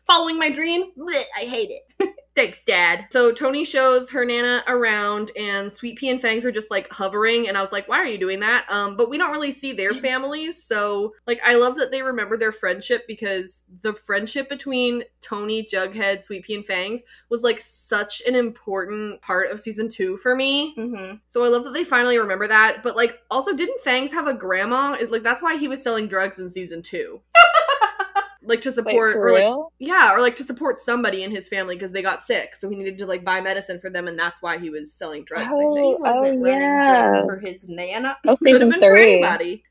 [SPEAKER 1] Following my dreams, bleh, I hate it. Thanks, Dad. So Tony shows her Nana around, and Sweet Pea and Fangs are just like hovering. And I was like, why are you doing that? Um, but we don't really see their families, so like, I love that they remember their friendship because the friendship between Tony, Jughead, Sweet Pea, and Fangs was like such an important part of season two for me.
[SPEAKER 3] mm-hmm.
[SPEAKER 1] So I love that they finally remember that. But like,
[SPEAKER 2] [laughs]
[SPEAKER 1] also, didn't Fangs have a grandma? It- Like, that's why he was selling drugs in season two. like to
[SPEAKER 2] Wait,
[SPEAKER 1] support
[SPEAKER 2] for
[SPEAKER 1] or like
[SPEAKER 2] real?
[SPEAKER 1] yeah, or like to support somebody in his family because they got sick, so he needed to like buy medicine for them, and that's why he was selling drugs. I
[SPEAKER 2] Oh,
[SPEAKER 1] think.
[SPEAKER 3] he wasn't
[SPEAKER 2] oh,
[SPEAKER 3] running
[SPEAKER 2] yeah.
[SPEAKER 3] drugs for his nana.
[SPEAKER 2] Oh,
[SPEAKER 1] Could've
[SPEAKER 2] season
[SPEAKER 1] been for
[SPEAKER 2] three. [laughs]
[SPEAKER 1] anybody.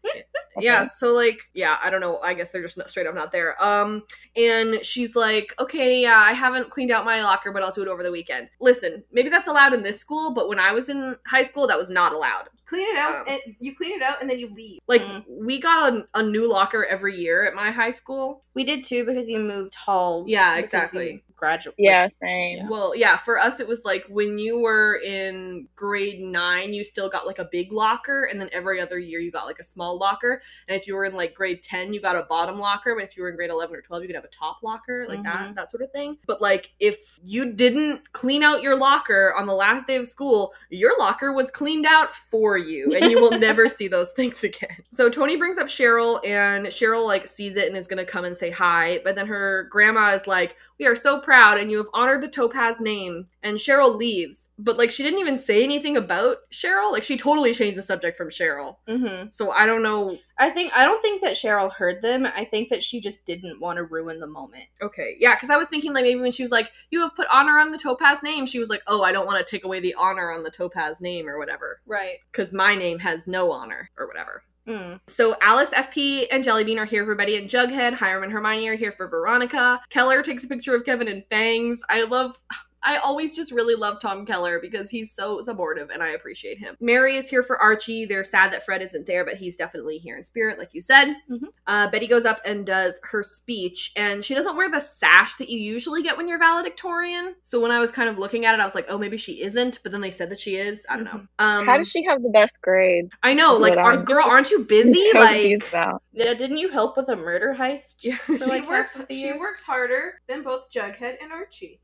[SPEAKER 1] Yeah, so like, yeah, I don't know. I guess they're just not, straight up not there. Um, and she's like, okay, yeah, I haven't cleaned out my locker, but I'll do it over the weekend. Listen, maybe that's allowed in this school, but when I was in high school, that was not allowed.
[SPEAKER 4] Clean it out.
[SPEAKER 1] Um,
[SPEAKER 4] and you clean it out and then you leave.
[SPEAKER 1] Like,
[SPEAKER 3] Mm.
[SPEAKER 1] we got a, a new locker every year at my high school.
[SPEAKER 3] We did too because you moved halls.
[SPEAKER 1] Yeah,
[SPEAKER 3] because
[SPEAKER 1] exactly.
[SPEAKER 3] you Graduate.
[SPEAKER 2] Yeah, same.
[SPEAKER 3] Yeah.
[SPEAKER 1] Well, yeah, for us it was like when you were in grade 9, you still got like a big locker and then every other year you got like a small locker. And if you were in like grade 10, you got a bottom locker, but if you were in grade 11 or 12, you could have a top locker, like that that sort of thing. But like if you didn't clean out your locker on the last day of school, your locker was cleaned out for you and you will never see those things again. So Tony brings up Cheryl and Cheryl like sees it and is going to come and say hi, but then her grandma is like we are so proud, and you have honored the Topaz name. And Cheryl leaves. But, like, she didn't even say anything about Cheryl. Like, she totally changed the subject from Cheryl.
[SPEAKER 3] hmm
[SPEAKER 1] So, I don't know.
[SPEAKER 3] I think I don't think that Cheryl heard them. I think that she just didn't want to ruin the moment.
[SPEAKER 1] Okay. Yeah, because I was thinking, like, maybe when she was like, you have put honor on the Topaz name, she was like, oh, I don't want to take away the honor on the Topaz name or whatever.
[SPEAKER 3] Right.
[SPEAKER 1] Because my name has no honor or whatever.
[SPEAKER 3] Mm.
[SPEAKER 1] So Alice, FP, and Jellybean are here for Betty and Jughead. Hiram and Hermione are here for Veronica. Keller takes a picture of Kevin and Fangs. I love. I always just really love Tom Keller because he's so supportive and I appreciate him. Mary is here for Archie. They're sad that Fred isn't there, but he's definitely here in spirit, like you said.
[SPEAKER 2] Mm-hmm.
[SPEAKER 3] Mhm.
[SPEAKER 1] Uh, Betty goes up and does her speech, and she doesn't wear the sash that you usually get when you're valedictorian. So when I was kind of looking at it, I was like, oh, maybe she isn't, but then they said that she is. I don't know. Um,
[SPEAKER 2] Mm-hmm. How does she have the best grade?
[SPEAKER 1] I know,
[SPEAKER 2] Is
[SPEAKER 1] like,
[SPEAKER 2] what
[SPEAKER 1] our,
[SPEAKER 2] I'm-
[SPEAKER 1] girl, aren't you busy?
[SPEAKER 2] I'm so
[SPEAKER 1] like,
[SPEAKER 2] confused
[SPEAKER 6] um,
[SPEAKER 2] about.
[SPEAKER 3] Yeah. Didn't you help with a murder heist?
[SPEAKER 1] Yeah.
[SPEAKER 3] For like
[SPEAKER 4] she works.
[SPEAKER 3] half of the
[SPEAKER 4] She
[SPEAKER 3] year?
[SPEAKER 4] works harder than both Jughead and Archie.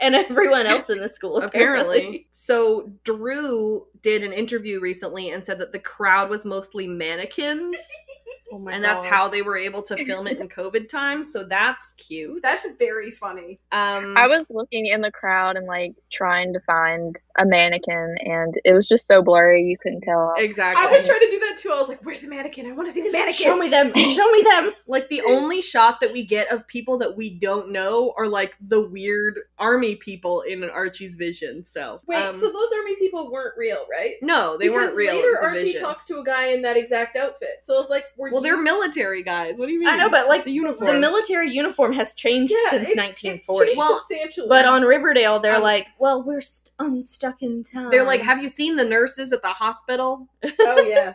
[SPEAKER 3] and everyone else in the
[SPEAKER 1] [laughs]
[SPEAKER 3] school
[SPEAKER 1] apparently.
[SPEAKER 3] apparently.
[SPEAKER 1] So Drew did an interview recently and said that the crowd was mostly mannequins,
[SPEAKER 3] Oh my
[SPEAKER 1] and that's how they were able to film it in COVID times. So that's cute.
[SPEAKER 4] That's very funny.
[SPEAKER 1] um,
[SPEAKER 2] I was looking in the crowd and like trying to find a mannequin, and it was just so blurry you couldn't tell.
[SPEAKER 1] exactly.
[SPEAKER 4] I was trying to do that too. I was like, "Where's the mannequin? I want to see the mannequin."
[SPEAKER 3] Show me them. Show me them.
[SPEAKER 1] like the only shot that we get of people that we don't know are like the weird army people in Archie's vision. So
[SPEAKER 5] Wait,
[SPEAKER 1] um,
[SPEAKER 5] so those army people weren't real, right?
[SPEAKER 1] no, they
[SPEAKER 5] Because
[SPEAKER 1] weren't real. It
[SPEAKER 5] Later,
[SPEAKER 1] was a
[SPEAKER 5] Archie
[SPEAKER 1] vision.
[SPEAKER 5] talks to a guy in that exact outfit. So it's like, were
[SPEAKER 1] well,
[SPEAKER 5] you-
[SPEAKER 1] they're military guys. What do you mean?
[SPEAKER 3] I know, but like
[SPEAKER 1] It's a uniform.
[SPEAKER 3] the military uniform has changed
[SPEAKER 5] Yeah, it's-
[SPEAKER 3] since
[SPEAKER 5] it's
[SPEAKER 3] 1940.
[SPEAKER 5] changed
[SPEAKER 1] Well,
[SPEAKER 5] substantially.
[SPEAKER 3] but on Riverdale, they're
[SPEAKER 1] Um,
[SPEAKER 3] like, "Well, we're st- unstuck in time."
[SPEAKER 1] They're like, have you seen the nurses at the hospital?
[SPEAKER 5] oh yeah,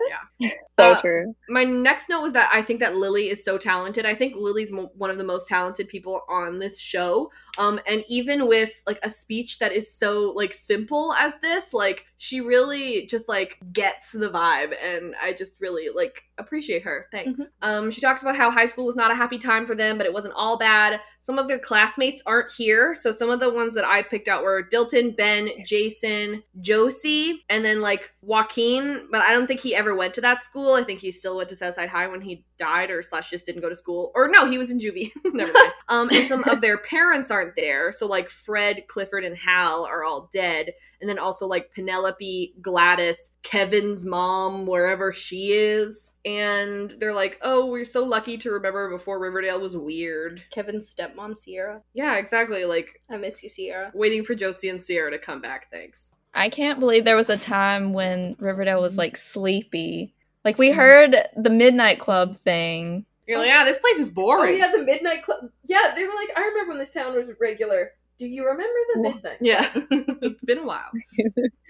[SPEAKER 2] So
[SPEAKER 1] Uh,
[SPEAKER 2] true.
[SPEAKER 1] my next note was that I think that Lily is so talented. I think Lily's mo- one of the most talented people on this show. Um, and even with like a speech that is so like simple as this, like she really just like gets the vibe, and I just really like appreciate her. Thanks. Um, she talks about how high school was not a happy time for them, but it wasn't all bad. Some of their classmates aren't here, so some of the ones that I picked out were Dilton, Ben, Jason, Josie, and then like Joaquin. But I don't think he ever went to that school. I think he still went to Southside High when he died, or slash just didn't go to school, or no, he was in juvie. [laughs] Never mind. Um, and some
[SPEAKER 5] [laughs]
[SPEAKER 1] of their parents aren't there, so like Fred, Clifford, and Hal are all dead, and then also like Penelope, Gladys, Kevin's mom, wherever she is, and they're like, oh, we're so lucky to remember before Riverdale was weird.
[SPEAKER 3] Kevin's stepmom, Sierra.
[SPEAKER 1] Yeah, exactly. Like
[SPEAKER 3] I miss you, Sierra.
[SPEAKER 1] waiting for Josie and Sierra to come back. Thanks.
[SPEAKER 6] I can't believe there was a time when Riverdale was like sleepy. Like we
[SPEAKER 2] Mm-hmm.
[SPEAKER 6] heard the Midnight Club thing.
[SPEAKER 1] You're like, yeah, this place is
[SPEAKER 5] oh
[SPEAKER 1] boring.
[SPEAKER 5] yeah, the midnight club. [laughs] Yeah, they were like, I remember when this town was regular. Do you remember the
[SPEAKER 2] Wha-
[SPEAKER 5] midnight?
[SPEAKER 1] [laughs] Yeah, it's been a while.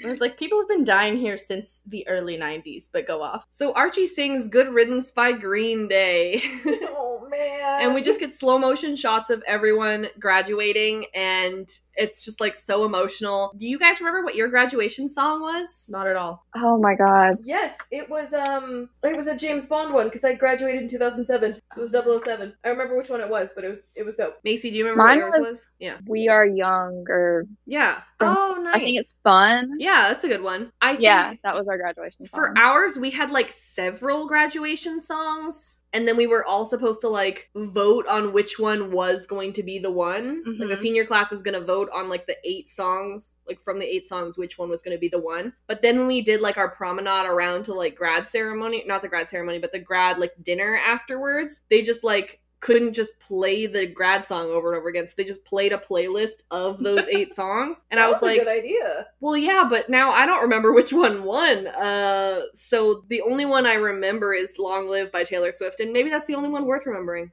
[SPEAKER 3] I was like, people have been dying here since the early 90s, but go off.
[SPEAKER 1] So Archie sings "Good Riddance" by Green Day,
[SPEAKER 5] [laughs]
[SPEAKER 1] [laughs]
[SPEAKER 5] Oh man.
[SPEAKER 1] and we just get slow motion shots of everyone graduating, and it's just like so emotional. Do you guys remember what your graduation song was?
[SPEAKER 3] Not at all.
[SPEAKER 2] [laughs] Oh my god.
[SPEAKER 5] Yes, it was um it was a James Bond one because I graduated in 2007. So it was 007. I remember which one it was, but it was it was dope.
[SPEAKER 1] Macy, do you remember what
[SPEAKER 2] Mine
[SPEAKER 1] yours was?
[SPEAKER 2] was-
[SPEAKER 1] Yeah,
[SPEAKER 2] We are young, or
[SPEAKER 1] yeah,
[SPEAKER 2] Um,
[SPEAKER 1] oh nice.
[SPEAKER 2] I think it's fun.
[SPEAKER 1] yeah, that's a good one. I think
[SPEAKER 2] [laughs] Yeah, that was our graduation.
[SPEAKER 1] for
[SPEAKER 5] Um,
[SPEAKER 2] song.
[SPEAKER 1] ours we had like several graduation songs and then we were all supposed to like vote on which one was going to be the one like the
[SPEAKER 5] Mm-hmm.
[SPEAKER 3] Mhm.
[SPEAKER 1] senior class was going to vote on like the eight songs like from the eight songs which one was going to be the one but then when we did like our promenade around to like grad ceremony not the grad ceremony but the grad like dinner afterwards they just like couldn't just play the grad song over and over again. So they just played a playlist of those
[SPEAKER 5] [laughs]
[SPEAKER 1] eight songs. And I was like,
[SPEAKER 5] a good idea.
[SPEAKER 1] well, yeah, but now I don't remember which one won. Uh, so the only one I remember is Long Live by Taylor Swift. And maybe that's the only one worth remembering.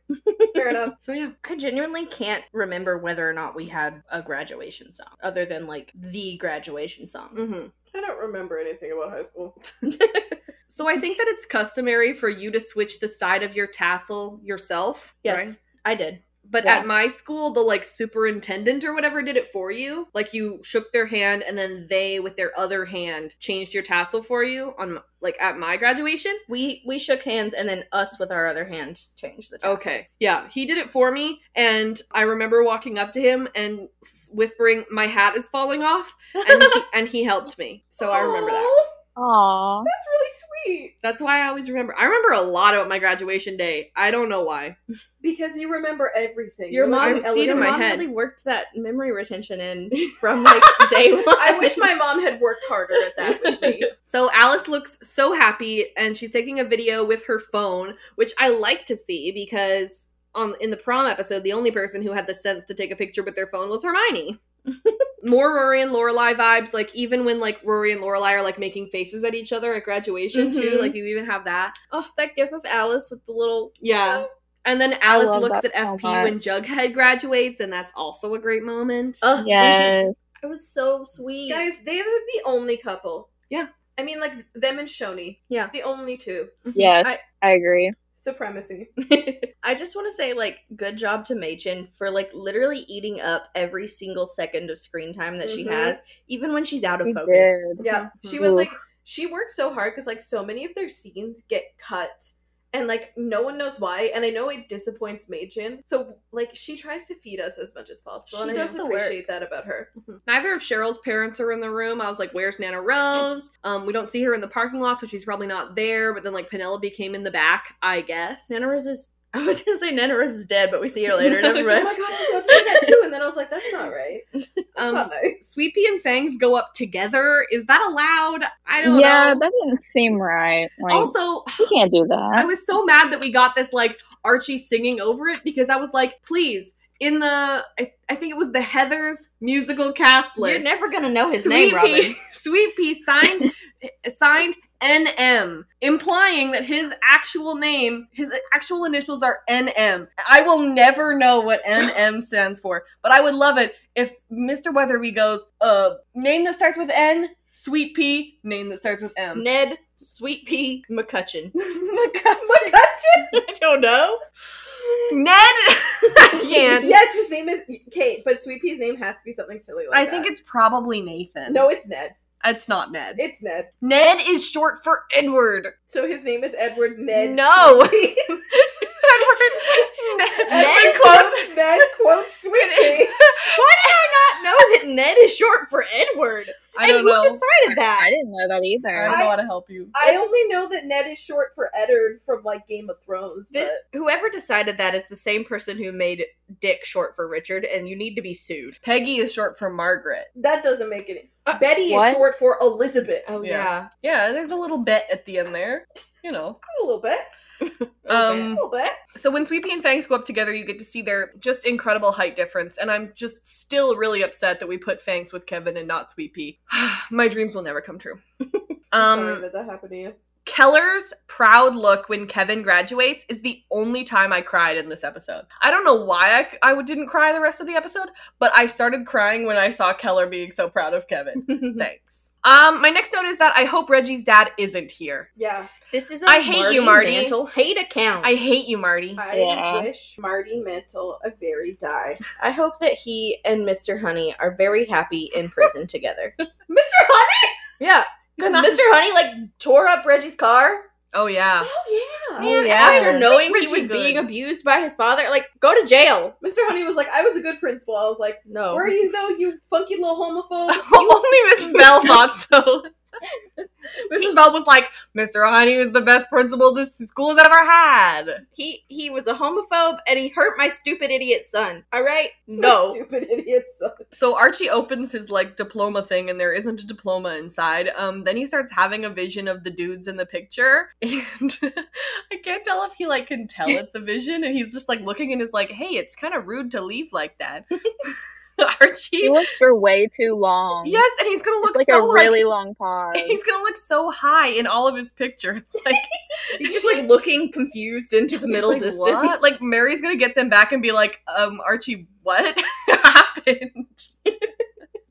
[SPEAKER 5] Fair enough.
[SPEAKER 1] So yeah.
[SPEAKER 3] I genuinely can't remember whether or not we had a graduation song other than like the graduation song.
[SPEAKER 1] Mm-hmm.
[SPEAKER 5] [laughs] I don't remember anything about high school.
[SPEAKER 1] So I think that it's customary for you to switch the side of your tassel yourself.
[SPEAKER 3] Yes,
[SPEAKER 1] right?
[SPEAKER 3] I did.
[SPEAKER 1] But
[SPEAKER 2] Yeah.
[SPEAKER 1] at my school, the like superintendent or whatever did it for you. Like you shook their hand and then they with their other hand changed your tassel for you on like at my graduation.
[SPEAKER 3] We we shook hands and then us with our other hand changed the task. [laughs]
[SPEAKER 1] Okay. Yeah, he did it for me and I remember walking up to him and s- whispering my hat is falling off and he, and he helped me. So I remember that.
[SPEAKER 5] Aw,
[SPEAKER 2] Aw.
[SPEAKER 5] That's really sweet
[SPEAKER 1] That's why I always remember. I remember a lot about my graduation day. I don't know why.
[SPEAKER 5] because you remember everything.
[SPEAKER 3] Your
[SPEAKER 5] You're like,
[SPEAKER 3] mom,
[SPEAKER 1] I'm
[SPEAKER 3] your
[SPEAKER 1] seeing in my
[SPEAKER 3] mom
[SPEAKER 1] head.
[SPEAKER 3] really worked that memory retention [laughs] in from like [laughs] day one.
[SPEAKER 5] I wish my mom had worked harder [laughs] at that with
[SPEAKER 1] [laughs]
[SPEAKER 5] me.
[SPEAKER 1] So Alice looks so happy and she's taking a video with her phone, which I like to see because on in the prom episode, the only person who had the sense to take a picture with their phone was
[SPEAKER 2] [laughs]
[SPEAKER 1] Hermione. More Rory and Lorelai vibes, like even when like Rory and Lorelai are like making faces at each other at graduation too,
[SPEAKER 2] Mm-hmm.
[SPEAKER 3] Mhm.
[SPEAKER 1] like you even have that.
[SPEAKER 3] oh, that gif of Alice with the little
[SPEAKER 1] Yeah. And then Alice
[SPEAKER 2] love
[SPEAKER 1] looks at
[SPEAKER 2] that so
[SPEAKER 1] FP when Jughead graduates, and that's also a great moment.
[SPEAKER 3] oh,
[SPEAKER 2] Yes.
[SPEAKER 3] it was so sweet.
[SPEAKER 5] Guys, they were the only couple.
[SPEAKER 1] Yeah.
[SPEAKER 5] I mean, like them and Shoni.
[SPEAKER 3] Yeah.
[SPEAKER 5] The only two.
[SPEAKER 2] Yes.
[SPEAKER 3] I-
[SPEAKER 2] I, agree.
[SPEAKER 5] Supremacy.
[SPEAKER 3] [laughs] I just want to say, like, good job to Machen for like literally eating up every single second of screen time that she
[SPEAKER 5] Mhm.
[SPEAKER 3] has, even when she's out of
[SPEAKER 2] He
[SPEAKER 3] focus.
[SPEAKER 2] did.
[SPEAKER 5] Yeah. She
[SPEAKER 1] [laughs]
[SPEAKER 5] was like, she worked so hard because, like, so many of their scenes get cut. And like no one knows why, and I know it disappoints Majin. So like she tries to feed us as much as possible,
[SPEAKER 3] She
[SPEAKER 5] and I
[SPEAKER 3] does
[SPEAKER 5] just
[SPEAKER 3] the work.
[SPEAKER 5] appreciate that about her.
[SPEAKER 1] Mm-hmm. Neither of Cheryl's parents are in the room. I was like, "Where's Nana Rose?" Um, we don't see her in the parking lot, so she's probably not there. But then, like, Penelope came in the back, I guess.
[SPEAKER 3] Nana Rose is. [laughs] I was gonna say Nana Rose is dead, but we see her later.
[SPEAKER 5] [laughs]
[SPEAKER 3] Never
[SPEAKER 5] Oh my
[SPEAKER 3] mind.
[SPEAKER 5] god, I was about to say that too, and then I was like, that's not right.
[SPEAKER 1] um,
[SPEAKER 5] not nice.
[SPEAKER 1] Sweet Pea and Fangs go up together. Is that allowed? I don't
[SPEAKER 2] yeah,
[SPEAKER 1] know.
[SPEAKER 2] that didn't seem right. Like,
[SPEAKER 1] Also,
[SPEAKER 2] you can't do
[SPEAKER 1] I
[SPEAKER 2] that.
[SPEAKER 1] was so mad that we got this like Archie singing over it because I was like, "Please." In the, I, I think it was the Heather's musical cast list.
[SPEAKER 3] You're never gonna know Oh, his
[SPEAKER 1] Sweet
[SPEAKER 3] name, Robin.
[SPEAKER 1] Pea, [laughs] Sweet Pea signed signed NM, implying that his actual name, his actual initials are NM. I will never know what NM stands for, but I would love it if Mr. Weatherby goes, uh, name that starts with N, Sweet Pea, name that starts with
[SPEAKER 5] Um,
[SPEAKER 1] M.
[SPEAKER 3] Ned Sweet Pea
[SPEAKER 5] [laughs]
[SPEAKER 3] McCutcheon.
[SPEAKER 1] McCutcheon.
[SPEAKER 3] [laughs] I don't know. Ned. I [laughs]
[SPEAKER 5] [laughs]
[SPEAKER 3] can't.
[SPEAKER 5] Yes, his name is Kate, but Sweet Pea's name has to be something silly like
[SPEAKER 1] I
[SPEAKER 5] that.
[SPEAKER 1] think it's probably Nathan.
[SPEAKER 5] no, it's Ned.
[SPEAKER 1] it's not Ned.
[SPEAKER 5] It's Ned.
[SPEAKER 1] Ned is short for Edward.
[SPEAKER 5] So his name is Edward Ned.
[SPEAKER 1] No. [laughs] Edward. Ned,
[SPEAKER 5] [laughs] Edward
[SPEAKER 1] [laughs]
[SPEAKER 5] quotes Ned quotes Sweet Pea.
[SPEAKER 3] Why did I not know [laughs] that Ned is short for Edward?
[SPEAKER 1] I don't
[SPEAKER 3] and who
[SPEAKER 1] know.
[SPEAKER 3] decided
[SPEAKER 2] I
[SPEAKER 3] that?
[SPEAKER 2] didn't know that
[SPEAKER 1] I don't
[SPEAKER 2] either.
[SPEAKER 1] know how to help you.
[SPEAKER 5] I only know that Ned is short for Eddard from like Game of Thrones.
[SPEAKER 3] Thi-
[SPEAKER 5] But
[SPEAKER 3] whoever decided that is the same person who made Dick short for Richard, and you need to be sued. Uh,
[SPEAKER 1] Peggy is short for Margaret.
[SPEAKER 5] that doesn't make any. Betty is
[SPEAKER 2] what?
[SPEAKER 5] short for Elizabeth.
[SPEAKER 3] Oh
[SPEAKER 1] Yeah.
[SPEAKER 3] yeah.
[SPEAKER 1] Yeah, there's a little bit at the end there. You know.
[SPEAKER 5] A little
[SPEAKER 3] [laughs]
[SPEAKER 5] bit. A
[SPEAKER 1] Um
[SPEAKER 5] little bit.
[SPEAKER 1] so when Sweepy and Fangs go up together, you get to see their just incredible height difference, and I'm just still really upset that we put Fangs with Kevin and not Sweepy. [sighs] My dreams will never come
[SPEAKER 5] [laughs]
[SPEAKER 1] true.
[SPEAKER 5] I'm sorry
[SPEAKER 1] um
[SPEAKER 5] that that happened to you.
[SPEAKER 1] Keller's proud look when Kevin graduates is the only time I cried in this episode. I don't know why I, c- I didn't cry the rest of the episode, but I started crying when I saw Keller being so proud of Kevin. Thanks. Um, my next note is that I hope Reggie's dad isn't here.
[SPEAKER 5] Yeah.
[SPEAKER 3] [laughs] this is.
[SPEAKER 1] I hate you, Marty.
[SPEAKER 3] Mantle hate account.
[SPEAKER 1] I hate you, Marty.
[SPEAKER 5] I
[SPEAKER 2] Yeah.
[SPEAKER 5] wish Marty Mantle a very die.
[SPEAKER 3] I hope that he and Mr. Honey are very happy in
[SPEAKER 5] [laughs]
[SPEAKER 3] prison together.
[SPEAKER 5] Mr. Honey!
[SPEAKER 3] Yeah, because Mr. Honey like tore up Reggie's car.
[SPEAKER 1] Oh yeah.
[SPEAKER 5] Oh, yeah.
[SPEAKER 3] Man,
[SPEAKER 2] yeah.
[SPEAKER 3] after
[SPEAKER 2] Just
[SPEAKER 3] knowing
[SPEAKER 1] treat
[SPEAKER 3] he was
[SPEAKER 1] Reggie
[SPEAKER 3] being
[SPEAKER 1] good. [laughs]
[SPEAKER 3] [laughs] abused by his father, like go to jail.
[SPEAKER 5] Mr. Honey was like, I was a good principal. I was like,
[SPEAKER 1] [laughs]
[SPEAKER 3] No, [laughs]
[SPEAKER 5] were you though, you funky little homophobe?
[SPEAKER 1] [laughs] Only Mrs. Bell thought so. Mrs. Bell was like, Mr. Honey was the best principal this school has ever had.
[SPEAKER 3] He he was a homophobe and he hurt my stupid idiot son. All right?
[SPEAKER 5] [laughs]
[SPEAKER 3] No.
[SPEAKER 5] Stupid idiots.
[SPEAKER 1] So Archie opens his like diploma thing and there isn't a diploma inside. Um then he starts having a vision of the dudes in the picture [laughs] and I can't tell if he like can tell it's a vision and he's just like looking and is like, "Hey, it's kind of rude to leave like that."
[SPEAKER 2] [laughs] He
[SPEAKER 1] Archie
[SPEAKER 2] looks for way too long.
[SPEAKER 1] Yes, and he's gonna
[SPEAKER 2] It's
[SPEAKER 1] look
[SPEAKER 2] like
[SPEAKER 1] so
[SPEAKER 2] a
[SPEAKER 1] like, [laughs]
[SPEAKER 2] really long pause. [laughs]
[SPEAKER 1] He's gonna look so high in all of his pictures. Like
[SPEAKER 3] He's just like looking confused into the middle
[SPEAKER 1] like,
[SPEAKER 3] distance. [laughs]
[SPEAKER 1] what? Like Mary's gonna get them back and be like, um, Archie, what [laughs] happened?
[SPEAKER 2] [laughs] what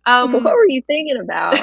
[SPEAKER 1] um
[SPEAKER 2] were you thinking about?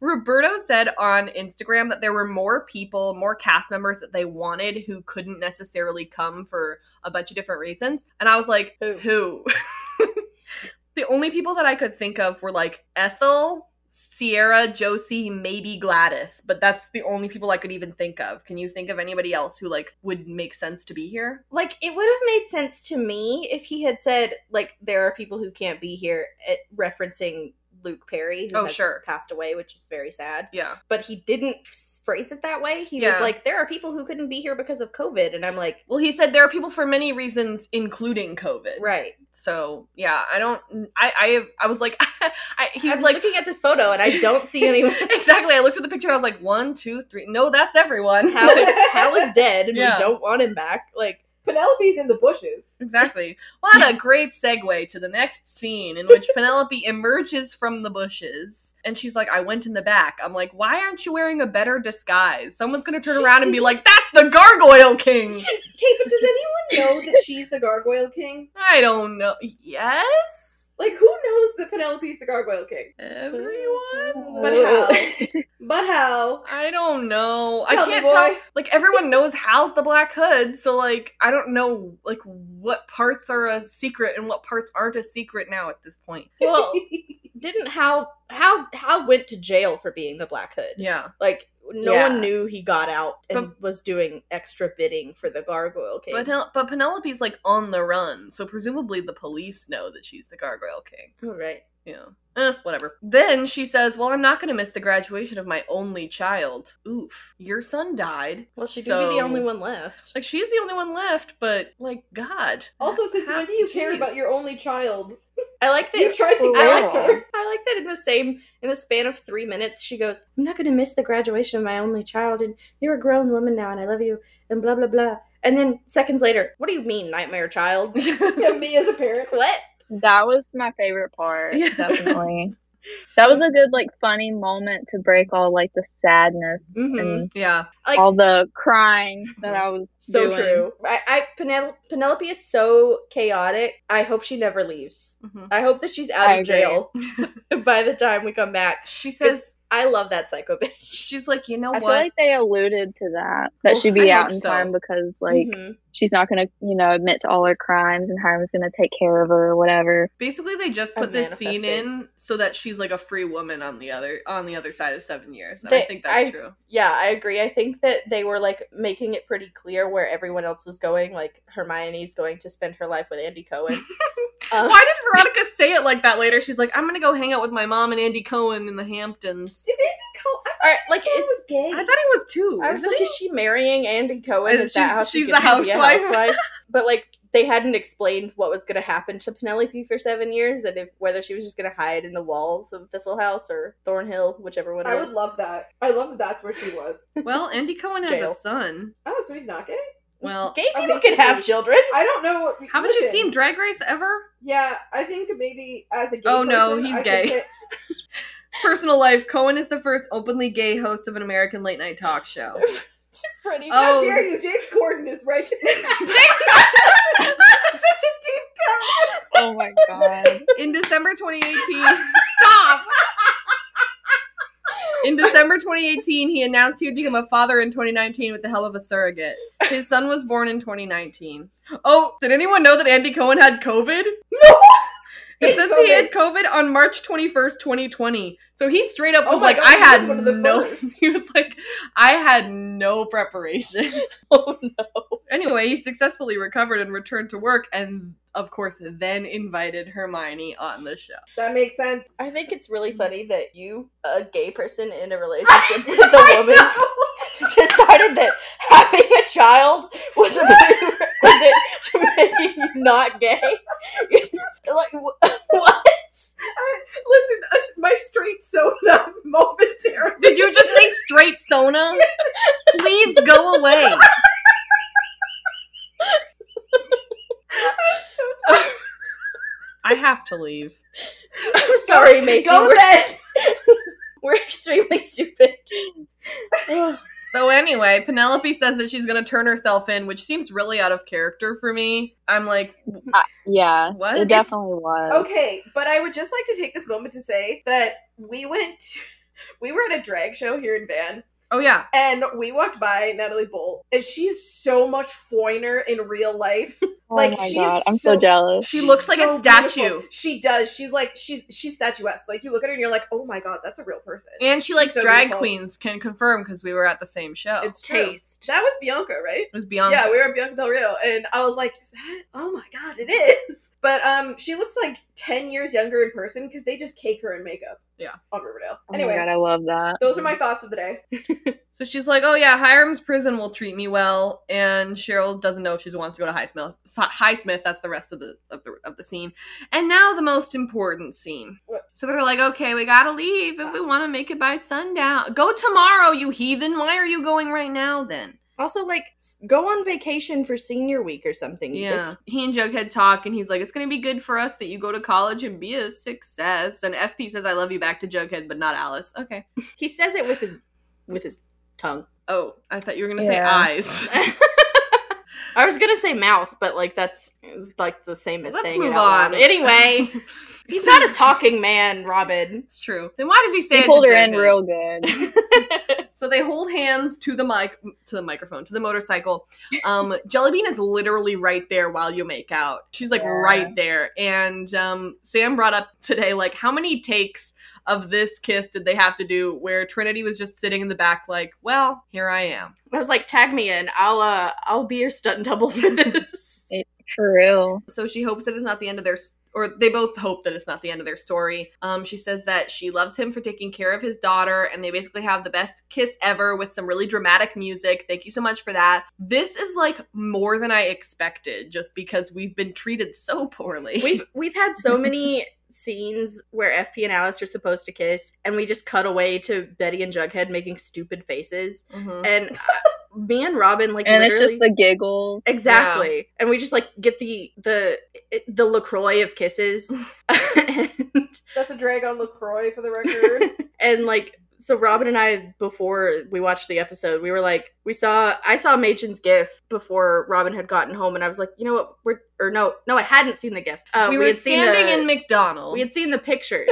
[SPEAKER 1] Roberto said on Instagram that there were more people, more cast members that they wanted who couldn't necessarily come for a bunch of different reasons. And I was like,
[SPEAKER 5] Who?
[SPEAKER 1] who? [laughs] the only people that I could think of were like Ethel, Sierra, Josie, maybe Gladys, but that's the only people I could even think of. Can you think of anybody else who like would make sense to be here?
[SPEAKER 3] like it would have made sense to me if he had said like there are people who can't be here eh, referencing luke perry who
[SPEAKER 1] Oh,
[SPEAKER 3] has
[SPEAKER 1] sure.
[SPEAKER 3] passed away which is very sad
[SPEAKER 1] Yeah.
[SPEAKER 3] but he didn't s- phrase it that way he was
[SPEAKER 1] Yeah.
[SPEAKER 3] like there are people who couldn't be here because of covid and i'm like
[SPEAKER 1] Well, he said there are people for many reasons, including COVID.
[SPEAKER 3] right
[SPEAKER 1] So yeah, I don't. I I have, I was like, [laughs] I, he was
[SPEAKER 3] i'm
[SPEAKER 1] like
[SPEAKER 3] looking at this photo and i don't see
[SPEAKER 1] [laughs]
[SPEAKER 3] [laughs] anyone
[SPEAKER 1] exactly. I looked at the picture and I was like, one, two, three. No, that's everyone. [laughs]
[SPEAKER 3] how how is dead and
[SPEAKER 1] Yeah.
[SPEAKER 3] we don't want him back like
[SPEAKER 5] Penelope's in the bushes.
[SPEAKER 1] exactly. What a great segue to the next scene in which Penelope emerges from the bushes and she's like, I went in the back. I'm like, why aren't you wearing a better disguise? Someone's gonna turn around and be like, that's the Gargoyle King. [laughs]
[SPEAKER 5] Okay, but does anyone know that she's the Gargoyle King?
[SPEAKER 1] I don't know. Yes,
[SPEAKER 5] Like, who knows that Penelope's the Gargoyle King?
[SPEAKER 1] everyone.
[SPEAKER 5] But how? But how?
[SPEAKER 1] I don't know. I
[SPEAKER 5] Tell me,
[SPEAKER 1] can't
[SPEAKER 5] boy.
[SPEAKER 1] tell. Like everyone knows Hal's the Black Hood, so like I don't know like what parts are a secret and what parts aren't a secret now at this point.
[SPEAKER 5] [laughs]
[SPEAKER 3] well didn't how how how went to jail for being the black hood
[SPEAKER 1] Yeah,
[SPEAKER 3] Like no
[SPEAKER 2] Yeah.
[SPEAKER 3] one knew he got out and was doing extra bidding for the Gargoyle King.
[SPEAKER 1] but Hel- but Penelope's like on the run, so presumably the police know that she's the Gargoyle King.
[SPEAKER 3] All right.
[SPEAKER 1] Yeah. Eh, whatever. Then she says, "Well, I'm not going to miss the graduation of my only child. Oof, your son died.
[SPEAKER 3] Well, she could
[SPEAKER 1] so-
[SPEAKER 3] be the only one left. [laughs]
[SPEAKER 1] Like she's the only one left, but like God.
[SPEAKER 5] Also, since when do you care about your only child?
[SPEAKER 3] I like that.
[SPEAKER 5] You tried to
[SPEAKER 3] I like,
[SPEAKER 5] kill her.
[SPEAKER 3] [laughs] I like that in the same in the span of three minutes, she goes, "I'm not going to miss the graduation of my only child, and you're a grown woman now, and I love you, and blah blah blah." And then seconds later, what do you mean, nightmare [laughs] child?
[SPEAKER 5] And me as a parent.
[SPEAKER 3] what?
[SPEAKER 2] [laughs] That was my favorite part,
[SPEAKER 1] Yeah.
[SPEAKER 2] definitely. That was a good, like, funny moment to break all like the sadness and
[SPEAKER 1] Yeah.
[SPEAKER 3] Like-
[SPEAKER 2] all the crying that I was
[SPEAKER 3] So
[SPEAKER 2] doing.
[SPEAKER 3] true. I, I Penel- Penelope is so chaotic. I hope she never leaves.
[SPEAKER 1] Mhm.
[SPEAKER 3] I hope that she's out
[SPEAKER 2] I
[SPEAKER 3] of
[SPEAKER 2] agree.
[SPEAKER 3] jail [laughs] by the time we come back.
[SPEAKER 1] She says."
[SPEAKER 3] I love that psycho bitch.
[SPEAKER 1] She's like, you know what?
[SPEAKER 2] I feel like they alluded to that that
[SPEAKER 1] Well,
[SPEAKER 2] she'd be
[SPEAKER 1] I
[SPEAKER 2] out
[SPEAKER 1] hope
[SPEAKER 2] in
[SPEAKER 1] so.
[SPEAKER 2] time because
[SPEAKER 3] [laughs]
[SPEAKER 2] like
[SPEAKER 3] Mhm.
[SPEAKER 2] she's not gonna you know admit to all her crimes and Hiram's gonna take care of her or whatever.
[SPEAKER 1] basically they just
[SPEAKER 3] Or
[SPEAKER 1] put this scene
[SPEAKER 3] manifested.
[SPEAKER 1] in so that she's like a free woman on the other on the other side of seven years and i
[SPEAKER 3] They-
[SPEAKER 1] think that's
[SPEAKER 3] I-
[SPEAKER 1] true
[SPEAKER 3] Yeah, I agree. I think that they were like making it pretty clear where everyone else was going. Like Hermione's going to spend her life with Andy Cohen. Um,
[SPEAKER 1] why did veronica say it like that later she's like i'm gonna go hang out with my mom and andy cohen in the hamptons
[SPEAKER 3] [laughs]
[SPEAKER 5] Is Andy Cohen? I
[SPEAKER 3] or, like,
[SPEAKER 5] thought he
[SPEAKER 3] is,
[SPEAKER 5] was
[SPEAKER 1] i
[SPEAKER 5] gay.
[SPEAKER 1] thought he was too
[SPEAKER 3] I was like, is she marrying Andy Cohen?
[SPEAKER 1] Is
[SPEAKER 3] Is, that
[SPEAKER 1] she's-
[SPEAKER 3] how she
[SPEAKER 1] she's
[SPEAKER 3] gets
[SPEAKER 1] the
[SPEAKER 3] to be a
[SPEAKER 1] housewife?
[SPEAKER 3] housewife? but like, they hadn't explained what was going to happen to Penelope for seven years, and if whether she was just going to hide in the walls of Thistle House or Thornhill, whichever one.
[SPEAKER 5] I
[SPEAKER 3] it
[SPEAKER 5] would
[SPEAKER 3] is.
[SPEAKER 5] love that. I love that that's where she was.
[SPEAKER 3] [laughs]
[SPEAKER 1] well andy cohen has a
[SPEAKER 3] Jail.
[SPEAKER 1] son
[SPEAKER 5] Oh, so he's not gay?
[SPEAKER 1] well
[SPEAKER 3] gay
[SPEAKER 5] I
[SPEAKER 3] people
[SPEAKER 5] mean,
[SPEAKER 3] can have children.
[SPEAKER 5] I don't know. What,
[SPEAKER 1] haven't you
[SPEAKER 5] listen,
[SPEAKER 1] seen drag race ever
[SPEAKER 5] Yeah, I think maybe as a gay
[SPEAKER 1] Oh, no,
[SPEAKER 5] person,
[SPEAKER 1] he's
[SPEAKER 5] I could
[SPEAKER 1] gay.
[SPEAKER 5] say-
[SPEAKER 1] personal life cohen is the first openly gay host of an american late night talk
[SPEAKER 3] [laughs]
[SPEAKER 1] show [laughs]
[SPEAKER 3] Pretty.
[SPEAKER 5] How
[SPEAKER 1] Oh.
[SPEAKER 5] dare you? James Corden is
[SPEAKER 1] [laughs]
[SPEAKER 5] right.
[SPEAKER 2] Oh my god!
[SPEAKER 1] in December 2018. Stop! In December 2018, he announced he would become a father in 2019 with the help of a surrogate. His son was born in 2019. Oh, did anyone know that Andy Cohen had COVID? No! It says he had COVID on March 21st, 2020. So he straight up
[SPEAKER 7] Oh
[SPEAKER 1] was
[SPEAKER 7] my
[SPEAKER 1] like,
[SPEAKER 7] God,
[SPEAKER 1] I
[SPEAKER 7] he was
[SPEAKER 1] had
[SPEAKER 7] one of the
[SPEAKER 1] no. [laughs]
[SPEAKER 7] first.
[SPEAKER 1] He was like, I had
[SPEAKER 7] [laughs]
[SPEAKER 1] no preparation. [laughs] oh no. Anyway, he successfully recovered and returned to work, and of course, then invited Hermione on the show.
[SPEAKER 5] That makes sense.
[SPEAKER 3] I think it's really funny that you, a gay person
[SPEAKER 1] [laughs]
[SPEAKER 3] in a relationship [laughs]
[SPEAKER 5] [laughs]
[SPEAKER 3] with a woman, [laughs] decided that having a child
[SPEAKER 5] [laughs]
[SPEAKER 3] was a prerequisite to making you not gay. [laughs] like, wh- [laughs] what?
[SPEAKER 5] Listen, uh, my straight soda [laughs] momentarily.
[SPEAKER 1] Did you just say straight Sona? Please go away.
[SPEAKER 5] [laughs] I'm so tired.
[SPEAKER 1] Uh, I have to leave.
[SPEAKER 3] I'm sorry, Macy.
[SPEAKER 5] Go
[SPEAKER 3] we're,
[SPEAKER 5] to bed.
[SPEAKER 3] we're extremely stupid.
[SPEAKER 1] So anyway, Penelope says that she's gonna turn herself in, which seems really out of character for me. I'm like,
[SPEAKER 2] Yeah,
[SPEAKER 1] What?
[SPEAKER 2] it definitely was.
[SPEAKER 5] Okay, but I would just like to take this moment to say that we went to, [laughs] we were at a drag show here in Van
[SPEAKER 1] oh yeah,
[SPEAKER 5] and we walked by Natalie Bolt and she is so much foiner in real life.
[SPEAKER 2] oh
[SPEAKER 5] like,
[SPEAKER 2] my
[SPEAKER 5] she's
[SPEAKER 2] god, I'm so,
[SPEAKER 5] so-
[SPEAKER 2] jealous.
[SPEAKER 1] [laughs] She looks like a statue.
[SPEAKER 5] beautiful. She does. She's like she's she's statuesque. Like you look at her and you're like, "Oh my god, that's a real person."
[SPEAKER 1] and she likes
[SPEAKER 5] so
[SPEAKER 1] drag
[SPEAKER 5] beautiful.
[SPEAKER 1] queens. Can confirm because we were at the same show.
[SPEAKER 5] It's Oh, true. That was Bianca, right?
[SPEAKER 1] it was beyond.
[SPEAKER 5] Yeah, we were at Bianca Del Rio, and I was like, "Is that? Oh my god, it is!" [laughs] But um, she looks like ten years [laughs] younger in person because they just cake her in makeup.
[SPEAKER 1] Yeah.
[SPEAKER 5] on Riverdale.
[SPEAKER 2] Oh
[SPEAKER 5] Anyway,
[SPEAKER 2] my god, I love that.
[SPEAKER 5] those are my thoughts of the day.
[SPEAKER 1] So she's like, "Oh yeah, Hiram's prison will treat me well," and Cheryl doesn't know if she wants to go to Highsmith. So- Highsmith. That's the rest of the of the of the scene. And now the most important scene.
[SPEAKER 5] What?
[SPEAKER 1] So they're like, "Okay, we gotta leave if we want to make it by sundown. Go tomorrow, you heathen. Why are you going right now then?"
[SPEAKER 3] Also, like, s- go on vacation for senior week or something.
[SPEAKER 1] Yeah. He and Jughead talk, and he's like, It's going to be good for us that you go to college and be a success. And FP says, I love you back to Jughead, but not Alice. Okay.
[SPEAKER 3] He says it with his with his tongue.
[SPEAKER 1] Oh, I thought you were going to
[SPEAKER 8] Yeah.
[SPEAKER 1] say eyes. [laughs]
[SPEAKER 3] I was gonna say mouth, but like that's like the same as
[SPEAKER 1] Let's
[SPEAKER 3] saying
[SPEAKER 1] move
[SPEAKER 3] it out
[SPEAKER 1] on.
[SPEAKER 3] loud. Anyway, he's not a talking man, Robin.
[SPEAKER 1] [laughs] It's true. Then why does he say
[SPEAKER 2] He
[SPEAKER 1] it
[SPEAKER 2] pulled
[SPEAKER 1] to
[SPEAKER 2] her in
[SPEAKER 1] Jughead?
[SPEAKER 2] real good.
[SPEAKER 1] So they hold hands to the mic, to the microphone, to the motorcycle. Um, Jellybean is literally right there while you make out. She's like
[SPEAKER 2] Yeah.
[SPEAKER 1] right there. And um, Sam brought up today, like, how many takes of this kiss did they have to do where Trinity was just sitting in the back, like, well, here I am.
[SPEAKER 3] I was like, tag me in. I'll uh, I'll be your stunt double for this.
[SPEAKER 2] For real.
[SPEAKER 1] So she hopes that it's not the end of their or they both hope that it's not the end of their story. Um, she says that she loves him for taking care of his daughter, and they basically have the best kiss ever with some really dramatic music. Thank you so much for that. This is like more than I expected, just because we've been treated so poorly. [laughs]
[SPEAKER 3] we've we've had so many scenes where FP and Alice are supposed to kiss, and we just cut away to Betty and Jughead making stupid faces,
[SPEAKER 1] Mhm.
[SPEAKER 3] and uh, me and Robin like
[SPEAKER 2] And it's just
[SPEAKER 3] literally-
[SPEAKER 2] the giggles.
[SPEAKER 3] Exactly. And we just like get the the the LaCroix of kisses. and,
[SPEAKER 5] That's a drag on Lacroix [laughs] for the record.
[SPEAKER 3] and like so Robin and I before we watched the episode, we were like we saw I saw Machen's gif before Robin had gotten home and I was like, "You know what? We're or no, no, I hadn't seen the gif. Uh,
[SPEAKER 1] we were
[SPEAKER 3] had seen
[SPEAKER 1] standing
[SPEAKER 3] the-
[SPEAKER 1] in McDonald's.
[SPEAKER 3] we had seen the pictures.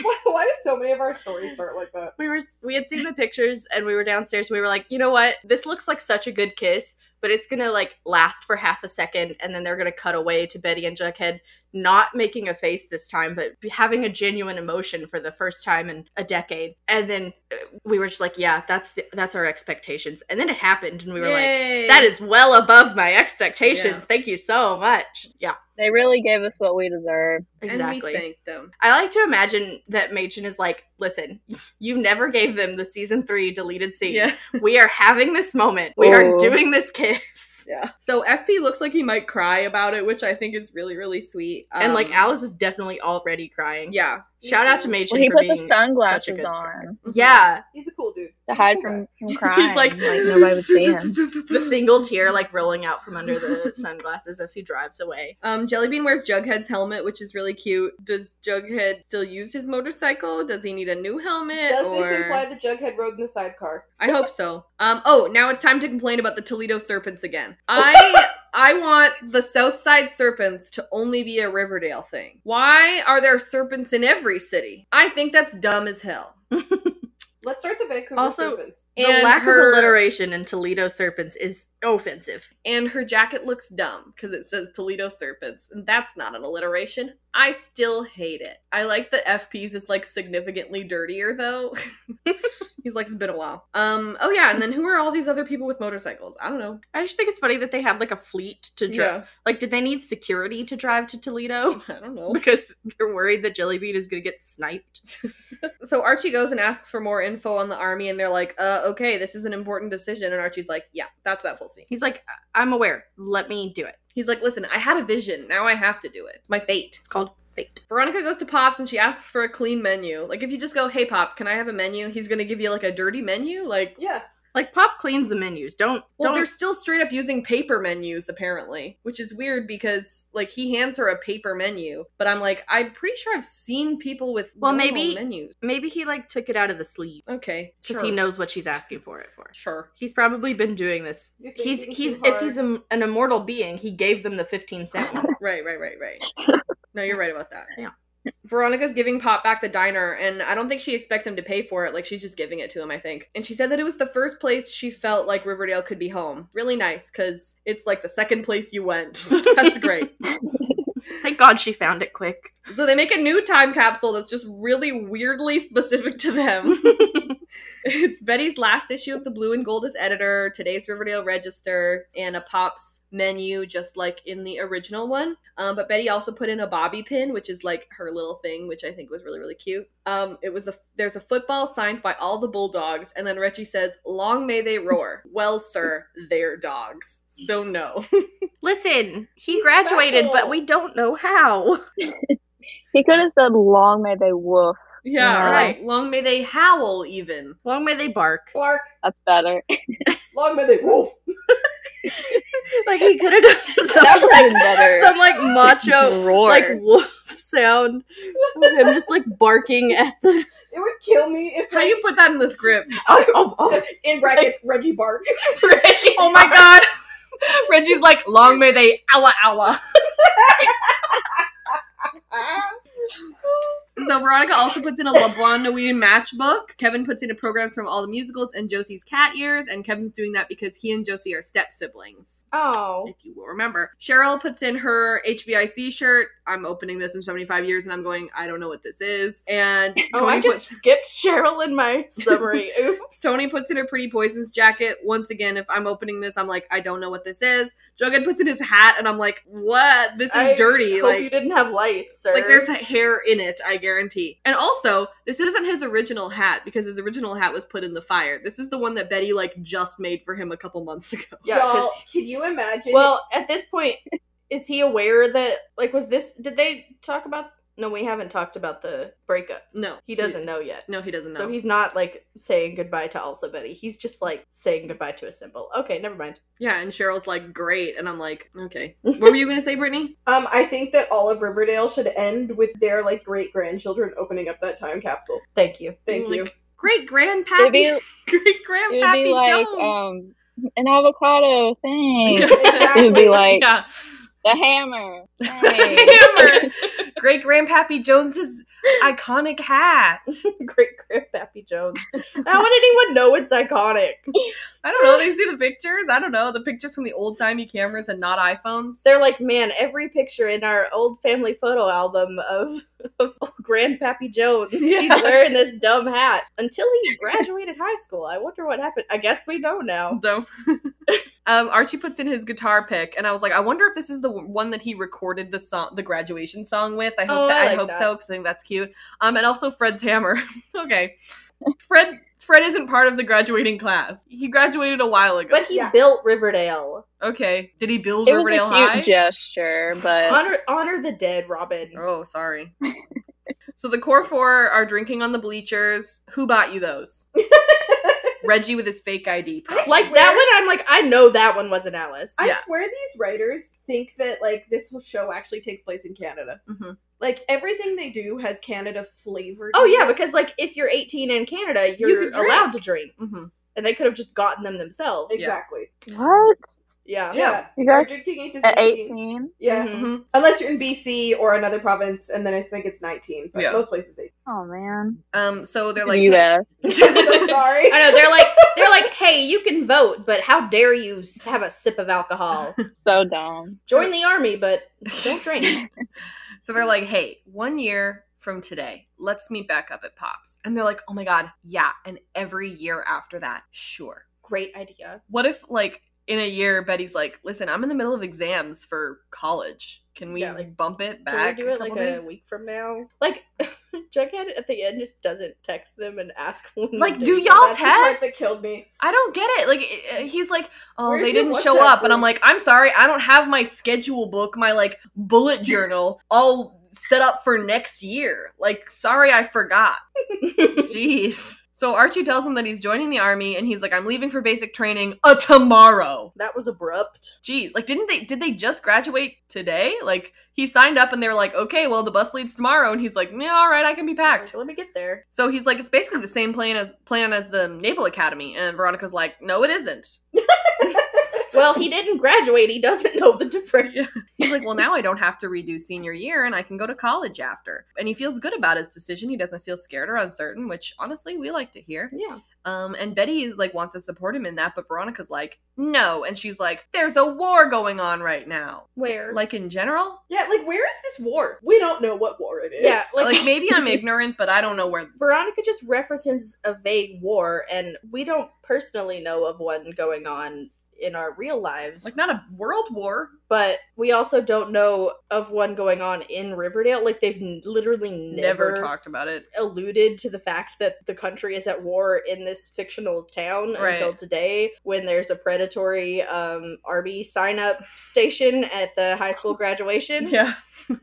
[SPEAKER 5] why, why do so many of our stories start like that?
[SPEAKER 3] we were we had
[SPEAKER 1] Mm-hmm.
[SPEAKER 3] seen the pictures and we were downstairs and we were like, you know what? This looks like such a good kiss, but it's gonna like last for half a second and then they're gonna cut away to Betty and Jughead not making a face this time, but be- having a genuine emotion for the first time in a decade. And then uh, we were just like, yeah, that's the, that's our expectations. And then it happened and we were like. That is well above my expectations. Thank you so much. Yeah,
[SPEAKER 2] They really gave us what we deserve.
[SPEAKER 3] exactly.
[SPEAKER 1] And we thank
[SPEAKER 3] [laughs]
[SPEAKER 1] them.
[SPEAKER 3] I like to imagine that Machen is like, listen, [laughs] you never gave them the season three deleted scene.
[SPEAKER 1] Yeah.
[SPEAKER 3] We are having this moment. We are
[SPEAKER 2] Oh.
[SPEAKER 3] doing this kiss.
[SPEAKER 1] Yeah. So FP looks like he might cry about it, which I think is really, really sweet.
[SPEAKER 3] And like
[SPEAKER 1] Um,
[SPEAKER 3] Alice is definitely already crying.
[SPEAKER 1] Yeah.
[SPEAKER 3] Shout out to Machen
[SPEAKER 2] Well, he
[SPEAKER 3] for
[SPEAKER 2] put
[SPEAKER 3] being
[SPEAKER 2] the
[SPEAKER 3] such a
[SPEAKER 2] sunglasses
[SPEAKER 3] good
[SPEAKER 2] on
[SPEAKER 3] Mm-hmm. Yeah.
[SPEAKER 5] He's a cool dude.
[SPEAKER 2] to hide
[SPEAKER 5] Cool guy.
[SPEAKER 2] from, from crying.
[SPEAKER 1] He's like,
[SPEAKER 2] nobody would see him.
[SPEAKER 3] The single tear like rolling out from under [laughs] the sunglasses as he drives away.
[SPEAKER 1] Um, Jellybean wears Jughead's helmet, which is really cute. Does Jughead still use his motorcycle? Does he need a new helmet?
[SPEAKER 5] Does
[SPEAKER 1] or...
[SPEAKER 5] this imply that Jughead rode in the sidecar?
[SPEAKER 1] I hope so. Um, oh, now it's time to complain about the Toledo Serpents
[SPEAKER 5] [laughs]
[SPEAKER 1] again. I I want the Southside Serpents to only be a Riverdale thing. Why are there serpents in every city? I think that's dumb as hell.
[SPEAKER 5] [laughs] Let's start the Vancouver
[SPEAKER 3] Also-
[SPEAKER 5] Serpents.
[SPEAKER 1] And
[SPEAKER 3] the lack
[SPEAKER 1] her-
[SPEAKER 3] of alliteration in Toledo Serpents is offensive.
[SPEAKER 1] And her jacket looks dumb because it says Toledo Serpents, and that's not an alliteration. I still hate it. I like that FP's is like significantly dirtier though. [laughs] He's like, it's been a while. Um, oh yeah, and then who are all these other people with motorcycles? I don't know.
[SPEAKER 3] I just think it's funny that they have like a fleet to drive.
[SPEAKER 1] Yeah.
[SPEAKER 3] Like, did they need security to drive to Toledo? [laughs]
[SPEAKER 1] I don't know.
[SPEAKER 3] Because they're worried that Jellybean is going to get sniped.
[SPEAKER 1] So Archie goes and asks for more info on the army, and they're like, uh, okay, this is an important decision. And Archie's like, yeah, that's that full scene.
[SPEAKER 3] He's like, "I- I'm aware. Let me do it.
[SPEAKER 1] He's like, listen, I had a vision. Now I have to do it. It's my fate.
[SPEAKER 3] It's called fate.
[SPEAKER 1] Veronica goes to Pop's and she asks for a clean menu. Like, if you just go, hey, Pop, can I have a menu? He's going to give you like a dirty menu. Like,
[SPEAKER 5] Yeah.
[SPEAKER 3] Like, Pop cleans the menus. Don't.
[SPEAKER 1] well,
[SPEAKER 3] don't
[SPEAKER 1] they're still straight up using paper menus, apparently, which is weird because, like, he hands her a paper menu. But I'm like, I'm pretty sure I've seen people with
[SPEAKER 3] Well,
[SPEAKER 1] normal
[SPEAKER 3] maybe-
[SPEAKER 1] menus.
[SPEAKER 3] Maybe he like took it out of the sleeve
[SPEAKER 1] Okay.
[SPEAKER 3] because
[SPEAKER 1] Sure.
[SPEAKER 3] he knows what she's asking for it for.
[SPEAKER 1] Sure.
[SPEAKER 3] He's probably been doing this.
[SPEAKER 5] You're
[SPEAKER 3] He's
[SPEAKER 5] thinking
[SPEAKER 3] he's
[SPEAKER 5] too
[SPEAKER 3] if
[SPEAKER 5] hard.
[SPEAKER 3] he's a, an immortal being, he gave them the fifteen cent one.
[SPEAKER 5] [laughs]
[SPEAKER 1] Right, right, right, right. No, you're right about that.
[SPEAKER 3] Yeah.
[SPEAKER 1] Veronica's giving Pop back the diner, and I don't think she expects him to pay for it. Like, she's just giving it to him, I think. And she said that it was the first place she felt like Riverdale could be home. Really nice, because it's like the second place you went. [laughs] So that's great.
[SPEAKER 3] Thank God she found it quick.
[SPEAKER 1] So they make a new time capsule that's just really weirdly specific to them. it's Betty's last issue of the Blue and Gold as editor, today's Riverdale Register, and a Pops menu, just like in the original one. Um, but Betty also put in a bobby pin, which is like her little thing, which I think was really really cute. Um, it was a there's a football signed by all the Bulldogs, and then Reggie says, "Long may they roar." well, sir, they're dogs, so no. [laughs]
[SPEAKER 3] Listen, he
[SPEAKER 5] He's
[SPEAKER 3] graduated, but
[SPEAKER 5] special.
[SPEAKER 3] we don't know how.
[SPEAKER 2] He could have said, "Long may they woof."
[SPEAKER 1] yeah,
[SPEAKER 2] No.
[SPEAKER 1] right. Long may they howl, even.
[SPEAKER 3] Long may
[SPEAKER 5] [laughs]
[SPEAKER 3] they bark.
[SPEAKER 5] Bark.
[SPEAKER 2] That's better.
[SPEAKER 5] Long may they wolf.
[SPEAKER 3] Like he could have [laughs] done some
[SPEAKER 2] That would have
[SPEAKER 3] like,
[SPEAKER 2] been better.
[SPEAKER 3] some like macho
[SPEAKER 2] Roar.
[SPEAKER 3] like wolf sound. with him just like barking at the
[SPEAKER 5] It would kill me if
[SPEAKER 1] How do
[SPEAKER 5] [laughs]
[SPEAKER 1] you put that in the script?
[SPEAKER 5] oh, oh, oh, in brackets Reggie bark. Reggie.
[SPEAKER 1] Oh my god.
[SPEAKER 5] [laughs]
[SPEAKER 1] Reggie's like, long may they awa awa.
[SPEAKER 5] Ah.
[SPEAKER 1] So Veronica also puts in a La Blonde Noire matchbook. Kevin puts in a programs from all the musicals and Josie's cat ears, and Kevin's doing that because he and Josie are step siblings.
[SPEAKER 5] Oh.
[SPEAKER 1] If you will remember, Cheryl puts in her HBIC shirt. I'm opening this in 75 years, and I'm going. I don't know what this is. And
[SPEAKER 5] Oh, I
[SPEAKER 1] Tony puts-
[SPEAKER 5] just skipped Cheryl in my
[SPEAKER 3] [laughs]
[SPEAKER 5] summary. Oops.
[SPEAKER 1] Tony puts in her pretty poisons jacket. Once again, if I'm opening this, I'm like, I don't know what this is. Jughead puts in his hat, and I'm like, what? This is
[SPEAKER 5] I
[SPEAKER 1] dirty.
[SPEAKER 5] Hope
[SPEAKER 1] Like,
[SPEAKER 5] you didn't have lice, sir.
[SPEAKER 1] like there's hair in it, I guarantee. And also, this isn't his original hat because his original hat was put in the fire. This is the one that Betty like just made for him a couple months [laughs] ago.
[SPEAKER 5] yeah,
[SPEAKER 3] Y'all,
[SPEAKER 5] 'cause- can you imagine?
[SPEAKER 3] Well, at this point, is he aware that like was this did they talk about no, we haven't talked about the breakup.
[SPEAKER 1] No,
[SPEAKER 3] He doesn't know yet.
[SPEAKER 1] No, he doesn't know.
[SPEAKER 3] So he's not like saying goodbye to also Betty. He's just like saying goodbye to a symbol. Okay, never mind.
[SPEAKER 1] yeah, and Cheryl's like, great, and I'm like,
[SPEAKER 3] [laughs]
[SPEAKER 1] okay. What were you gonna say, Brittany?
[SPEAKER 5] um, I think that all of Riverdale should end with their like great grandchildren opening up that time capsule.
[SPEAKER 3] Thank you.
[SPEAKER 5] Thank you.
[SPEAKER 1] Great [laughs]
[SPEAKER 2] It'd
[SPEAKER 1] grandpappy,
[SPEAKER 2] be,
[SPEAKER 1] great
[SPEAKER 2] it'd
[SPEAKER 1] grandpappy
[SPEAKER 2] be like
[SPEAKER 1] [laughs] Jones.
[SPEAKER 2] um, an avocado thing.
[SPEAKER 1] [laughs]
[SPEAKER 5] Exactly.
[SPEAKER 2] It would be like
[SPEAKER 1] yeah.
[SPEAKER 2] [laughs] the hammer.
[SPEAKER 1] [laughs] hammer. Great grandpappy Jones's iconic hat.
[SPEAKER 3] [laughs]
[SPEAKER 5] great grandpappy [laughs] Jones. How would anyone know it's iconic?
[SPEAKER 1] I don't know. They see the pictures. I don't know. The pictures from the old timey cameras and not iPhones.
[SPEAKER 3] They're like, man, every picture in our old family photo album of, of Grandpappy [laughs] Jones,
[SPEAKER 1] Yeah.
[SPEAKER 3] he's wearing this dumb hat until he graduated high school. I wonder what happened. I guess we know now.
[SPEAKER 1] Though. [laughs] um, Archie puts in his guitar pick, and I was like, I wonder if this is the w- one that he recorded the song, the graduation song with. I hope
[SPEAKER 3] Oh,
[SPEAKER 1] that, I,
[SPEAKER 3] I like
[SPEAKER 1] hope
[SPEAKER 3] that.
[SPEAKER 1] so because I think that's cute. Um, and also Fred's hammer. [laughs] okay, Fred. Fred isn't part of the graduating class. He graduated a while ago.
[SPEAKER 3] But he
[SPEAKER 5] Yeah.
[SPEAKER 3] built Riverdale.
[SPEAKER 1] okay, did he build
[SPEAKER 2] It was
[SPEAKER 1] Riverdale
[SPEAKER 2] a cute
[SPEAKER 1] High?
[SPEAKER 2] gesture, but
[SPEAKER 3] Honor honor the dead, Robin.
[SPEAKER 1] Oh, sorry. so the core four are drinking on the bleachers. Who bought you
[SPEAKER 3] [laughs]
[SPEAKER 1] those? Reggie with his fake ID. probably.
[SPEAKER 3] Like that one, I'm like, I know that one wasn't Alice.
[SPEAKER 5] I
[SPEAKER 1] Yeah.
[SPEAKER 5] swear these writers think that like this whole show actually takes place in Canada.
[SPEAKER 1] Mhm.
[SPEAKER 5] Like everything they do has Canada flavored.
[SPEAKER 3] Mm-hmm. oh
[SPEAKER 5] in
[SPEAKER 3] yeah,
[SPEAKER 5] it.
[SPEAKER 3] because like if you're 18 in Canada, you're
[SPEAKER 5] can drink.
[SPEAKER 3] allowed to drink,
[SPEAKER 1] Mhm.
[SPEAKER 3] and they could have just gotten them themselves.
[SPEAKER 1] Yeah.
[SPEAKER 5] exactly.
[SPEAKER 2] what?
[SPEAKER 3] Yeah.
[SPEAKER 5] Yeah,
[SPEAKER 2] You
[SPEAKER 5] Our
[SPEAKER 2] guys
[SPEAKER 5] drinking age is
[SPEAKER 2] at
[SPEAKER 5] 18.
[SPEAKER 2] eighteen?
[SPEAKER 5] Yeah,
[SPEAKER 3] Mhm.
[SPEAKER 1] Mhm.
[SPEAKER 5] unless you're in BC or another province, and then I think it's 19. But
[SPEAKER 1] Yeah.
[SPEAKER 5] most places 18.
[SPEAKER 2] Oh man.
[SPEAKER 1] Um. So they're like,
[SPEAKER 2] U.S.
[SPEAKER 1] [laughs]
[SPEAKER 5] I'm so sorry.
[SPEAKER 3] I know they're like they're like, hey, you can vote, but how dare you s- [laughs] have a sip of alcohol?
[SPEAKER 2] so dumb.
[SPEAKER 3] [laughs] Join the army, but don't drink.
[SPEAKER 1] So they're like, hey, one year from today, let's meet back up at Pops. And they're like, oh my God, yeah. And every year after that, sure.
[SPEAKER 3] Great idea.
[SPEAKER 1] What if, like, in a year, Betty's like, listen, I'm in the middle of exams for college. Can we
[SPEAKER 3] Yeah, like,
[SPEAKER 1] bump it
[SPEAKER 3] Can we
[SPEAKER 1] back?
[SPEAKER 3] do
[SPEAKER 1] a
[SPEAKER 3] it like
[SPEAKER 1] couple days?
[SPEAKER 3] a week from now? Like, [laughs] Jughead at the end just doesn't text them and ask [laughs] when. they're
[SPEAKER 1] Like, do
[SPEAKER 3] doing it.
[SPEAKER 1] y'all
[SPEAKER 5] That's the part that
[SPEAKER 1] text?
[SPEAKER 5] killed me.
[SPEAKER 1] I don't get it. Like it- it- he's like, oh,
[SPEAKER 5] Where's
[SPEAKER 1] they
[SPEAKER 5] your
[SPEAKER 1] didn't show
[SPEAKER 5] WhatsApp
[SPEAKER 1] up, and I'm
[SPEAKER 5] group?
[SPEAKER 1] like, I'm sorry, I don't have my schedule book, my like bullet journal all set up for next year. Like, sorry, I forgot. Jeez. So Archie tells him that he's joining the army, and he's like, I'm leaving for basic training a tomorrow.
[SPEAKER 3] That was abrupt.
[SPEAKER 1] Jeez, like didn't they did they just graduate today? Like he signed up and they were like, okay, well the bus leaves tomorrow, and he's like, yeah, all right, I can be packed.
[SPEAKER 3] Let me get there.
[SPEAKER 1] So he's like, it's basically the same plan as plan as the Naval Academy, and Veronica's like, no, it isn't.
[SPEAKER 3] Well, he didn't graduate. He doesn't know the difference.
[SPEAKER 1] He's like, well, now I don't have to redo senior year, and I can go to college after. And he feels good about his decision. He doesn't feel scared or uncertain, which honestly we like to hear.
[SPEAKER 3] Yeah.
[SPEAKER 1] Um, and Betty is like wants to support him in that, but Veronica's like, no, and she's like, there's a war going on right now.
[SPEAKER 3] Where?
[SPEAKER 1] Like in general,
[SPEAKER 5] Yeah, like where is this war? We don't know what war it is.
[SPEAKER 3] yeah. Like,
[SPEAKER 1] like maybe I'm ignorant, but I don't know where.
[SPEAKER 3] Veronica just references a vague war, and we don't personally know of one going on in our real lives.
[SPEAKER 1] Like not a world war.
[SPEAKER 3] but we also don't know of one going on in Riverdale. Like they've n- literally never,
[SPEAKER 1] Never, talked about it.
[SPEAKER 3] alluded to the fact that the country is at war in this fictional town
[SPEAKER 1] Right.
[SPEAKER 3] until today, when there's a predatory um, Arby sign up station at the
[SPEAKER 1] [laughs]
[SPEAKER 3] high school graduation.
[SPEAKER 1] Yeah. [laughs]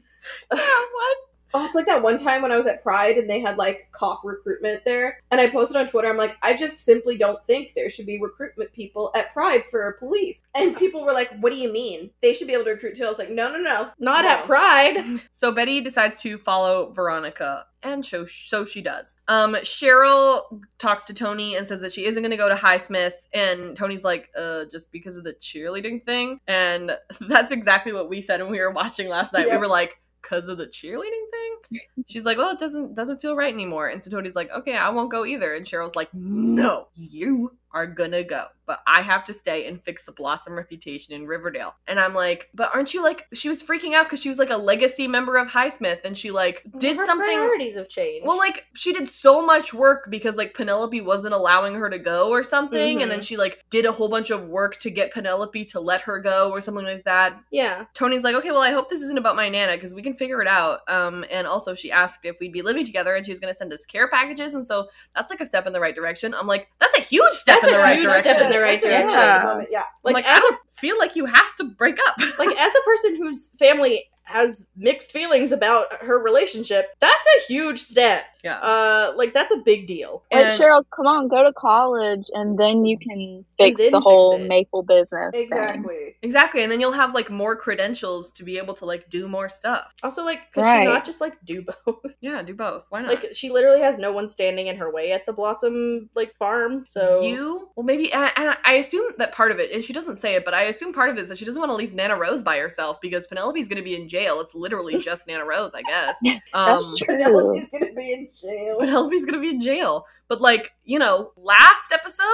[SPEAKER 5] Oh, it's like that one time when I was at Pride and they had like cop recruitment there. And I posted on Twitter, I'm like, I just simply don't think there should be recruitment people at Pride for police. And people were like, What do you mean? They should be able to recruit too. I was like, No, no, no.
[SPEAKER 3] Not
[SPEAKER 5] no.
[SPEAKER 3] at Pride.
[SPEAKER 1] So Betty decides to follow Veronica, and so so she does. Um, Cheryl talks to Tony and says that she isn't going to go to Highsmith, and Tony's like, "Uh, just because of the cheerleading thing." And [laughs] that's exactly what we said when we were watching last night. We
[SPEAKER 5] Yeah.
[SPEAKER 1] were like, "Cause of the cheerleading thing." She's like, "Well, it doesn't doesn't feel right anymore." And so Tony's like, "Okay, I won't go either." And Cheryl's like, "No, you are gonna go, but I have to stay and fix the Blossom reputation in Riverdale." And I'm like, "But aren't you like?" She was freaking out because she was like a legacy member of Highsmith, and she like did
[SPEAKER 3] Her
[SPEAKER 1] something.
[SPEAKER 3] Priorities have changed.
[SPEAKER 1] Well, like she did so much work because like Penelope wasn't allowing her to go or something, and then
[SPEAKER 3] Mm-hmm.
[SPEAKER 1] she like did a whole bunch of work to get Penelope to let her go or something like that.
[SPEAKER 3] yeah.
[SPEAKER 1] Tony's like, okay, well, I hope this isn't about my nana because we can figure it out. Um, and also she asked if we'd be living together, and she was gonna send us care packages, and so that's like a step in the right direction. I'm like, that's a huge step in
[SPEAKER 3] That's a
[SPEAKER 1] the right
[SPEAKER 3] huge
[SPEAKER 1] direction.
[SPEAKER 3] step in the right
[SPEAKER 5] That's a huge
[SPEAKER 3] direction.
[SPEAKER 5] step in the moment, Yeah.
[SPEAKER 1] I'm
[SPEAKER 3] Like,
[SPEAKER 1] like, I
[SPEAKER 3] as a
[SPEAKER 1] don't feel like you have to break up. [laughs]
[SPEAKER 3] like as a person whose family has mixed feelings about her relationship, that's a huge step.
[SPEAKER 1] Yeah.
[SPEAKER 3] Uh, like that's a big deal.
[SPEAKER 2] Like,
[SPEAKER 1] And-
[SPEAKER 2] Cheryl, come on, go to college, and then you can fix
[SPEAKER 3] then
[SPEAKER 2] the
[SPEAKER 3] fix
[SPEAKER 2] whole
[SPEAKER 3] it.
[SPEAKER 2] maple business. thing.
[SPEAKER 5] [laughs] Exactly.
[SPEAKER 1] exactly, and then you'll have like more credentials to be able to like do more stuff.
[SPEAKER 3] Also, like, could
[SPEAKER 2] Right.
[SPEAKER 3] she not just like do both?
[SPEAKER 1] Yeah, do both. Why not?
[SPEAKER 3] like, she literally has no one standing in her way at the Blossom like farm. So
[SPEAKER 1] you well maybe and I, and I assume that part of it and she doesn't say it but i assume part of it is that she doesn't want to leave nana rose by herself because penelope's going to be in jail it's
[SPEAKER 3] [laughs]
[SPEAKER 1] literally just nana rose i guess um,
[SPEAKER 2] That's true.
[SPEAKER 5] Penelope's gonna be in
[SPEAKER 1] [laughs]
[SPEAKER 5] jail.
[SPEAKER 1] Penelope's gonna be in jail. But like, you know, last episode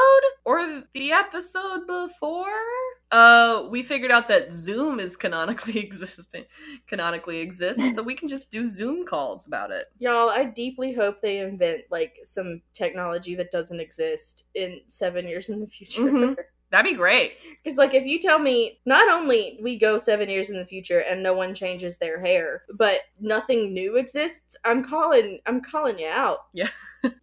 [SPEAKER 1] or the episode before, uh, we figured out that Zoom is canonically [laughs] existent, canonically exists, so we can just do Zoom calls about it.
[SPEAKER 3] y'all, I deeply hope they invent like some technology that doesn't exist in seven years in the future.
[SPEAKER 1] Mhm. That'd be great.
[SPEAKER 3] Because, like, if you tell me not only we go seven years in the future and no one changes their hair, but nothing new exists, I'm calling, I'm calling you out.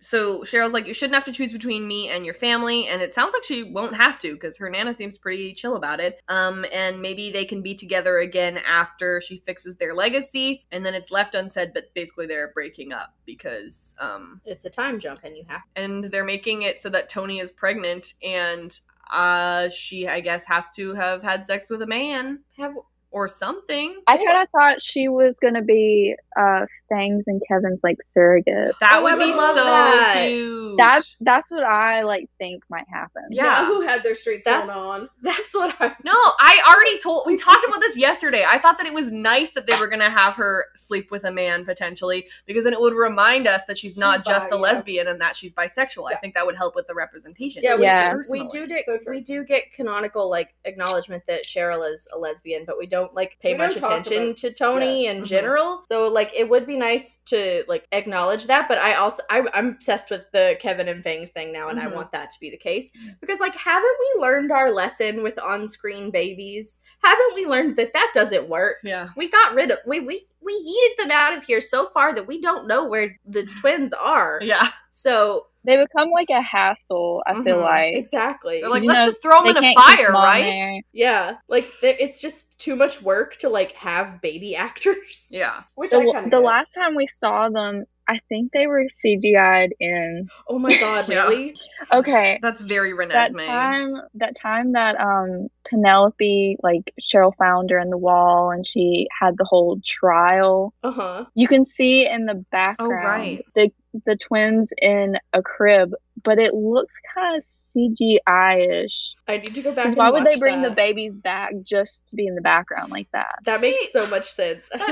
[SPEAKER 1] So Cheryl's like, you shouldn't have to choose between me and your family, and it sounds like she won't have to because her nana seems pretty chill about it. Um, and maybe they can be together again after she fixes their legacy, and then it's left unsaid, but basically they're breaking up because um,
[SPEAKER 3] It's a time jump, and you have.
[SPEAKER 1] and they're making it so that Tony is pregnant, and uh, she I guess has to have had sex with a man
[SPEAKER 3] Have
[SPEAKER 1] or something.
[SPEAKER 2] I kind of thought she was gonna be uh, Fangs and Kevin's like surrogate.
[SPEAKER 1] That
[SPEAKER 3] Oh,
[SPEAKER 1] would
[SPEAKER 3] I
[SPEAKER 1] be
[SPEAKER 3] would love
[SPEAKER 1] so
[SPEAKER 3] that.
[SPEAKER 1] cute.
[SPEAKER 2] That's that's what I like think might happen.
[SPEAKER 1] Yeah.
[SPEAKER 5] Now who had their streets
[SPEAKER 3] That's-
[SPEAKER 5] sewn on?
[SPEAKER 3] [laughs] that's what I
[SPEAKER 1] No, I already told. We talked about this yesterday. I thought that it was nice that they were gonna have her sleep with a man potentially, because then it would remind us that she's not
[SPEAKER 5] bi,
[SPEAKER 1] just a
[SPEAKER 5] yeah.
[SPEAKER 1] lesbian and that she's bisexual. I think that would help with the representation.
[SPEAKER 5] Yeah,
[SPEAKER 2] we- Yeah.
[SPEAKER 3] we
[SPEAKER 1] Personally.
[SPEAKER 3] [laughs] do get
[SPEAKER 5] So true.
[SPEAKER 3] we do get canonical like acknowledgement that Cheryl is a lesbian, but we don't don't like pay
[SPEAKER 5] We
[SPEAKER 3] much
[SPEAKER 5] don't talk
[SPEAKER 3] attention
[SPEAKER 5] about- mm-hmm.
[SPEAKER 3] to Tony in
[SPEAKER 1] Mhm.
[SPEAKER 3] general. So like it would be nice to like acknowledge that, but I also I, I'm obsessed with the Kevin and Fangs thing now, and
[SPEAKER 1] Mhm.
[SPEAKER 3] I
[SPEAKER 5] Mm-hmm.
[SPEAKER 3] want that to be the case because like haven't we learned our lesson with on-screen babies? Haven't we learned that that doesn't work?
[SPEAKER 1] Yeah.
[SPEAKER 3] We got rid of we we we yeeted them out of here so far that we don't know where the twins are.
[SPEAKER 1] Yeah.
[SPEAKER 3] So
[SPEAKER 2] They become like a hassle. I feel
[SPEAKER 1] Mhm.
[SPEAKER 2] like
[SPEAKER 3] exactly,
[SPEAKER 1] They're like,
[SPEAKER 2] You
[SPEAKER 1] let's
[SPEAKER 2] know,
[SPEAKER 1] just throw
[SPEAKER 2] they
[SPEAKER 1] them in a
[SPEAKER 2] can't keep
[SPEAKER 1] fire,
[SPEAKER 2] them on
[SPEAKER 1] right?
[SPEAKER 2] there.
[SPEAKER 3] yeah, like there, it's just too much work to like have baby [laughs] actors.
[SPEAKER 1] Yeah.
[SPEAKER 5] Which I
[SPEAKER 2] The,
[SPEAKER 5] kind
[SPEAKER 2] the
[SPEAKER 5] of
[SPEAKER 2] last time we saw them, I think they were CGI'd in.
[SPEAKER 3] Oh my
[SPEAKER 2] [laughs]
[SPEAKER 3] god,
[SPEAKER 1] Yeah.
[SPEAKER 3] really?
[SPEAKER 2] Okay,
[SPEAKER 1] That's very Renesmee.
[SPEAKER 2] that time that time that um Penelope like Cheryl found her in the wall and she had the whole trial.
[SPEAKER 3] Uh huh.
[SPEAKER 2] You can see in the background
[SPEAKER 1] Oh, right.
[SPEAKER 2] the the twins in a crib, but it looks kind of CGI ish.
[SPEAKER 3] I need to go back.
[SPEAKER 2] Because
[SPEAKER 3] And
[SPEAKER 2] why would they
[SPEAKER 3] watch
[SPEAKER 2] bring
[SPEAKER 3] that.
[SPEAKER 2] the babies back just to be in the background like that?
[SPEAKER 3] That makes so much sense. [laughs]
[SPEAKER 1] that,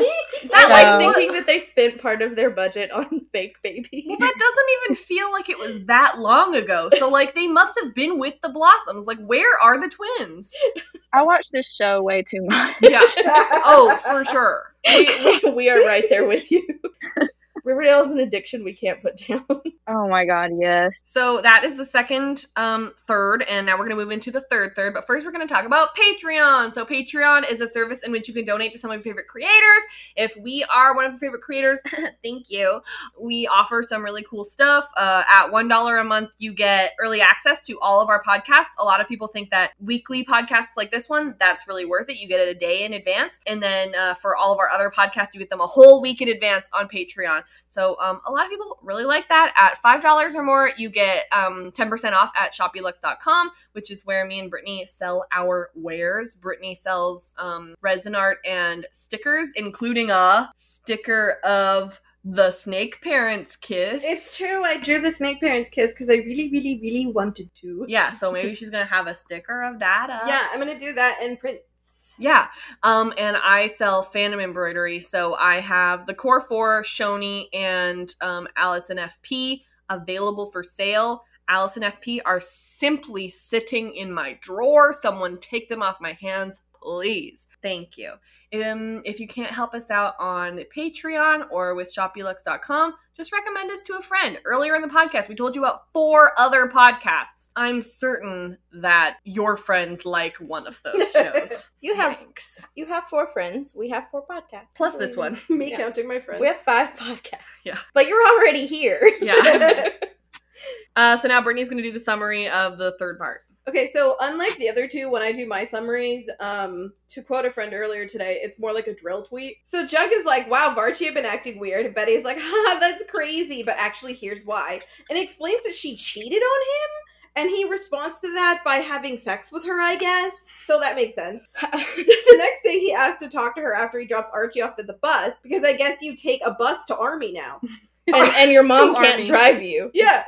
[SPEAKER 2] like,
[SPEAKER 3] I like
[SPEAKER 2] what-
[SPEAKER 3] thinking that they spent part of their budget on [laughs] fake babies.
[SPEAKER 1] Well, that
[SPEAKER 3] [laughs]
[SPEAKER 1] doesn't even feel like it was that long ago. So, like, they must have been with the Blossoms. Like, where are the twins?
[SPEAKER 2] I watch this show way too much. [laughs]
[SPEAKER 1] Yeah. Oh, for sure.
[SPEAKER 3] we, we, we are right there with you. Riverdale is an addiction we can't put down.
[SPEAKER 2] Oh my god, yes.
[SPEAKER 1] So that is the second, um, third, and now we're gonna move into the third third. But first, we're gonna talk about Patreon. So Patreon is a service in which you can donate to some of your favorite creators. If we are one of your favorite creators, [laughs] thank you. We offer some really cool stuff. Uh, at one dollar a month, you get early access to all of our podcasts. A lot of people think that weekly podcasts like this one, that's really worth it. You get it a day in advance, and then uh, for all of our other podcasts, you get them a whole week in advance on Patreon. So um, a lot of people really like that. At five dollars or more, you get um, ten percent off at shopulux.com, which is where me and Brittany sell our wares. Brittany sells um, resin art and stickers, including a sticker of the snake parents kiss.
[SPEAKER 5] It's true. I drew the snake parents kiss because I really, really, really wanted to.
[SPEAKER 1] yeah, so maybe she's gonna have a sticker of that. Up.
[SPEAKER 5] Yeah, I'm gonna do that and print.
[SPEAKER 1] Yeah. Um, and I sell Phantom embroidery. So I have the Core 4, Shoni, and um, Allison FP available for sale. Allison FP are simply sitting in my drawer. Someone take them off my hands, please. Thank you. Um, if you can't help us out on Patreon or with shopulux.com, just recommend us to a friend. Earlier in the podcast, we told you about four other podcasts. I'm certain that your friends like one of those shows.
[SPEAKER 3] [laughs] You have- [laughs]
[SPEAKER 1] Yikes.
[SPEAKER 3] You have four friends. We have four podcasts.
[SPEAKER 1] plus this one.
[SPEAKER 5] [laughs] Me
[SPEAKER 3] Yeah.
[SPEAKER 5] counting my friends.
[SPEAKER 3] We have five podcasts.
[SPEAKER 1] Yeah.
[SPEAKER 3] But you're already here.
[SPEAKER 5] [laughs]
[SPEAKER 3] [laughs]
[SPEAKER 1] Yeah. Uh, so now Brittany's going to do the summary of the third part. [laughs]
[SPEAKER 5] Okay, so unlike the other two, when I do my summaries, um, to quote a friend earlier today, it's more like a drill tweet. So Jug is like, "Wow, Varchi had been acting weird," and Betty's like, [laughs] "Ha, that's crazy," but actually, here's why, and explains that she cheated on him, and he responds to that by having sex with her, I guess. So that makes sense. [laughs] the next day, he asks to talk to her after he drops Archie off at the bus because I guess you take a bus to Army now.
[SPEAKER 3] and, and your mom
[SPEAKER 1] To
[SPEAKER 3] can't
[SPEAKER 1] Army.
[SPEAKER 3] drive you.
[SPEAKER 5] Yeah.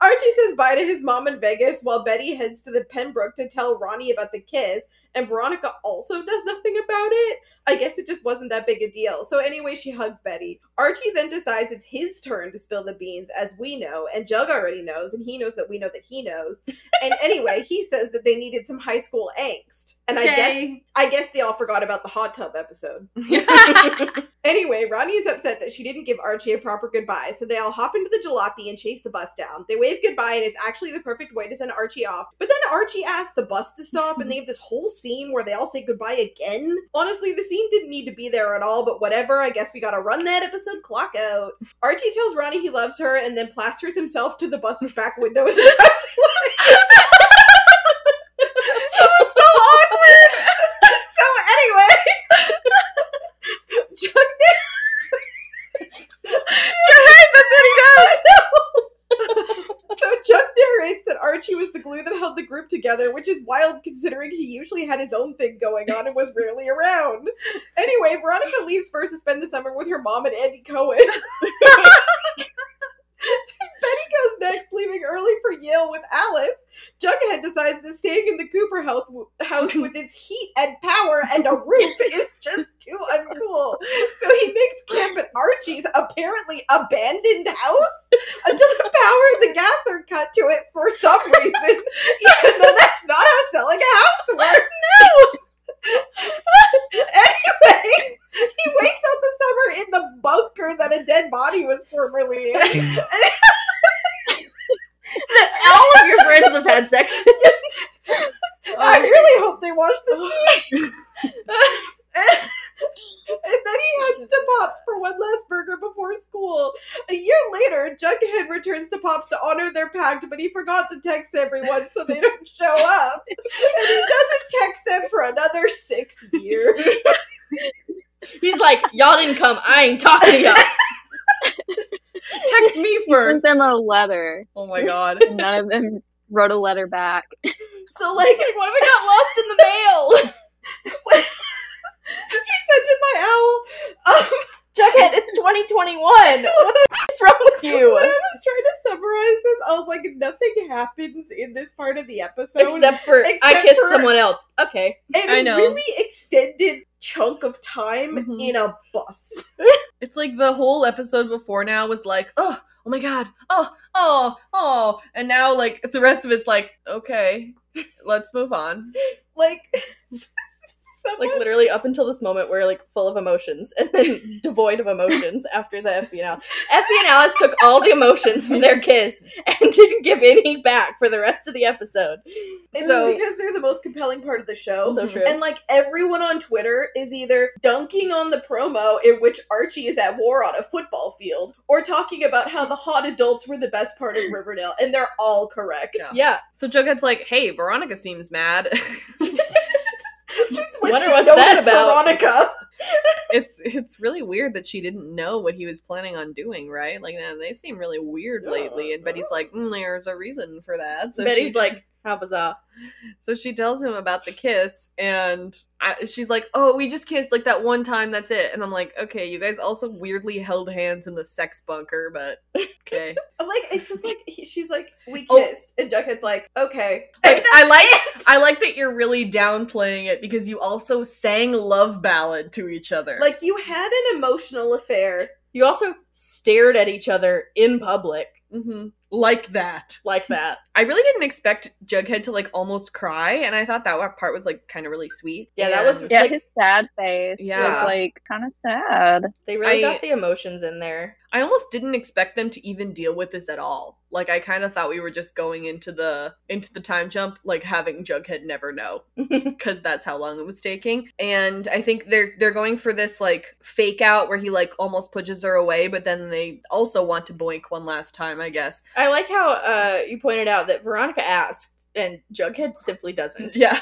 [SPEAKER 5] Archie says bye to his mom in Vegas while Betty heads to the Pembroke to tell Ronnie about the kiss, and Veronica also does nothing about it. I guess it just wasn't that big a deal. So, anyway, she hugs Betty. Archie then decides it's his turn to spill the beans, as we know, and Jug already knows, and he knows that we know that he knows. And anyway, he says that they needed some high school angst. And I guess I guess they all forgot about the hot tub episode. [laughs] Anyway, Ronnie is upset that she didn't give Archie a proper goodbye, so they all hop into the jalopy and chase the bus down. They wave goodbye, and it's actually the perfect way to send Archie off. But then Archie asks the bus to stop, and they have this whole scene where they all say goodbye again. Honestly, the scene didn't need to be there at all, but whatever. I guess we gotta run that episode clock out. Archie tells Ronnie he loves her, and then plasters himself to the bus's back window. [laughs] as he drives away. [laughs] so, so awkward. [laughs] so anyway. [laughs] Chuck [laughs] You're right, that's what he does. [laughs] so Chuck narrates that Archie was the glue that held the group together, which is wild considering he usually had his own thing going on and was rarely around. Anyway, Veronica leaves first to spend the summer with her mom and Andy Cohen. [laughs] Betty goes next, leaving early for Yale with Alice. Jughead decides that staying in the Cooper house, house with its heat and power and a roof is just too uncool. So he makes camp at Archie's apparently abandoned house until the power and the gas are cut to it for some reason, even though that's not how selling a house works. No!
[SPEAKER 3] [laughs]
[SPEAKER 9] section.
[SPEAKER 5] I really hope they wash the sheet. [laughs] and then he heads to Pops for one last burger before school. A year later, Jughead returns to Pops to honor their pact, but he forgot to text everyone so they don't show up. And he doesn't text them for another six years.
[SPEAKER 3] He's like, y'all didn't come. I ain't talking to y'all.
[SPEAKER 1] Text me
[SPEAKER 2] Sends
[SPEAKER 1] first.
[SPEAKER 2] them a letter.
[SPEAKER 1] Oh my god.
[SPEAKER 5] [laughs]
[SPEAKER 2] None of them wrote a letter back.
[SPEAKER 5] [laughs]
[SPEAKER 3] So like, what if we got lost in the mail?
[SPEAKER 5] he said to my owl, um,
[SPEAKER 3] Jughead, it's 2021.
[SPEAKER 5] [laughs]
[SPEAKER 3] What the f- is wrong with
[SPEAKER 5] when
[SPEAKER 3] you?
[SPEAKER 5] I was trying to summarize this, I was like, nothing happens in this part of the episode.
[SPEAKER 3] Except for I
[SPEAKER 5] Except
[SPEAKER 3] kissed
[SPEAKER 5] for-
[SPEAKER 3] someone else. Okay.
[SPEAKER 5] and
[SPEAKER 1] I know.
[SPEAKER 5] a really extended chunk of time
[SPEAKER 3] Mm-hmm.
[SPEAKER 1] Mhm.
[SPEAKER 5] in a bus.
[SPEAKER 1] It's like the whole episode before now was like, oh, oh my god, oh, oh, oh, and now like the rest of it's like, okay, [laughs] let's move on.
[SPEAKER 3] Like, like literally up until this moment, we're like full of emotions and then [laughs] devoid of emotions after the Effie and Alice. Effie and Alice took all the emotions from their kiss and didn't give any back for the rest of the episode.
[SPEAKER 5] It's
[SPEAKER 1] So-
[SPEAKER 5] because they're the most compelling part of the show.
[SPEAKER 3] So true.
[SPEAKER 5] and like everyone on Twitter is either dunking on the promo in which Archie is at war on a football field or talking about how the hot adults were the best part of Riverdale and they're all correct.
[SPEAKER 1] Yeah.
[SPEAKER 3] yeah.
[SPEAKER 1] So Jughead's like, hey, Veronica seems mad. [laughs]
[SPEAKER 5] That's [laughs] what
[SPEAKER 3] [laughs]
[SPEAKER 5] [laughs]
[SPEAKER 3] Wonder
[SPEAKER 5] she
[SPEAKER 3] what's
[SPEAKER 5] knows
[SPEAKER 3] that
[SPEAKER 5] as
[SPEAKER 3] about. [laughs]
[SPEAKER 5] Veronica.
[SPEAKER 1] it's it's really weird that she didn't know what he was planning on doing, right? Like, man, they seem really weird lately. And Betty's like, mm, there's a reason for that. So
[SPEAKER 3] Betty's
[SPEAKER 1] she-
[SPEAKER 3] like, how bizarre.
[SPEAKER 1] So she tells him about the kiss, and I, she's like, "Oh, we just kissed like that one time. That's it." And I'm like, "Okay, you guys also weirdly held hands in the sex bunker, but
[SPEAKER 3] [laughs]
[SPEAKER 1] okay."
[SPEAKER 5] I'm like, it's just like he, she's like, we
[SPEAKER 1] Oh.
[SPEAKER 5] kissed, and Jughead's like, okay.
[SPEAKER 1] Like, I like I like that you're really downplaying it because you also sang love ballad to each other.
[SPEAKER 5] Like you had an emotional affair.
[SPEAKER 3] You also stared at each other in public
[SPEAKER 1] hmm like that.
[SPEAKER 3] like that.
[SPEAKER 1] [laughs] I really didn't expect Jughead to like almost cry, and I thought that wa- part was like kind of really sweet.
[SPEAKER 3] Yeah, that was-
[SPEAKER 1] And-
[SPEAKER 2] Yeah,
[SPEAKER 3] Like-
[SPEAKER 2] his sad face.
[SPEAKER 1] Yeah.
[SPEAKER 2] was like kind of sad.
[SPEAKER 3] They really
[SPEAKER 1] I-
[SPEAKER 3] got the emotions in there.
[SPEAKER 1] I almost didn't expect them to even deal with this at all. Like I kind of thought we were just going into the into the time jump, like having Jughead never
[SPEAKER 3] [laughs]
[SPEAKER 1] know because that's how long it was taking. And I think they're they're going for this like fake out where he like almost pushes her away, but then they also want to boink one last time, I guess.
[SPEAKER 3] I like how uh, you pointed out that Veronica asked and Jughead simply
[SPEAKER 1] [laughs]
[SPEAKER 3] doesn't.
[SPEAKER 1] Yeah.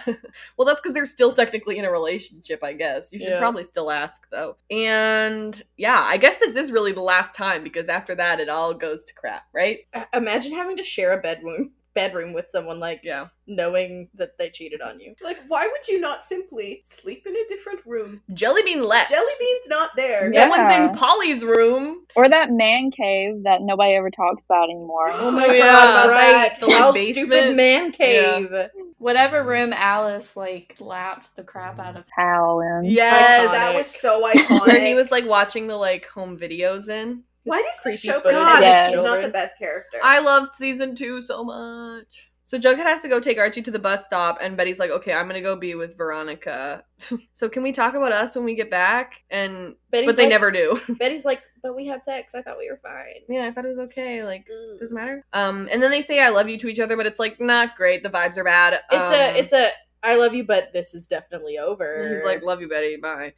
[SPEAKER 1] well, that's because they're still technically in a relationship, I guess. You should
[SPEAKER 3] Yeah.
[SPEAKER 1] probably still ask though. And yeah, I guess this is really the last time because after that it all goes to crap, right?
[SPEAKER 3] I- Imagine having to share a bedroom bedroom with someone like
[SPEAKER 1] Yeah.
[SPEAKER 3] knowing that they cheated on you.
[SPEAKER 5] Like, why would you not simply sleep in a different room?
[SPEAKER 1] Jellybean
[SPEAKER 3] Uh,
[SPEAKER 1] left.
[SPEAKER 5] Jellybean's not there.
[SPEAKER 2] Yeah.
[SPEAKER 1] No one's in Polly's room.
[SPEAKER 2] Or that man cave that nobody ever talks about anymore.
[SPEAKER 3] Oh
[SPEAKER 1] my Yeah, God, right. The, like,
[SPEAKER 3] How
[SPEAKER 1] basement.
[SPEAKER 3] stupid man cave.
[SPEAKER 9] Whatever room Alice like slapped the crap out of.
[SPEAKER 2] Hal and
[SPEAKER 1] Yes.
[SPEAKER 5] That was
[SPEAKER 3] [laughs]
[SPEAKER 5] so iconic.
[SPEAKER 1] where he was like watching the like home videos in.
[SPEAKER 5] Why does the
[SPEAKER 3] creepy
[SPEAKER 5] show
[SPEAKER 3] footage
[SPEAKER 5] pretend that
[SPEAKER 3] of
[SPEAKER 2] Yes.
[SPEAKER 5] she's not
[SPEAKER 3] children.
[SPEAKER 5] the best character?
[SPEAKER 1] I loved season two so much. So Jughead has to go take Archie to the bus stop, and Betty's like, "Okay, I'm gonna go be with Veronica." [laughs] so can we talk about us when we get back? And
[SPEAKER 3] Betty's
[SPEAKER 1] but they
[SPEAKER 3] like-
[SPEAKER 1] never do.
[SPEAKER 3] Betty's like, but we had sex. I thought we were fine.
[SPEAKER 1] yeah, I thought it was okay. Like doesn't matter. Um, and then they say "I love you" to each other, but it's like not great. The vibes are bad.
[SPEAKER 3] It's
[SPEAKER 1] Um,
[SPEAKER 3] a it's a I love you, but this is definitely over.
[SPEAKER 1] He's like, "Love you, Betty. Bye."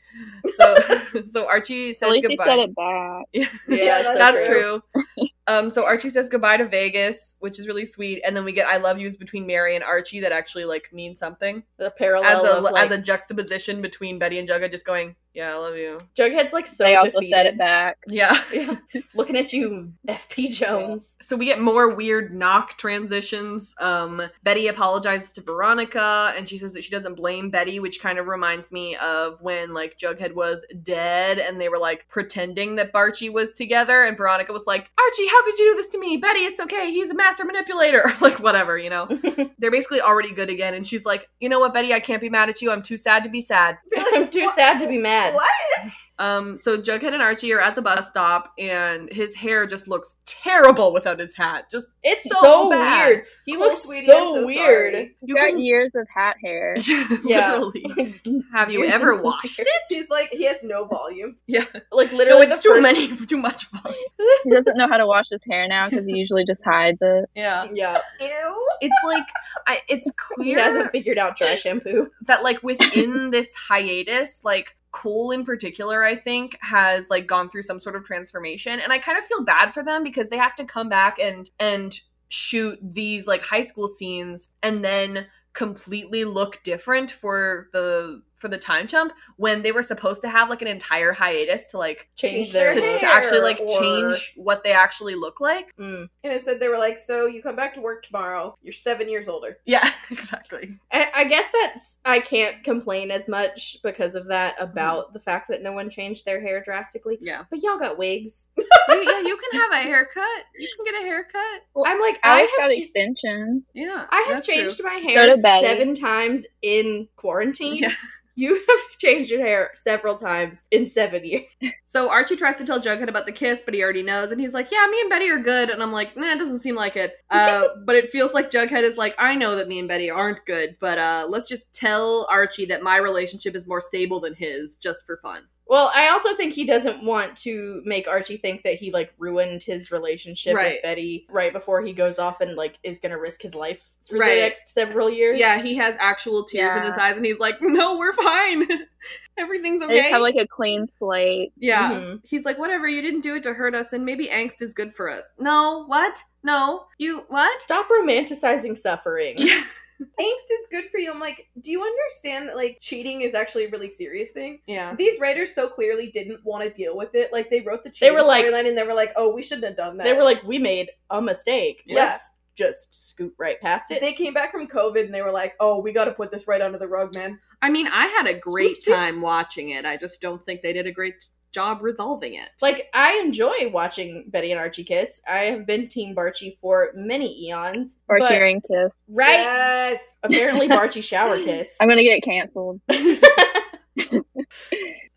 [SPEAKER 1] So so [laughs] Archie
[SPEAKER 2] at
[SPEAKER 1] says
[SPEAKER 2] least
[SPEAKER 1] goodbye.
[SPEAKER 2] he
[SPEAKER 1] [laughs]
[SPEAKER 2] said it back.
[SPEAKER 3] [laughs] yeah,
[SPEAKER 5] Yeah,
[SPEAKER 3] so
[SPEAKER 1] That's
[SPEAKER 3] true.
[SPEAKER 1] true. um, so Archie says goodbye to Vegas, which is really sweet, and then we get "I love yous" between Mary and Archie that actually like mean something
[SPEAKER 3] The parallel
[SPEAKER 1] as a
[SPEAKER 3] of like,
[SPEAKER 1] as a juxtaposition between Betty and Jughead just going, "Yeah, I love you."
[SPEAKER 3] Jughead's like so
[SPEAKER 2] they also
[SPEAKER 3] defeated.
[SPEAKER 2] said it back.
[SPEAKER 1] Yeah.
[SPEAKER 3] Yeah. Looking at you, [laughs]
[SPEAKER 5] [laughs]
[SPEAKER 3] FP Jones.
[SPEAKER 1] So we get more weird knock transitions. Um, Betty apologizes to Veronica, and she says that she doesn't blame Betty, which kind of reminds me of when like Jughead was dead, and they were like pretending that Barchi was together, and Veronica was like, "Archie, how could you do this to me, Betty? It's okay. He's a master manipulator, [laughs] or like whatever, you know." They're basically already good again, and she's like, "You know what, Betty? I can't be mad at you. I'm too sad to be sad."
[SPEAKER 3] I'm too sad to be mad.
[SPEAKER 5] What?
[SPEAKER 1] Um, so Jughead and Archie are at the bus stop, and his hair just looks terrible without his hat. Just
[SPEAKER 5] It's
[SPEAKER 1] so,
[SPEAKER 5] so,
[SPEAKER 1] bad.
[SPEAKER 5] weird. He
[SPEAKER 1] Oh,
[SPEAKER 5] looks
[SPEAKER 1] sweetie,
[SPEAKER 5] so,
[SPEAKER 1] I'm so
[SPEAKER 5] weird.
[SPEAKER 1] sorry. You
[SPEAKER 2] got
[SPEAKER 1] can-
[SPEAKER 2] years of hat
[SPEAKER 1] [laughs]
[SPEAKER 2] hair.
[SPEAKER 5] Yeah.
[SPEAKER 1] Literally. Have you
[SPEAKER 5] Years
[SPEAKER 1] ever
[SPEAKER 5] of
[SPEAKER 1] washed
[SPEAKER 5] hair.
[SPEAKER 1] it?
[SPEAKER 5] [laughs] He's like he has no
[SPEAKER 3] [laughs]
[SPEAKER 5] volume.
[SPEAKER 1] Yeah.
[SPEAKER 5] Like
[SPEAKER 1] No,
[SPEAKER 5] literally,
[SPEAKER 1] it's
[SPEAKER 5] the
[SPEAKER 1] too
[SPEAKER 5] first-
[SPEAKER 1] many, [laughs] too much volume.
[SPEAKER 2] He doesn't know how to wash his hair now because he usually just hides it.
[SPEAKER 1] Yeah,
[SPEAKER 5] [laughs] Yeah. Ew.
[SPEAKER 1] it's like I, it's
[SPEAKER 5] [laughs] He
[SPEAKER 1] clear
[SPEAKER 5] hasn't figured out dry shampoo.
[SPEAKER 1] that like within this hiatus, like Cole in particular, I think has like gone through some sort of transformation, and I kind of feel bad for them because they have to come back and and shoot these like high school scenes and then completely look different for the for the time jump when they were supposed to have like an entire hiatus to like
[SPEAKER 5] Change
[SPEAKER 1] to,
[SPEAKER 5] their hair
[SPEAKER 1] to actually like
[SPEAKER 5] or-
[SPEAKER 1] change what they actually look like
[SPEAKER 5] Mm. And it said they were like, so you come back to work tomorrow. You're seven years older.
[SPEAKER 1] yeah [laughs] exactly
[SPEAKER 3] I, I guess that's I can't complain as much because of that
[SPEAKER 1] Mm-hmm.
[SPEAKER 3] about the fact that no one changed their hair drastically.
[SPEAKER 1] yeah
[SPEAKER 3] But y'all got wigs.
[SPEAKER 1] you, yeah you can have a haircut you can get a haircut
[SPEAKER 3] I'm like I
[SPEAKER 2] Alex
[SPEAKER 3] have
[SPEAKER 2] got
[SPEAKER 3] ch-
[SPEAKER 2] extensions.
[SPEAKER 1] yeah
[SPEAKER 3] I have
[SPEAKER 1] that's true.
[SPEAKER 3] changed my hair
[SPEAKER 2] did Betty.
[SPEAKER 3] seven times in quarantine.
[SPEAKER 1] Yeah.
[SPEAKER 3] [laughs] You have changed your hair several times in seven years.
[SPEAKER 1] So Archie tries to tell Jughead about the kiss, but he already knows, and he's like, "Yeah, me and Betty are good." And I'm like, "Nah, it doesn't seem like
[SPEAKER 3] [laughs]
[SPEAKER 1] it." Uh, but it feels like Jughead is like, "I know that me and Betty aren't good, but uh, let's just tell Archie that my relationship is more stable than his, just for fun."
[SPEAKER 3] Well, I also think he doesn't want to make Archie think that he like ruined his relationship
[SPEAKER 1] Right.
[SPEAKER 3] with Betty right before he goes off and like is gonna risk his life for
[SPEAKER 1] Right.
[SPEAKER 3] the next several years.
[SPEAKER 1] Yeah, he has actual tears in his eyes, and he's like, "No, we're fine. [laughs] Everything's
[SPEAKER 2] They just
[SPEAKER 1] okay."
[SPEAKER 2] have like a clean slate.
[SPEAKER 1] yeah,
[SPEAKER 3] Mhm.
[SPEAKER 1] he's like, "Whatever. You didn't do it to hurt us, and maybe angst is good for us." No, what? No, you what?
[SPEAKER 3] Stop romanticizing suffering.
[SPEAKER 1] Yeah.
[SPEAKER 5] Angst is good for you. I'm like, do you understand that like cheating is actually a really serious thing?
[SPEAKER 1] Yeah.
[SPEAKER 5] These writers so clearly didn't want to deal with it. Like they wrote the
[SPEAKER 3] They
[SPEAKER 5] cheating
[SPEAKER 3] were like-
[SPEAKER 5] storyline and they were like, oh, we shouldn't have done that.
[SPEAKER 3] They were like, we made a mistake.
[SPEAKER 5] Yeah.
[SPEAKER 3] Let's just scoot right past it.
[SPEAKER 5] they came back from COVID and they were like, oh, we got to put this right under the rug, man.
[SPEAKER 1] I mean, I had a great
[SPEAKER 5] Swoopsie.
[SPEAKER 1] time watching it. I just don't think they did a great job resolving it.
[SPEAKER 3] like I enjoy watching Betty and Archie kiss. I have been Team Barchi for many eons.
[SPEAKER 2] Or
[SPEAKER 3] but-
[SPEAKER 2] cheering kiss.
[SPEAKER 3] right?
[SPEAKER 5] Yes. [laughs]
[SPEAKER 3] Apparently, Barchi shower kiss.
[SPEAKER 2] I'm gonna get canceled.
[SPEAKER 3] [laughs]